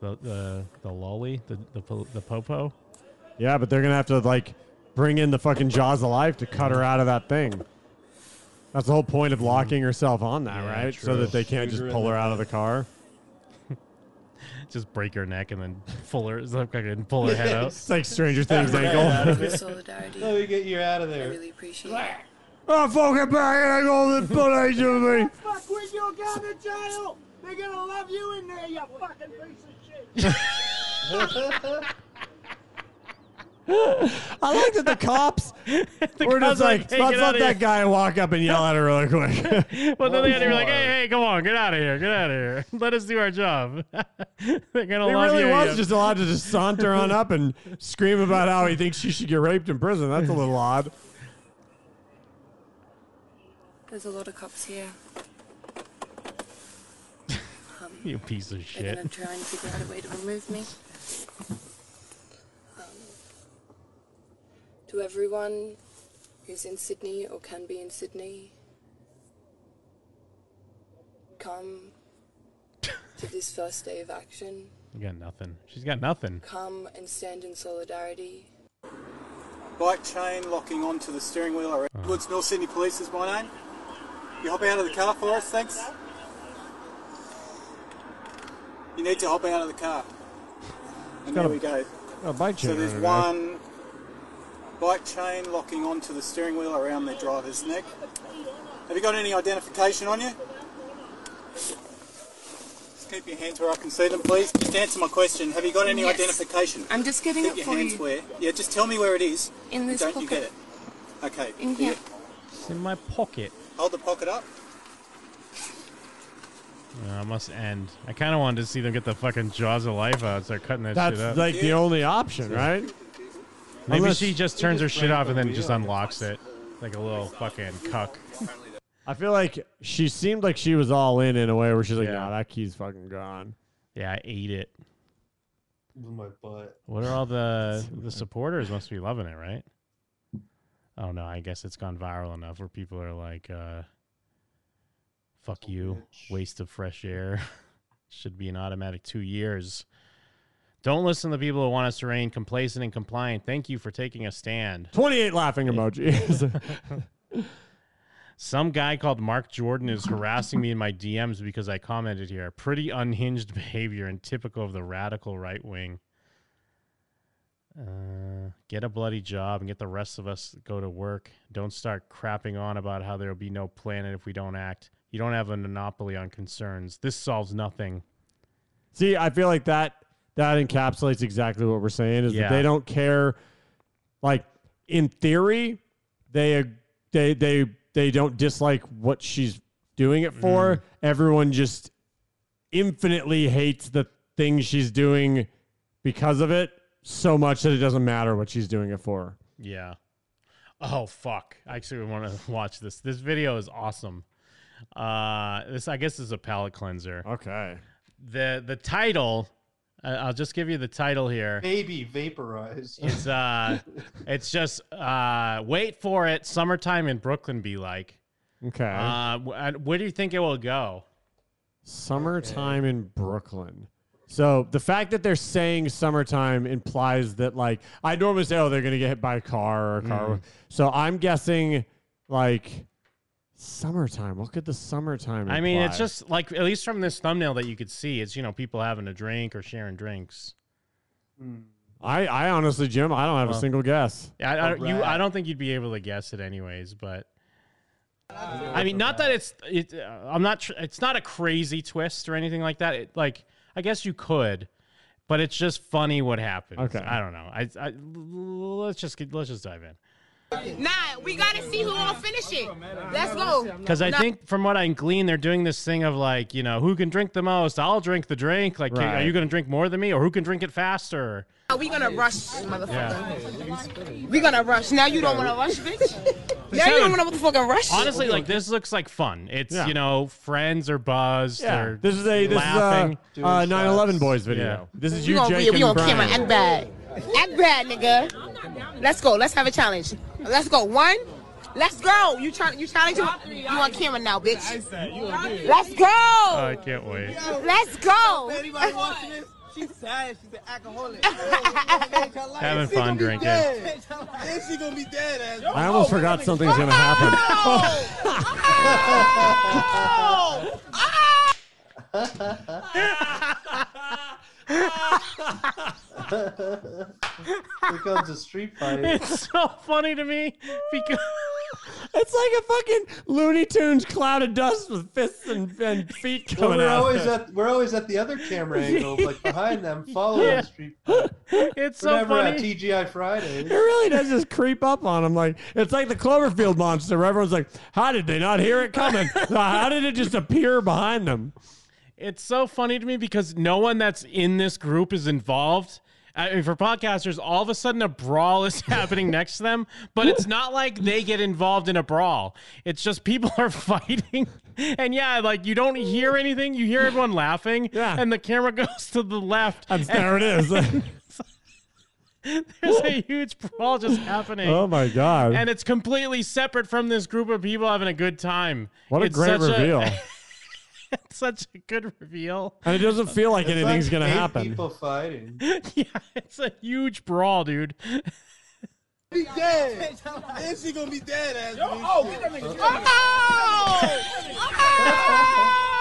Speaker 6: the the the lolly, the the po- the popo.
Speaker 4: yeah, but they're gonna have to like bring in the fucking jaws alive to cut her out of that thing. That's the whole point of locking herself on that,
Speaker 6: Yeah,
Speaker 4: right? So
Speaker 6: true.
Speaker 4: that they can't
Speaker 6: Shoot
Speaker 4: just
Speaker 6: her in
Speaker 4: pull
Speaker 6: the
Speaker 4: her out of the car.
Speaker 6: Just break her neck and then pull her, and pull her head out.
Speaker 4: It's like Stranger Things ankle.
Speaker 14: Solidarity.
Speaker 5: Let me get you out of there. I
Speaker 14: really appreciate it.
Speaker 4: Oh, fucking back and I go the bullies of me.
Speaker 13: Fuck with you, Governor Jail! They're gonna love you in there, you fucking piece of shit!
Speaker 4: I like that the cops were
Speaker 6: cops
Speaker 4: just
Speaker 6: are
Speaker 4: like,
Speaker 6: like, "Hey,
Speaker 4: let's
Speaker 6: get
Speaker 4: let
Speaker 6: outta
Speaker 4: that
Speaker 6: here."
Speaker 4: guy walk up and yell at her really quick.
Speaker 6: Well, then they had to be like, hey, hey, come on, get out of here, get out of here. Let us do our job. They're gonna
Speaker 4: He
Speaker 6: love
Speaker 4: really
Speaker 6: you.
Speaker 4: was
Speaker 6: you-
Speaker 4: just allowed to just saunter on up and scream about how he thinks she should get raped in prison. That's a little odd.
Speaker 14: There's a lot of cops here. Um,
Speaker 6: you piece of
Speaker 14: They're
Speaker 6: shit.
Speaker 14: gonna try and figure out a way to remove me. Um, to everyone who's in Sydney or can be in Sydney, come to this first day of action.
Speaker 6: You got nothing. She's got nothing.
Speaker 14: Come and stand in solidarity.
Speaker 17: Bike chain locking onto the steering wheel.
Speaker 4: Oh.
Speaker 17: Or Woods Mill Sydney Police is my name. You hop out of the car for us, thanks. You need to hop out of the car. And
Speaker 4: got
Speaker 17: there
Speaker 4: a-
Speaker 17: we go.
Speaker 4: A bike chain.
Speaker 17: So there's
Speaker 4: on her
Speaker 17: one
Speaker 4: neck.
Speaker 17: bike chain locking onto the steering wheel around the driver's neck. Have you got any identification on you? Just keep your hands where I can see them, please. Just answer my question. Have you got any
Speaker 14: Yes.
Speaker 17: identification?
Speaker 14: I'm just getting
Speaker 17: keep
Speaker 14: it
Speaker 17: your
Speaker 14: for
Speaker 17: hands
Speaker 14: you.
Speaker 17: where. Yeah, just tell me where it is.
Speaker 14: In
Speaker 17: and
Speaker 14: this
Speaker 17: don't you get
Speaker 14: pocket.
Speaker 17: it? Okay.
Speaker 14: In here.
Speaker 6: It's in my pocket.
Speaker 17: Hold the pocket up.
Speaker 6: Uh, it must end. I kind of wanted to see them get the fucking jaws of life out. Start cutting that shit
Speaker 4: That's
Speaker 6: up.
Speaker 4: like the only option, right?
Speaker 6: Maybe
Speaker 4: Unless-
Speaker 6: she just turns her shit off and then just unlocks it, like a little fucking cuck.
Speaker 4: I feel like she seemed like she was all in in a way where she's like, nah, that key's fucking gone.
Speaker 6: Yeah, I ate it.
Speaker 5: My butt.
Speaker 6: What are all the the supporters must be loving it, right? Oh no, I guess it's gone viral enough where people are like, uh, "Fuck you, waste of fresh air." Should be an automatic two years. Don't listen to people who want us to remain complacent and compliant. Thank you for taking a stand.
Speaker 4: 28 laughing emojis.
Speaker 6: Some guy called Mark Jordan is harassing me in my DMs because I commented here. Pretty unhinged behavior and typical of the radical right wing. Uh, get a bloody job and get the rest of us to go to work. Don't start crapping on about how there'll be no planet if we don't act. You don't have a monopoly on concerns. This solves nothing.
Speaker 4: See, I feel like that that encapsulates exactly what we're saying is
Speaker 6: Yeah.
Speaker 4: that they don't care. Like in theory, they they they they don't dislike what she's doing it for.
Speaker 6: Mm-hmm.
Speaker 4: Everyone just infinitely hates the thing she's doing because of it so much that it doesn't matter what she's doing it for.
Speaker 6: Yeah. Oh fuck! I actually want to watch this. This video is awesome. Uh, this I guess is a palate cleanser.
Speaker 4: Okay.
Speaker 6: The the title, I- I'll just give you the title here.
Speaker 5: Baby vaporized.
Speaker 6: It's uh, it's just uh, wait for it. Summertime in Brooklyn be like.
Speaker 4: Okay.
Speaker 6: Uh, wh- uh, where do you think it will go?
Speaker 4: Summertime in Brooklyn. So the fact that they're saying summertime implies that, like, I normally say, oh, they're going to get hit by a car or a car.
Speaker 6: Mm.
Speaker 4: So I'm guessing, like, summertime. What could the summertime
Speaker 6: I mean, it's
Speaker 4: imply?
Speaker 6: just like at least from this thumbnail that you could see, it's you know people having a drink or sharing drinks.
Speaker 4: I, I honestly, Jim, I don't have
Speaker 6: Well,
Speaker 4: a single guess.
Speaker 6: Yeah, I, I, you, I don't think you'd be able to guess it anyways, but I mean, not that it's it. Uh, I'm not. Tr- it's not a crazy twist or anything like that. It, like I guess you could, but it's just funny what happens.
Speaker 4: Okay.
Speaker 6: I don't know. I, I let's just get, let's just dive in
Speaker 15: Nah, we gotta see who gonna finish it. Let's go.
Speaker 6: because I
Speaker 15: Nah.
Speaker 6: think from what I can glean, they're doing this thing of like you know who can drink the most. I'll drink the drink. Like, can-
Speaker 4: Right.
Speaker 6: are you going to drink more than me, or who can drink it faster?
Speaker 15: Nah, we gonna rush, motherfucker. We gonna rush. Now you don't wanna rush, bitch. Now you don't wanna motherfucking rush.
Speaker 6: Honestly, like this looks like fun. It's
Speaker 4: Yeah.
Speaker 6: you know friends are buzzed.
Speaker 4: Yeah.
Speaker 6: They're
Speaker 4: This is a this
Speaker 6: laughing.
Speaker 4: is a uh, 9/11 boys video. This is
Speaker 15: we
Speaker 4: you,
Speaker 15: gonna,
Speaker 4: Jake,
Speaker 15: we
Speaker 4: and
Speaker 15: gonna
Speaker 4: Brian.
Speaker 15: camera act bad, act bad, nigga. Let's go. Let's have a challenge. Let's go. One. Let's go. You trying? You challenging? You on camera now, bitch? Let's
Speaker 6: Oh,
Speaker 15: go.
Speaker 6: I can't wait.
Speaker 15: Let's go.
Speaker 3: Anybody watching this? She's sad. She's an alcoholic.
Speaker 6: Having fun drinking.
Speaker 3: Then she gonna be dead.
Speaker 4: I almost
Speaker 15: Oh,
Speaker 4: forgot something was going to happen.
Speaker 5: Here comes a street fight.
Speaker 6: It's so funny to me because
Speaker 4: it's like a fucking Looney Tunes cloud of dust with fists and, and feet
Speaker 5: Well,
Speaker 4: coming
Speaker 5: we're
Speaker 4: out.
Speaker 5: always at we're always at the other camera angle, like behind them, following
Speaker 4: Yeah.
Speaker 5: the street.
Speaker 6: It's
Speaker 5: We're
Speaker 4: so
Speaker 5: never at
Speaker 4: funny.
Speaker 5: TGI
Speaker 4: It
Speaker 5: Fridays.
Speaker 4: really does just creep up on them. Like it's like the Cloverfield monster. Where everyone's like, "How did they not hear it coming? How did it just appear behind them?"
Speaker 6: it's so funny to me because no one that's in this group is involved. I mean, for podcasters, all of a sudden a brawl is happening next to them, but it's not like they get involved in a brawl. It's just people are fighting. And yeah, like you don't hear anything. You hear everyone laughing, yeah. and the camera goes to the left. And
Speaker 4: there it is.
Speaker 6: There's a huge brawl just happening.
Speaker 4: Oh my god!
Speaker 6: And it's completely separate from this group of people having a good time.
Speaker 4: What a
Speaker 6: It's
Speaker 4: great
Speaker 6: such
Speaker 4: reveal!
Speaker 6: it's such a good reveal.
Speaker 4: and it doesn't feel like
Speaker 6: It's
Speaker 4: anything's
Speaker 6: like
Speaker 4: gonna
Speaker 6: eight
Speaker 4: happen.
Speaker 5: People fighting.
Speaker 6: yeah, it's a huge brawl, dude.
Speaker 3: Be dead. Then she gonna be dead. Ass oh, get that nigga.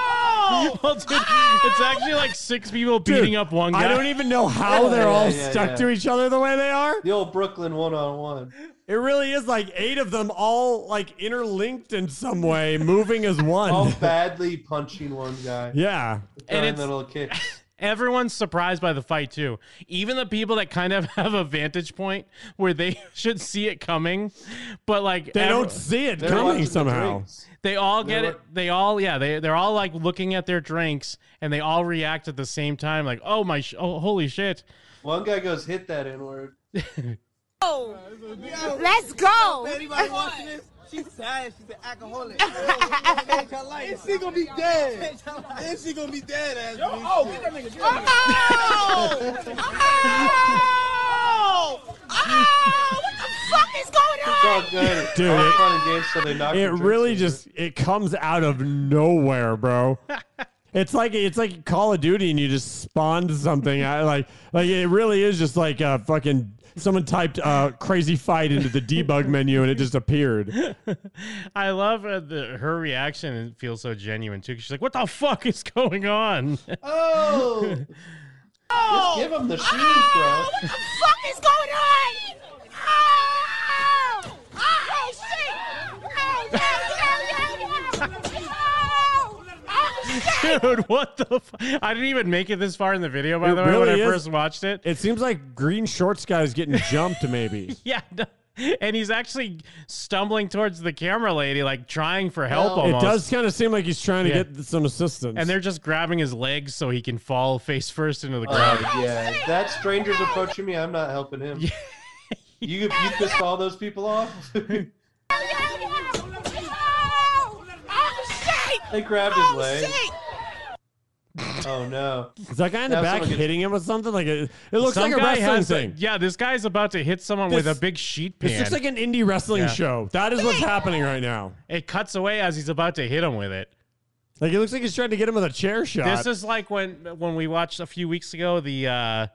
Speaker 6: Well, dude,
Speaker 3: Ah!
Speaker 6: it's actually like six people beating up one guy.
Speaker 4: I don't e-, even know how they're all stuck to each other the way they are.
Speaker 5: The old Brooklyn one on one.
Speaker 4: It really is like eight of them all like interlinked in some way, moving as one.
Speaker 6: Oh.
Speaker 5: All badly punching one guy.
Speaker 4: Yeah.
Speaker 5: Throwing
Speaker 6: it's-
Speaker 5: little kicks.
Speaker 6: Everyone's surprised by the fight too. Even the people that kind of have a vantage point where they should see it coming, but like
Speaker 4: They
Speaker 6: ev-
Speaker 4: don't see it They're coming watching the somehow. drinks.
Speaker 6: They all get
Speaker 4: They're
Speaker 6: it. They all yeah. They they're all like looking at their drinks and they all react at the same time. Like oh my sh- oh holy shit.
Speaker 5: One guy goes, hit that N word.
Speaker 15: Let's go.
Speaker 3: Anybody watching this? She's sad. She's an alcoholic. Then she gonna be dead. Then she gonna be dead. Ass oh, get that nigga.
Speaker 15: Oh! Oh! What the fuck is going on?
Speaker 5: It's all good.
Speaker 4: Dude,
Speaker 5: all
Speaker 4: it-
Speaker 5: fun and games till they knock
Speaker 4: it
Speaker 5: your
Speaker 4: really
Speaker 5: drinks
Speaker 4: just it comes out of nowhere, bro. it's like it's like Call of Duty, and you just spawned something. I like like it really is just like a fucking someone typed uh, "crazy fight" into the debug menu, and it just appeared.
Speaker 6: I love uh, the, her reaction and it feels so genuine too. 'cause She's like, "What the fuck is going on?"
Speaker 5: Oh! Just give him the shoes, bro.
Speaker 15: What the fuck is going on? Oh! Oh, shit! Oh, yeah, yeah, yeah, yeah! Oh! Oh, shit!
Speaker 6: Dude, what the? Fu- I didn't even make it this far in the video, by
Speaker 4: It
Speaker 6: the way. when
Speaker 4: really
Speaker 6: I
Speaker 4: is.
Speaker 6: first watched it,
Speaker 4: It seems like green shorts guy's getting jumped, maybe.
Speaker 6: yeah, no. and he's actually stumbling towards the camera lady, like trying for help.
Speaker 4: it
Speaker 6: almost.
Speaker 4: does kind of seem like he's trying to
Speaker 6: Yeah.
Speaker 4: get some assistance.
Speaker 6: and they're just grabbing his legs so he can fall face first into the
Speaker 5: Oh,
Speaker 6: ground.
Speaker 5: yeah, that stranger's approaching me. I'm not helping him. You you pissed all those people off.
Speaker 3: Oh, shit!
Speaker 5: They grabbed his leg. Oh no!
Speaker 4: Is that guy in the
Speaker 5: Now
Speaker 4: back
Speaker 5: someone gets-
Speaker 4: hitting him with something? Like it, it looks
Speaker 6: Some
Speaker 4: like a
Speaker 6: guy
Speaker 4: wrestling
Speaker 6: has a-
Speaker 4: thing.
Speaker 6: yeah, this guy's about to hit someone with
Speaker 4: This-
Speaker 6: a big sheet pan.
Speaker 4: This looks like an indie wrestling
Speaker 6: Yeah.
Speaker 4: show. That is what's happening right now.
Speaker 6: It cuts away as he's about to hit him with it.
Speaker 4: Like it looks like he's trying to get him with a chair shot.
Speaker 6: This is like when when we watched a few weeks ago the uh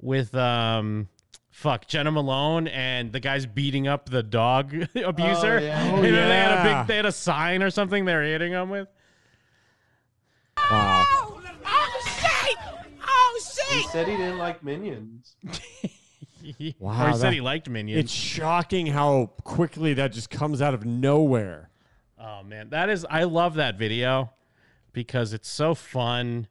Speaker 6: with um fuck Jenna Malone and the guys beating up the dog abuser.
Speaker 4: yeah.
Speaker 6: You
Speaker 4: Oh,
Speaker 6: know, They had a
Speaker 4: yeah.
Speaker 6: big they had a sign or something they were hitting him with.
Speaker 4: wow.
Speaker 3: Oh, shit! Oh,
Speaker 5: He
Speaker 3: shit!
Speaker 5: said he didn't like minions.
Speaker 4: Wow,
Speaker 6: or he said
Speaker 4: that-
Speaker 6: he liked minions.
Speaker 4: It's shocking how quickly that just comes out of nowhere.
Speaker 6: Oh man, that is I love that video because it's so fun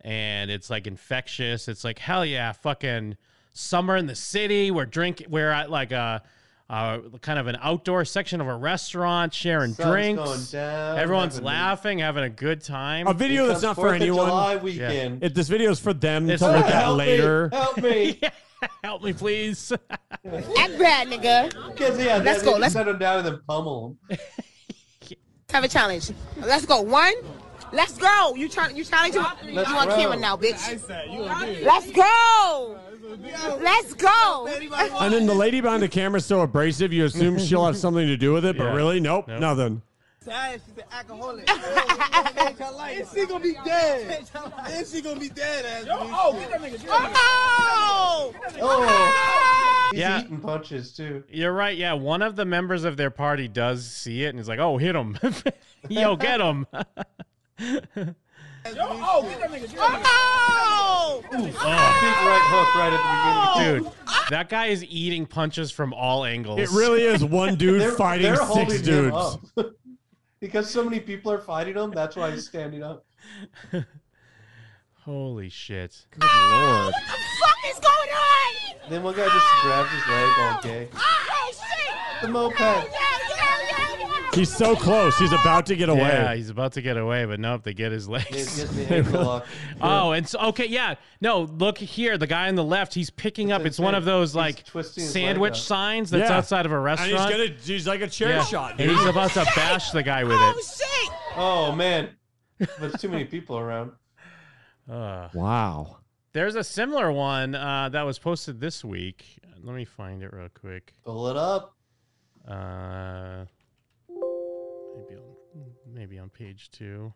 Speaker 6: and it's like infectious. It's like hell yeah, fucking summer in the city. We're drink we're at like a, a kind of an outdoor section of a restaurant, sharing
Speaker 5: Sun's
Speaker 6: drinks.
Speaker 5: going down,
Speaker 6: Everyone's
Speaker 5: having a-
Speaker 6: laughing, having a good time.
Speaker 4: A video that's not for anyone.
Speaker 5: July weekend.
Speaker 4: If this video is for them
Speaker 6: It's
Speaker 4: to look
Speaker 6: for-
Speaker 4: at
Speaker 6: Help me.
Speaker 4: later.
Speaker 5: Help me!
Speaker 6: Help me, please.
Speaker 15: Act bad, nigga.
Speaker 5: Because yeah,
Speaker 15: Let's
Speaker 5: that-
Speaker 15: go.
Speaker 5: they
Speaker 15: Let's
Speaker 5: set him down and then pummel him.
Speaker 15: have a challenge. Let's go. One. Let's go. You trying? You challenge? You
Speaker 5: Let's
Speaker 15: on
Speaker 5: go.
Speaker 15: camera now, bitch? Let's go. Let's go.
Speaker 4: And then the lady behind the camera is so abrasive, you assume she'll have something to do with it, but
Speaker 6: Yeah.
Speaker 4: really, nope,
Speaker 6: Nope.
Speaker 4: nothing.
Speaker 3: She's an alcoholic. and she gonna be dead. and she gonna be dead. Ass Yo, oh, get that nigga.
Speaker 15: Oh!
Speaker 5: Oh, he's
Speaker 6: Yeah.
Speaker 5: eating punches too.
Speaker 6: You're right. Yeah, one of the members of their party does see it and is like, "Oh, hit him! Yo, get him!"
Speaker 3: Yo, oh, get that nigga.
Speaker 15: Oh!
Speaker 5: Big right hook right at the beginning.
Speaker 6: Dude, that guy is eating punches from all angles.
Speaker 4: It really is one dude
Speaker 5: They're-
Speaker 4: fighting
Speaker 5: they're
Speaker 4: six
Speaker 5: holding him
Speaker 4: dudes.
Speaker 5: up. because so many people are fighting him, that's why he's standing up.
Speaker 6: Holy shit.
Speaker 4: Good
Speaker 15: What
Speaker 4: lord.
Speaker 15: the fuck is going on?
Speaker 5: Then one guy just grabs his leg all gay.
Speaker 15: Oh shit! Oh,
Speaker 5: The moped.
Speaker 4: He's so close. He's about to get away.
Speaker 6: Yeah, he's about to get away, but nope, they get his
Speaker 5: It
Speaker 6: legs.
Speaker 5: gives me ankle lock.
Speaker 6: Oh, and so okay, yeah. No, look here. The guy on the left, he's picking up. It's one of those like
Speaker 5: twisting his leg
Speaker 6: sandwich
Speaker 5: up.
Speaker 6: signs that's
Speaker 4: Yeah.
Speaker 6: outside of a
Speaker 4: and
Speaker 6: restaurant.
Speaker 4: he's gonna he's like a chair
Speaker 6: Yeah.
Speaker 4: shot.
Speaker 6: And
Speaker 4: dude.
Speaker 6: he's about to bash the guy with
Speaker 15: Oh
Speaker 6: it.
Speaker 15: shit!
Speaker 5: Oh man, there's too many people around.
Speaker 6: Ugh.
Speaker 4: Wow.
Speaker 6: There's a similar one uh, that was posted this week. Let me find it real quick.
Speaker 5: Pull it up.
Speaker 6: Uh, maybe on maybe on page two.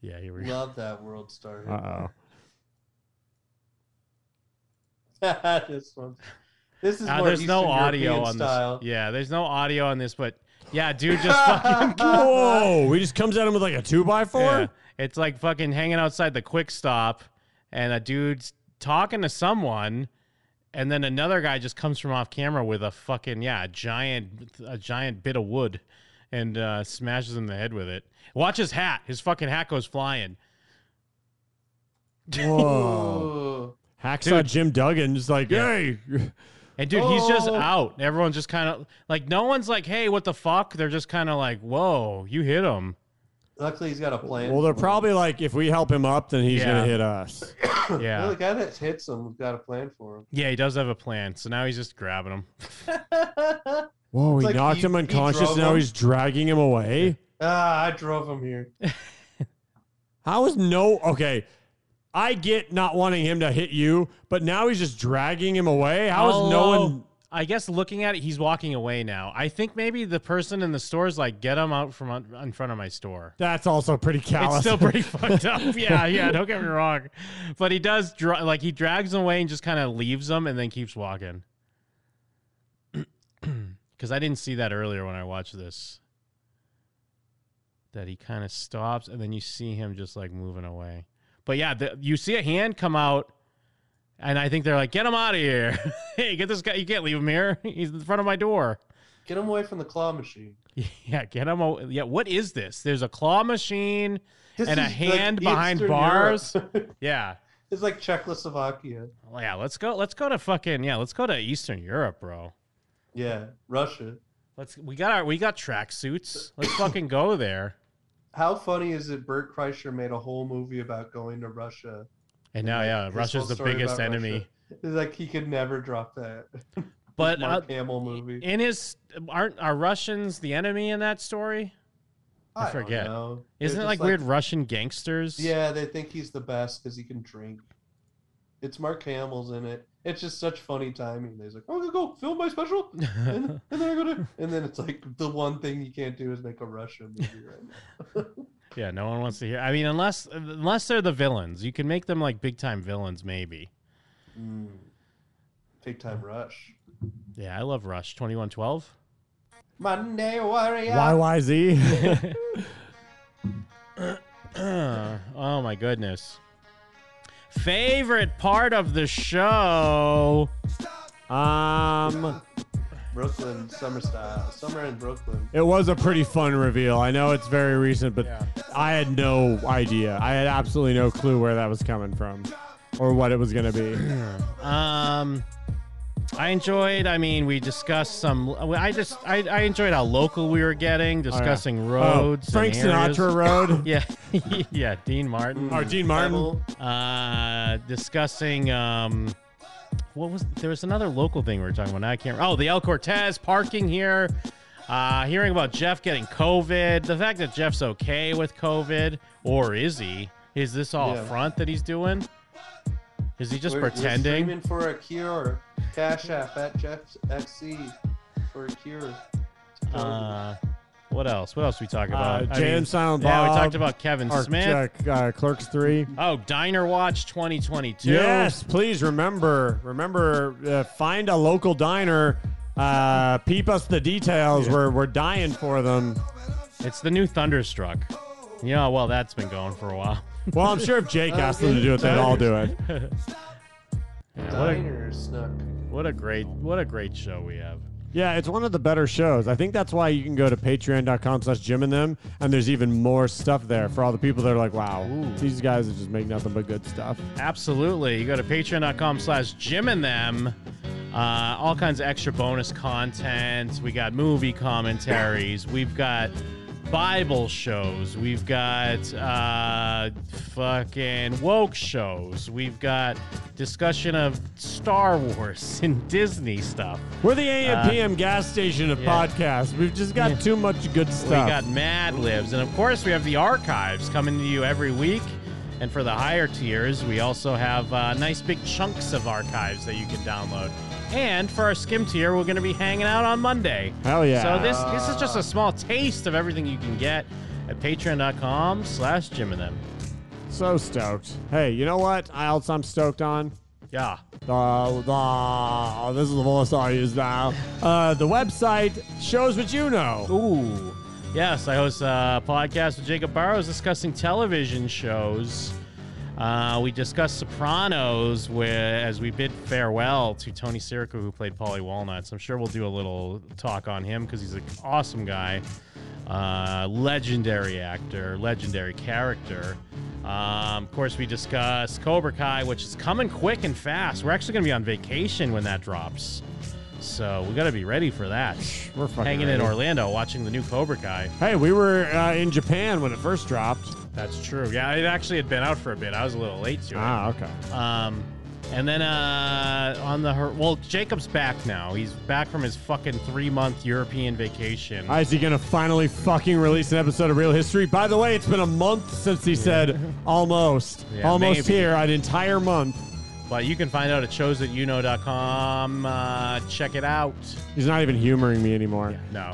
Speaker 6: Yeah, here we go.
Speaker 5: Love that world star.
Speaker 4: Uh oh.
Speaker 5: this one. This is
Speaker 6: Uh,
Speaker 5: more
Speaker 6: there's
Speaker 5: Eastern
Speaker 6: no audio
Speaker 5: European
Speaker 6: on
Speaker 5: style.
Speaker 6: this. Yeah, there's no audio on this, but yeah, dude, just fucking.
Speaker 5: Uh,
Speaker 4: Whoa! He just comes at him with like a two by four.
Speaker 6: Yeah, it's like fucking hanging outside the quick stop, and a dude's talking to someone, and then another guy just comes from off camera with a fucking yeah, a giant, a giant bit of wood, and uh, smashes him in the head with it. Watch his hat. His fucking hat goes flying.
Speaker 4: Whoa!
Speaker 5: Ooh.
Speaker 4: Hacksaw
Speaker 6: Dude.
Speaker 4: Jim Duggan just like, hey,
Speaker 6: And dude, he's just
Speaker 5: Oh.
Speaker 6: out. Everyone's just kind of like, no one's like, hey, what the fuck? They're just kind of like, whoa, you hit him.
Speaker 5: Luckily, he's got a plan.
Speaker 4: well, they're probably like, if we help him up, then he's
Speaker 6: Yeah.
Speaker 4: gonna hit us.
Speaker 5: Well,
Speaker 6: Yeah.
Speaker 5: the guy that hits him has got a plan for him.
Speaker 6: Yeah, he does have a plan. So now he's just grabbing him.
Speaker 4: Whoa!
Speaker 5: It's
Speaker 4: He
Speaker 5: like
Speaker 4: knocked
Speaker 5: he-
Speaker 4: him
Speaker 5: he
Speaker 4: unconscious.
Speaker 5: drove
Speaker 4: now
Speaker 5: him.
Speaker 4: he's dragging him away.
Speaker 5: Ah, I drove him here.
Speaker 4: How is no okay? I get not wanting him to hit you, but now he's just dragging him away. How is no
Speaker 6: Although,
Speaker 4: one?
Speaker 6: I guess looking at it, he's walking away now. I think maybe the person in the store is like, get him out from un- in front of my store.
Speaker 4: That's also pretty callous.
Speaker 6: It's still pretty fucked up. Yeah, yeah, don't get me wrong. But he does, dra- like, he drags him away and just kind of leaves him and then keeps walking. Because I didn't see that earlier when I watched this. That he kind of stops and then you see him just like moving away. But yeah, the, you see a hand come out and I think they're like, get him out of here. hey, get this guy. You can't leave him here. He's in front of my door.
Speaker 5: Get him away from the claw machine.
Speaker 6: Yeah, get him. Away. Yeah, what is this? There's a claw machine
Speaker 5: This
Speaker 6: and a
Speaker 5: is like
Speaker 6: hand behind
Speaker 5: Eastern
Speaker 6: bars.
Speaker 5: Europe.
Speaker 6: yeah.
Speaker 5: it's like Czechoslovakia.
Speaker 6: Well, yeah, let's go. Let's go to fucking yeah. Let's go to Eastern Europe, bro.
Speaker 5: Yeah, Russia.
Speaker 6: Let's. We got our. We got tracksuits. Let's fucking go there.
Speaker 5: How funny is it? Bert Kreischer made a whole movie about going to Russia
Speaker 6: And now, yeah,
Speaker 5: His
Speaker 6: Russia's
Speaker 5: whole
Speaker 6: the
Speaker 5: story
Speaker 6: biggest
Speaker 5: about
Speaker 6: enemy.
Speaker 5: Russia. It's like he could never drop that.
Speaker 6: But,
Speaker 5: Mark
Speaker 6: uh,
Speaker 5: Hamill movie.
Speaker 6: In his aren't are Russians the enemy in that story?
Speaker 5: I
Speaker 6: I,
Speaker 5: don't
Speaker 6: forget.
Speaker 5: know. They're
Speaker 6: Isn't it
Speaker 5: just
Speaker 6: like,
Speaker 5: like-
Speaker 6: weird Russian gangsters?
Speaker 5: Yeah, they think he's the best because he can drink. It's Mark Hamill's in it. It's just such funny timing. He's like, "I'm gonna go film my special," and, and then I go to, and then it's like the one thing you can't do is make a Russian movie right now.
Speaker 6: Yeah, no one wants to hear. I mean, unless unless they're the villains, you can make them like big time villains, maybe.
Speaker 5: Big time Rush.
Speaker 6: Yeah, I love Rush Twenty One Twelve.
Speaker 5: Monday Warrior.
Speaker 4: YYZ.
Speaker 6: oh my goodness! Favorite part of the show?
Speaker 4: Um,
Speaker 5: Brooklyn summer style. Summer in Brooklyn.
Speaker 4: It was a pretty fun reveal. I know it's very recent, but I had no idea. I had absolutely no clue where that was coming from or what it was going to be.
Speaker 6: Um, I enjoyed. I mean, we discussed some. I just I, I enjoyed how local we were getting, discussing
Speaker 4: Oh,
Speaker 6: roads.
Speaker 4: Frank
Speaker 6: and areas.
Speaker 4: Sinatra Road.
Speaker 6: yeah, yeah. Dean Martin.
Speaker 4: Or Dean Martin.
Speaker 6: Uh, discussing um, what was there was another local thing we were talking about. Now I can't. Oh, the El Cortez parking here. Uh, hearing about Jeff getting COVID. The fact that Jeff's okay with COVID, or is he? Is this all a
Speaker 5: Yeah.
Speaker 6: front that he's doing? Is he just
Speaker 5: We're- We're
Speaker 6: pretending?
Speaker 5: screaming for a cure. Cash app at Jeff's FC for a cure.
Speaker 6: Uh, what else? What else we talk about?
Speaker 4: Uh,
Speaker 6: I
Speaker 4: Jay
Speaker 6: mean,
Speaker 4: and Silent
Speaker 6: Yeah,
Speaker 4: Bob.
Speaker 6: we talked about Kevin
Speaker 4: Or,
Speaker 6: Smith.
Speaker 4: uh, uh, Clerks 3.
Speaker 6: Oh, Diner Watch 2022.
Speaker 4: Yes, please remember, remember, uh, find a local diner. Uh, peep us the details. We're, we're dying for them.
Speaker 6: It's the new Thunderstruck. Yeah, well, that's been going for a while.
Speaker 4: Well, I'm sure if Jake asked them to do it, they'd all do it.
Speaker 6: Yeah, what, a,
Speaker 5: Diner snuck.
Speaker 6: what a great what a great show we have.
Speaker 4: Yeah, it's one of the better shows. I think that's why you can go to patreon.com slash Jim and them, and there's even more stuff there for all the people that are like, wow, these guys just make nothing but good stuff.
Speaker 6: Absolutely. You go to patreon.com slash Jim and them. Uh, all kinds of extra bonus content. We got movie commentaries. We've got Bible shows. We've got uh, fucking woke shows. We've got discussion of Star Wars and Disney stuff.
Speaker 4: We're the AM
Speaker 6: Uh,
Speaker 4: PM gas station of
Speaker 6: yeah.
Speaker 4: podcasts. We've just got too much good
Speaker 6: We
Speaker 4: stuff.
Speaker 6: got Mad Libs, and of course, we have the archives coming to you every week. And for the higher tiers, we also have uh, nice big chunks of archives that you can download. And for our skim tier, we're going to be hanging out on Monday.
Speaker 4: Hell yeah.
Speaker 6: So this this is just a small taste of everything you can get at patreon.com slash Jim and them.
Speaker 4: So stoked. Hey, you know what else I'm stoked on?
Speaker 6: Yeah.
Speaker 4: The, the, this is the voice I use now. Uh, the website shows what you know.
Speaker 6: Ooh. Yes, I host a podcast with Jacob Barrows discussing television shows. Uh, we discussed Sopranos where, as we bid farewell to Tony Sirico, who played Polly Walnuts. I'm sure we'll do a little talk on him because he's an awesome guy, uh, legendary actor, legendary character. Um, of course, we discussed Cobra Kai, which is coming quick and fast. We're actually going to be on vacation when that drops. So we got to be ready for that.
Speaker 4: We're fucking
Speaker 6: hanging in
Speaker 4: ready.
Speaker 6: Orlando watching the new Cobra Kai.
Speaker 4: Hey, we were uh, in Japan when it first dropped.
Speaker 6: That's true. Yeah, it actually had been out for a bit. I was a little late to it.
Speaker 4: Ah, okay.
Speaker 6: Um, and then uh, on the her- well, Jacob's back now. He's back from his fucking three month European vacation.
Speaker 4: Is he gonna finally fucking release an episode of Real History? By the way, it's been a month since he said almost,
Speaker 6: Yeah,
Speaker 4: almost
Speaker 6: maybe.
Speaker 4: here, an entire month.
Speaker 6: but you can find out at showsthatyouknow.com. Uh, check it out.
Speaker 4: He's not even humoring me anymore.
Speaker 6: No,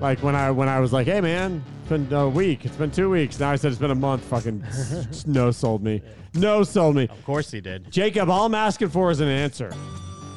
Speaker 4: Like when I when I was like, "Hey man, it's been a week. It's been two weeks." Now I said it's been a month. Fucking s- no sold me. No sold me.
Speaker 6: of course he did.
Speaker 4: Jacob, all I'm asking for is an answer.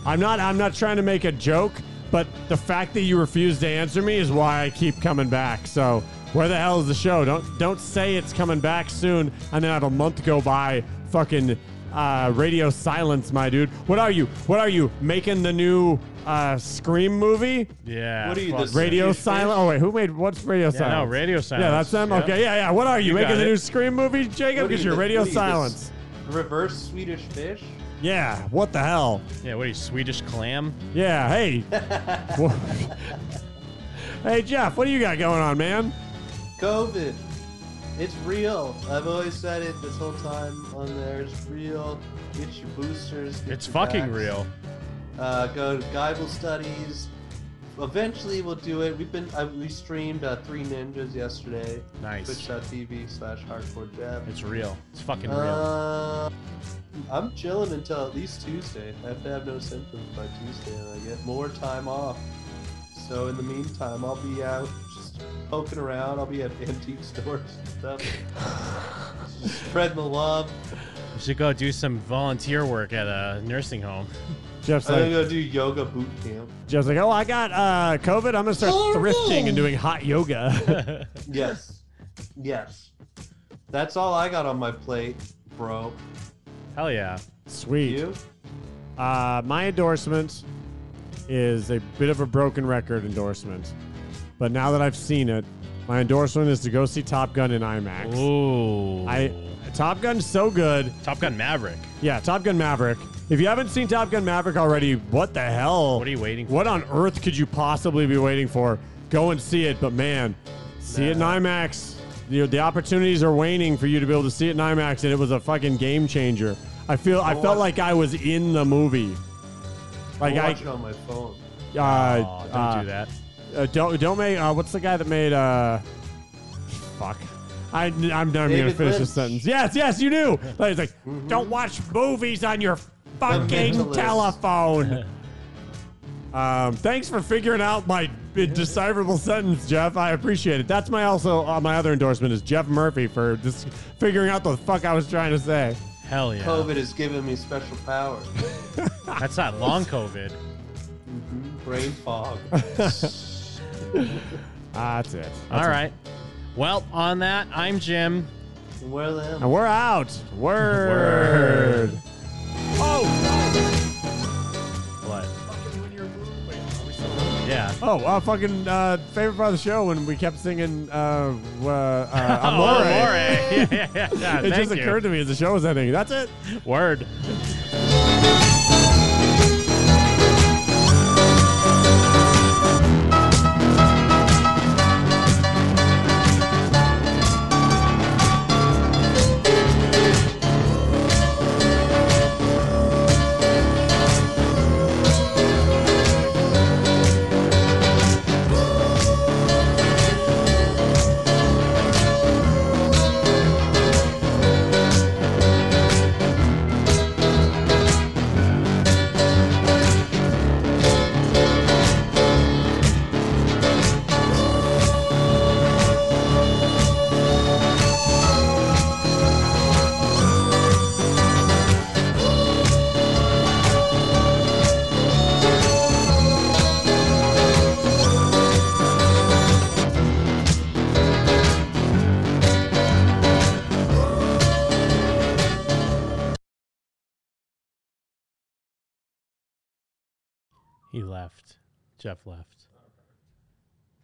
Speaker 4: I'm not I'm not trying to make a joke, but the fact that you refuse to answer me is why I keep coming back. So where the hell is the show? Don't don't say it's coming back soon and then have a month go by fucking uh, radio silence, my dude. What are you? What are you making the new uh, Scream movie?
Speaker 6: Yeah.
Speaker 5: What are you,
Speaker 6: fuck.
Speaker 5: the
Speaker 4: Radio
Speaker 5: Swedish
Speaker 4: Silence. Oh wait, who made what's Radio
Speaker 6: Yeah,
Speaker 4: Silence?
Speaker 6: no, Radio Silence.
Speaker 4: Yeah, that's them.
Speaker 6: Yeah.
Speaker 4: Okay, yeah, yeah. What are you,
Speaker 6: You
Speaker 4: making
Speaker 6: got
Speaker 4: the
Speaker 6: it.
Speaker 4: new Scream movie, Jacob?
Speaker 5: What are
Speaker 4: Because
Speaker 5: you,
Speaker 4: you're
Speaker 5: the-
Speaker 4: Radio
Speaker 5: what are you, the
Speaker 4: Silence.
Speaker 5: Reverse Swedish fish.
Speaker 4: Yeah, what the hell?
Speaker 6: Yeah, what are you, Swedish clam?
Speaker 4: Yeah, hey. Wha- hey, Jeff, what do you got going on, man?
Speaker 5: COVID. It's real. I've always said it this whole time on there. It's real. Get your boosters. Get
Speaker 6: It's
Speaker 5: your
Speaker 6: fucking
Speaker 5: vax.
Speaker 6: real.
Speaker 5: Uh, go to Geibel Studies. Eventually, we'll do it. We've been I, we streamed uh, Three Ninjas yesterday.
Speaker 6: Nice.
Speaker 5: Twitch.tv slash Hardcore Jab.
Speaker 6: It's real. It's fucking real.
Speaker 5: Uh, I'm chilling until at least Tuesday. I have to have no symptoms by Tuesday, and I get more time off. So in the meantime, I'll be out just poking around. I'll be at antique stores and stuff, spreading the love.
Speaker 6: You should go do some volunteer work at a nursing home.
Speaker 4: Jeff's
Speaker 5: I'm
Speaker 4: like,
Speaker 5: gonna go do yoga boot camp.
Speaker 4: Jeff's like, oh, I got uh, COVID. I'm gonna start thrifting and doing hot yoga.
Speaker 5: Yes, yes. That's all I got on my plate, bro.
Speaker 6: Hell yeah.
Speaker 4: Sweet. Uh, my endorsement is a bit of a broken record endorsement, but now that I've seen it, my endorsement is to go see Top Gun in IMAX.
Speaker 6: Ooh.
Speaker 4: I Top Gun's so good.
Speaker 6: Top Gun Maverick.
Speaker 4: Yeah, Top Gun Maverick. If you haven't seen Top Gun Maverick already, what the hell? What
Speaker 6: are you waiting
Speaker 4: for? What on earth could you possibly be waiting for? Go and see it, but man, see it in IMAX. You know, the opportunities are waning for you to be able to see it in IMAX, and it was a fucking game changer. I feel I felt like I was in the movie. Like
Speaker 5: I'll
Speaker 4: I
Speaker 5: watch it on my phone.
Speaker 4: uh,
Speaker 5: Aw, don't
Speaker 4: uh,
Speaker 5: do that.
Speaker 4: Uh, don't don't make. Uh, what's the guy that made? Uh, fuck. I, I'm not even gonna
Speaker 5: David Mm-hmm.
Speaker 4: finish this sentence. Yes, yes, you do. Like, it's like, don't watch movies on your fucking
Speaker 5: Mentalist.
Speaker 4: telephone. um, thanks for figuring out my decipherable sentence, Jeff. I appreciate it. That's my also uh, my other endorsement is Jeff Murphy for just figuring out the fuck I was trying to say.
Speaker 6: Hell yeah.
Speaker 5: COVID has given me special powers.
Speaker 6: That's not long COVID.
Speaker 5: Brain fog.
Speaker 4: That's it.
Speaker 6: All right. Well, on that, I'm Jim.
Speaker 5: Where the
Speaker 4: And Uh, we're out. Word. Oh!
Speaker 6: What? Yeah.
Speaker 4: Oh, uh, fucking uh, favorite part of the show when we kept singing uh, uh, uh,
Speaker 6: Oh,
Speaker 4: Amore.
Speaker 6: Amore. Yeah, yeah, yeah. Yeah,
Speaker 4: it just
Speaker 6: thank you.
Speaker 4: occurred to me as the show was ending. That's it.
Speaker 6: Word. He left. Jeff left.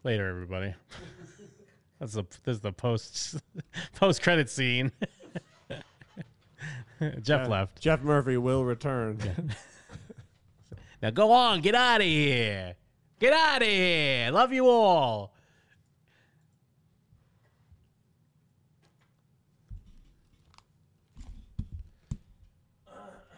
Speaker 6: Later, everybody. That's the this is the post post credit scene. Jeff left.
Speaker 4: Jeff Murphy will return.
Speaker 6: Now go on, get out of here. Get out of here. Love you all.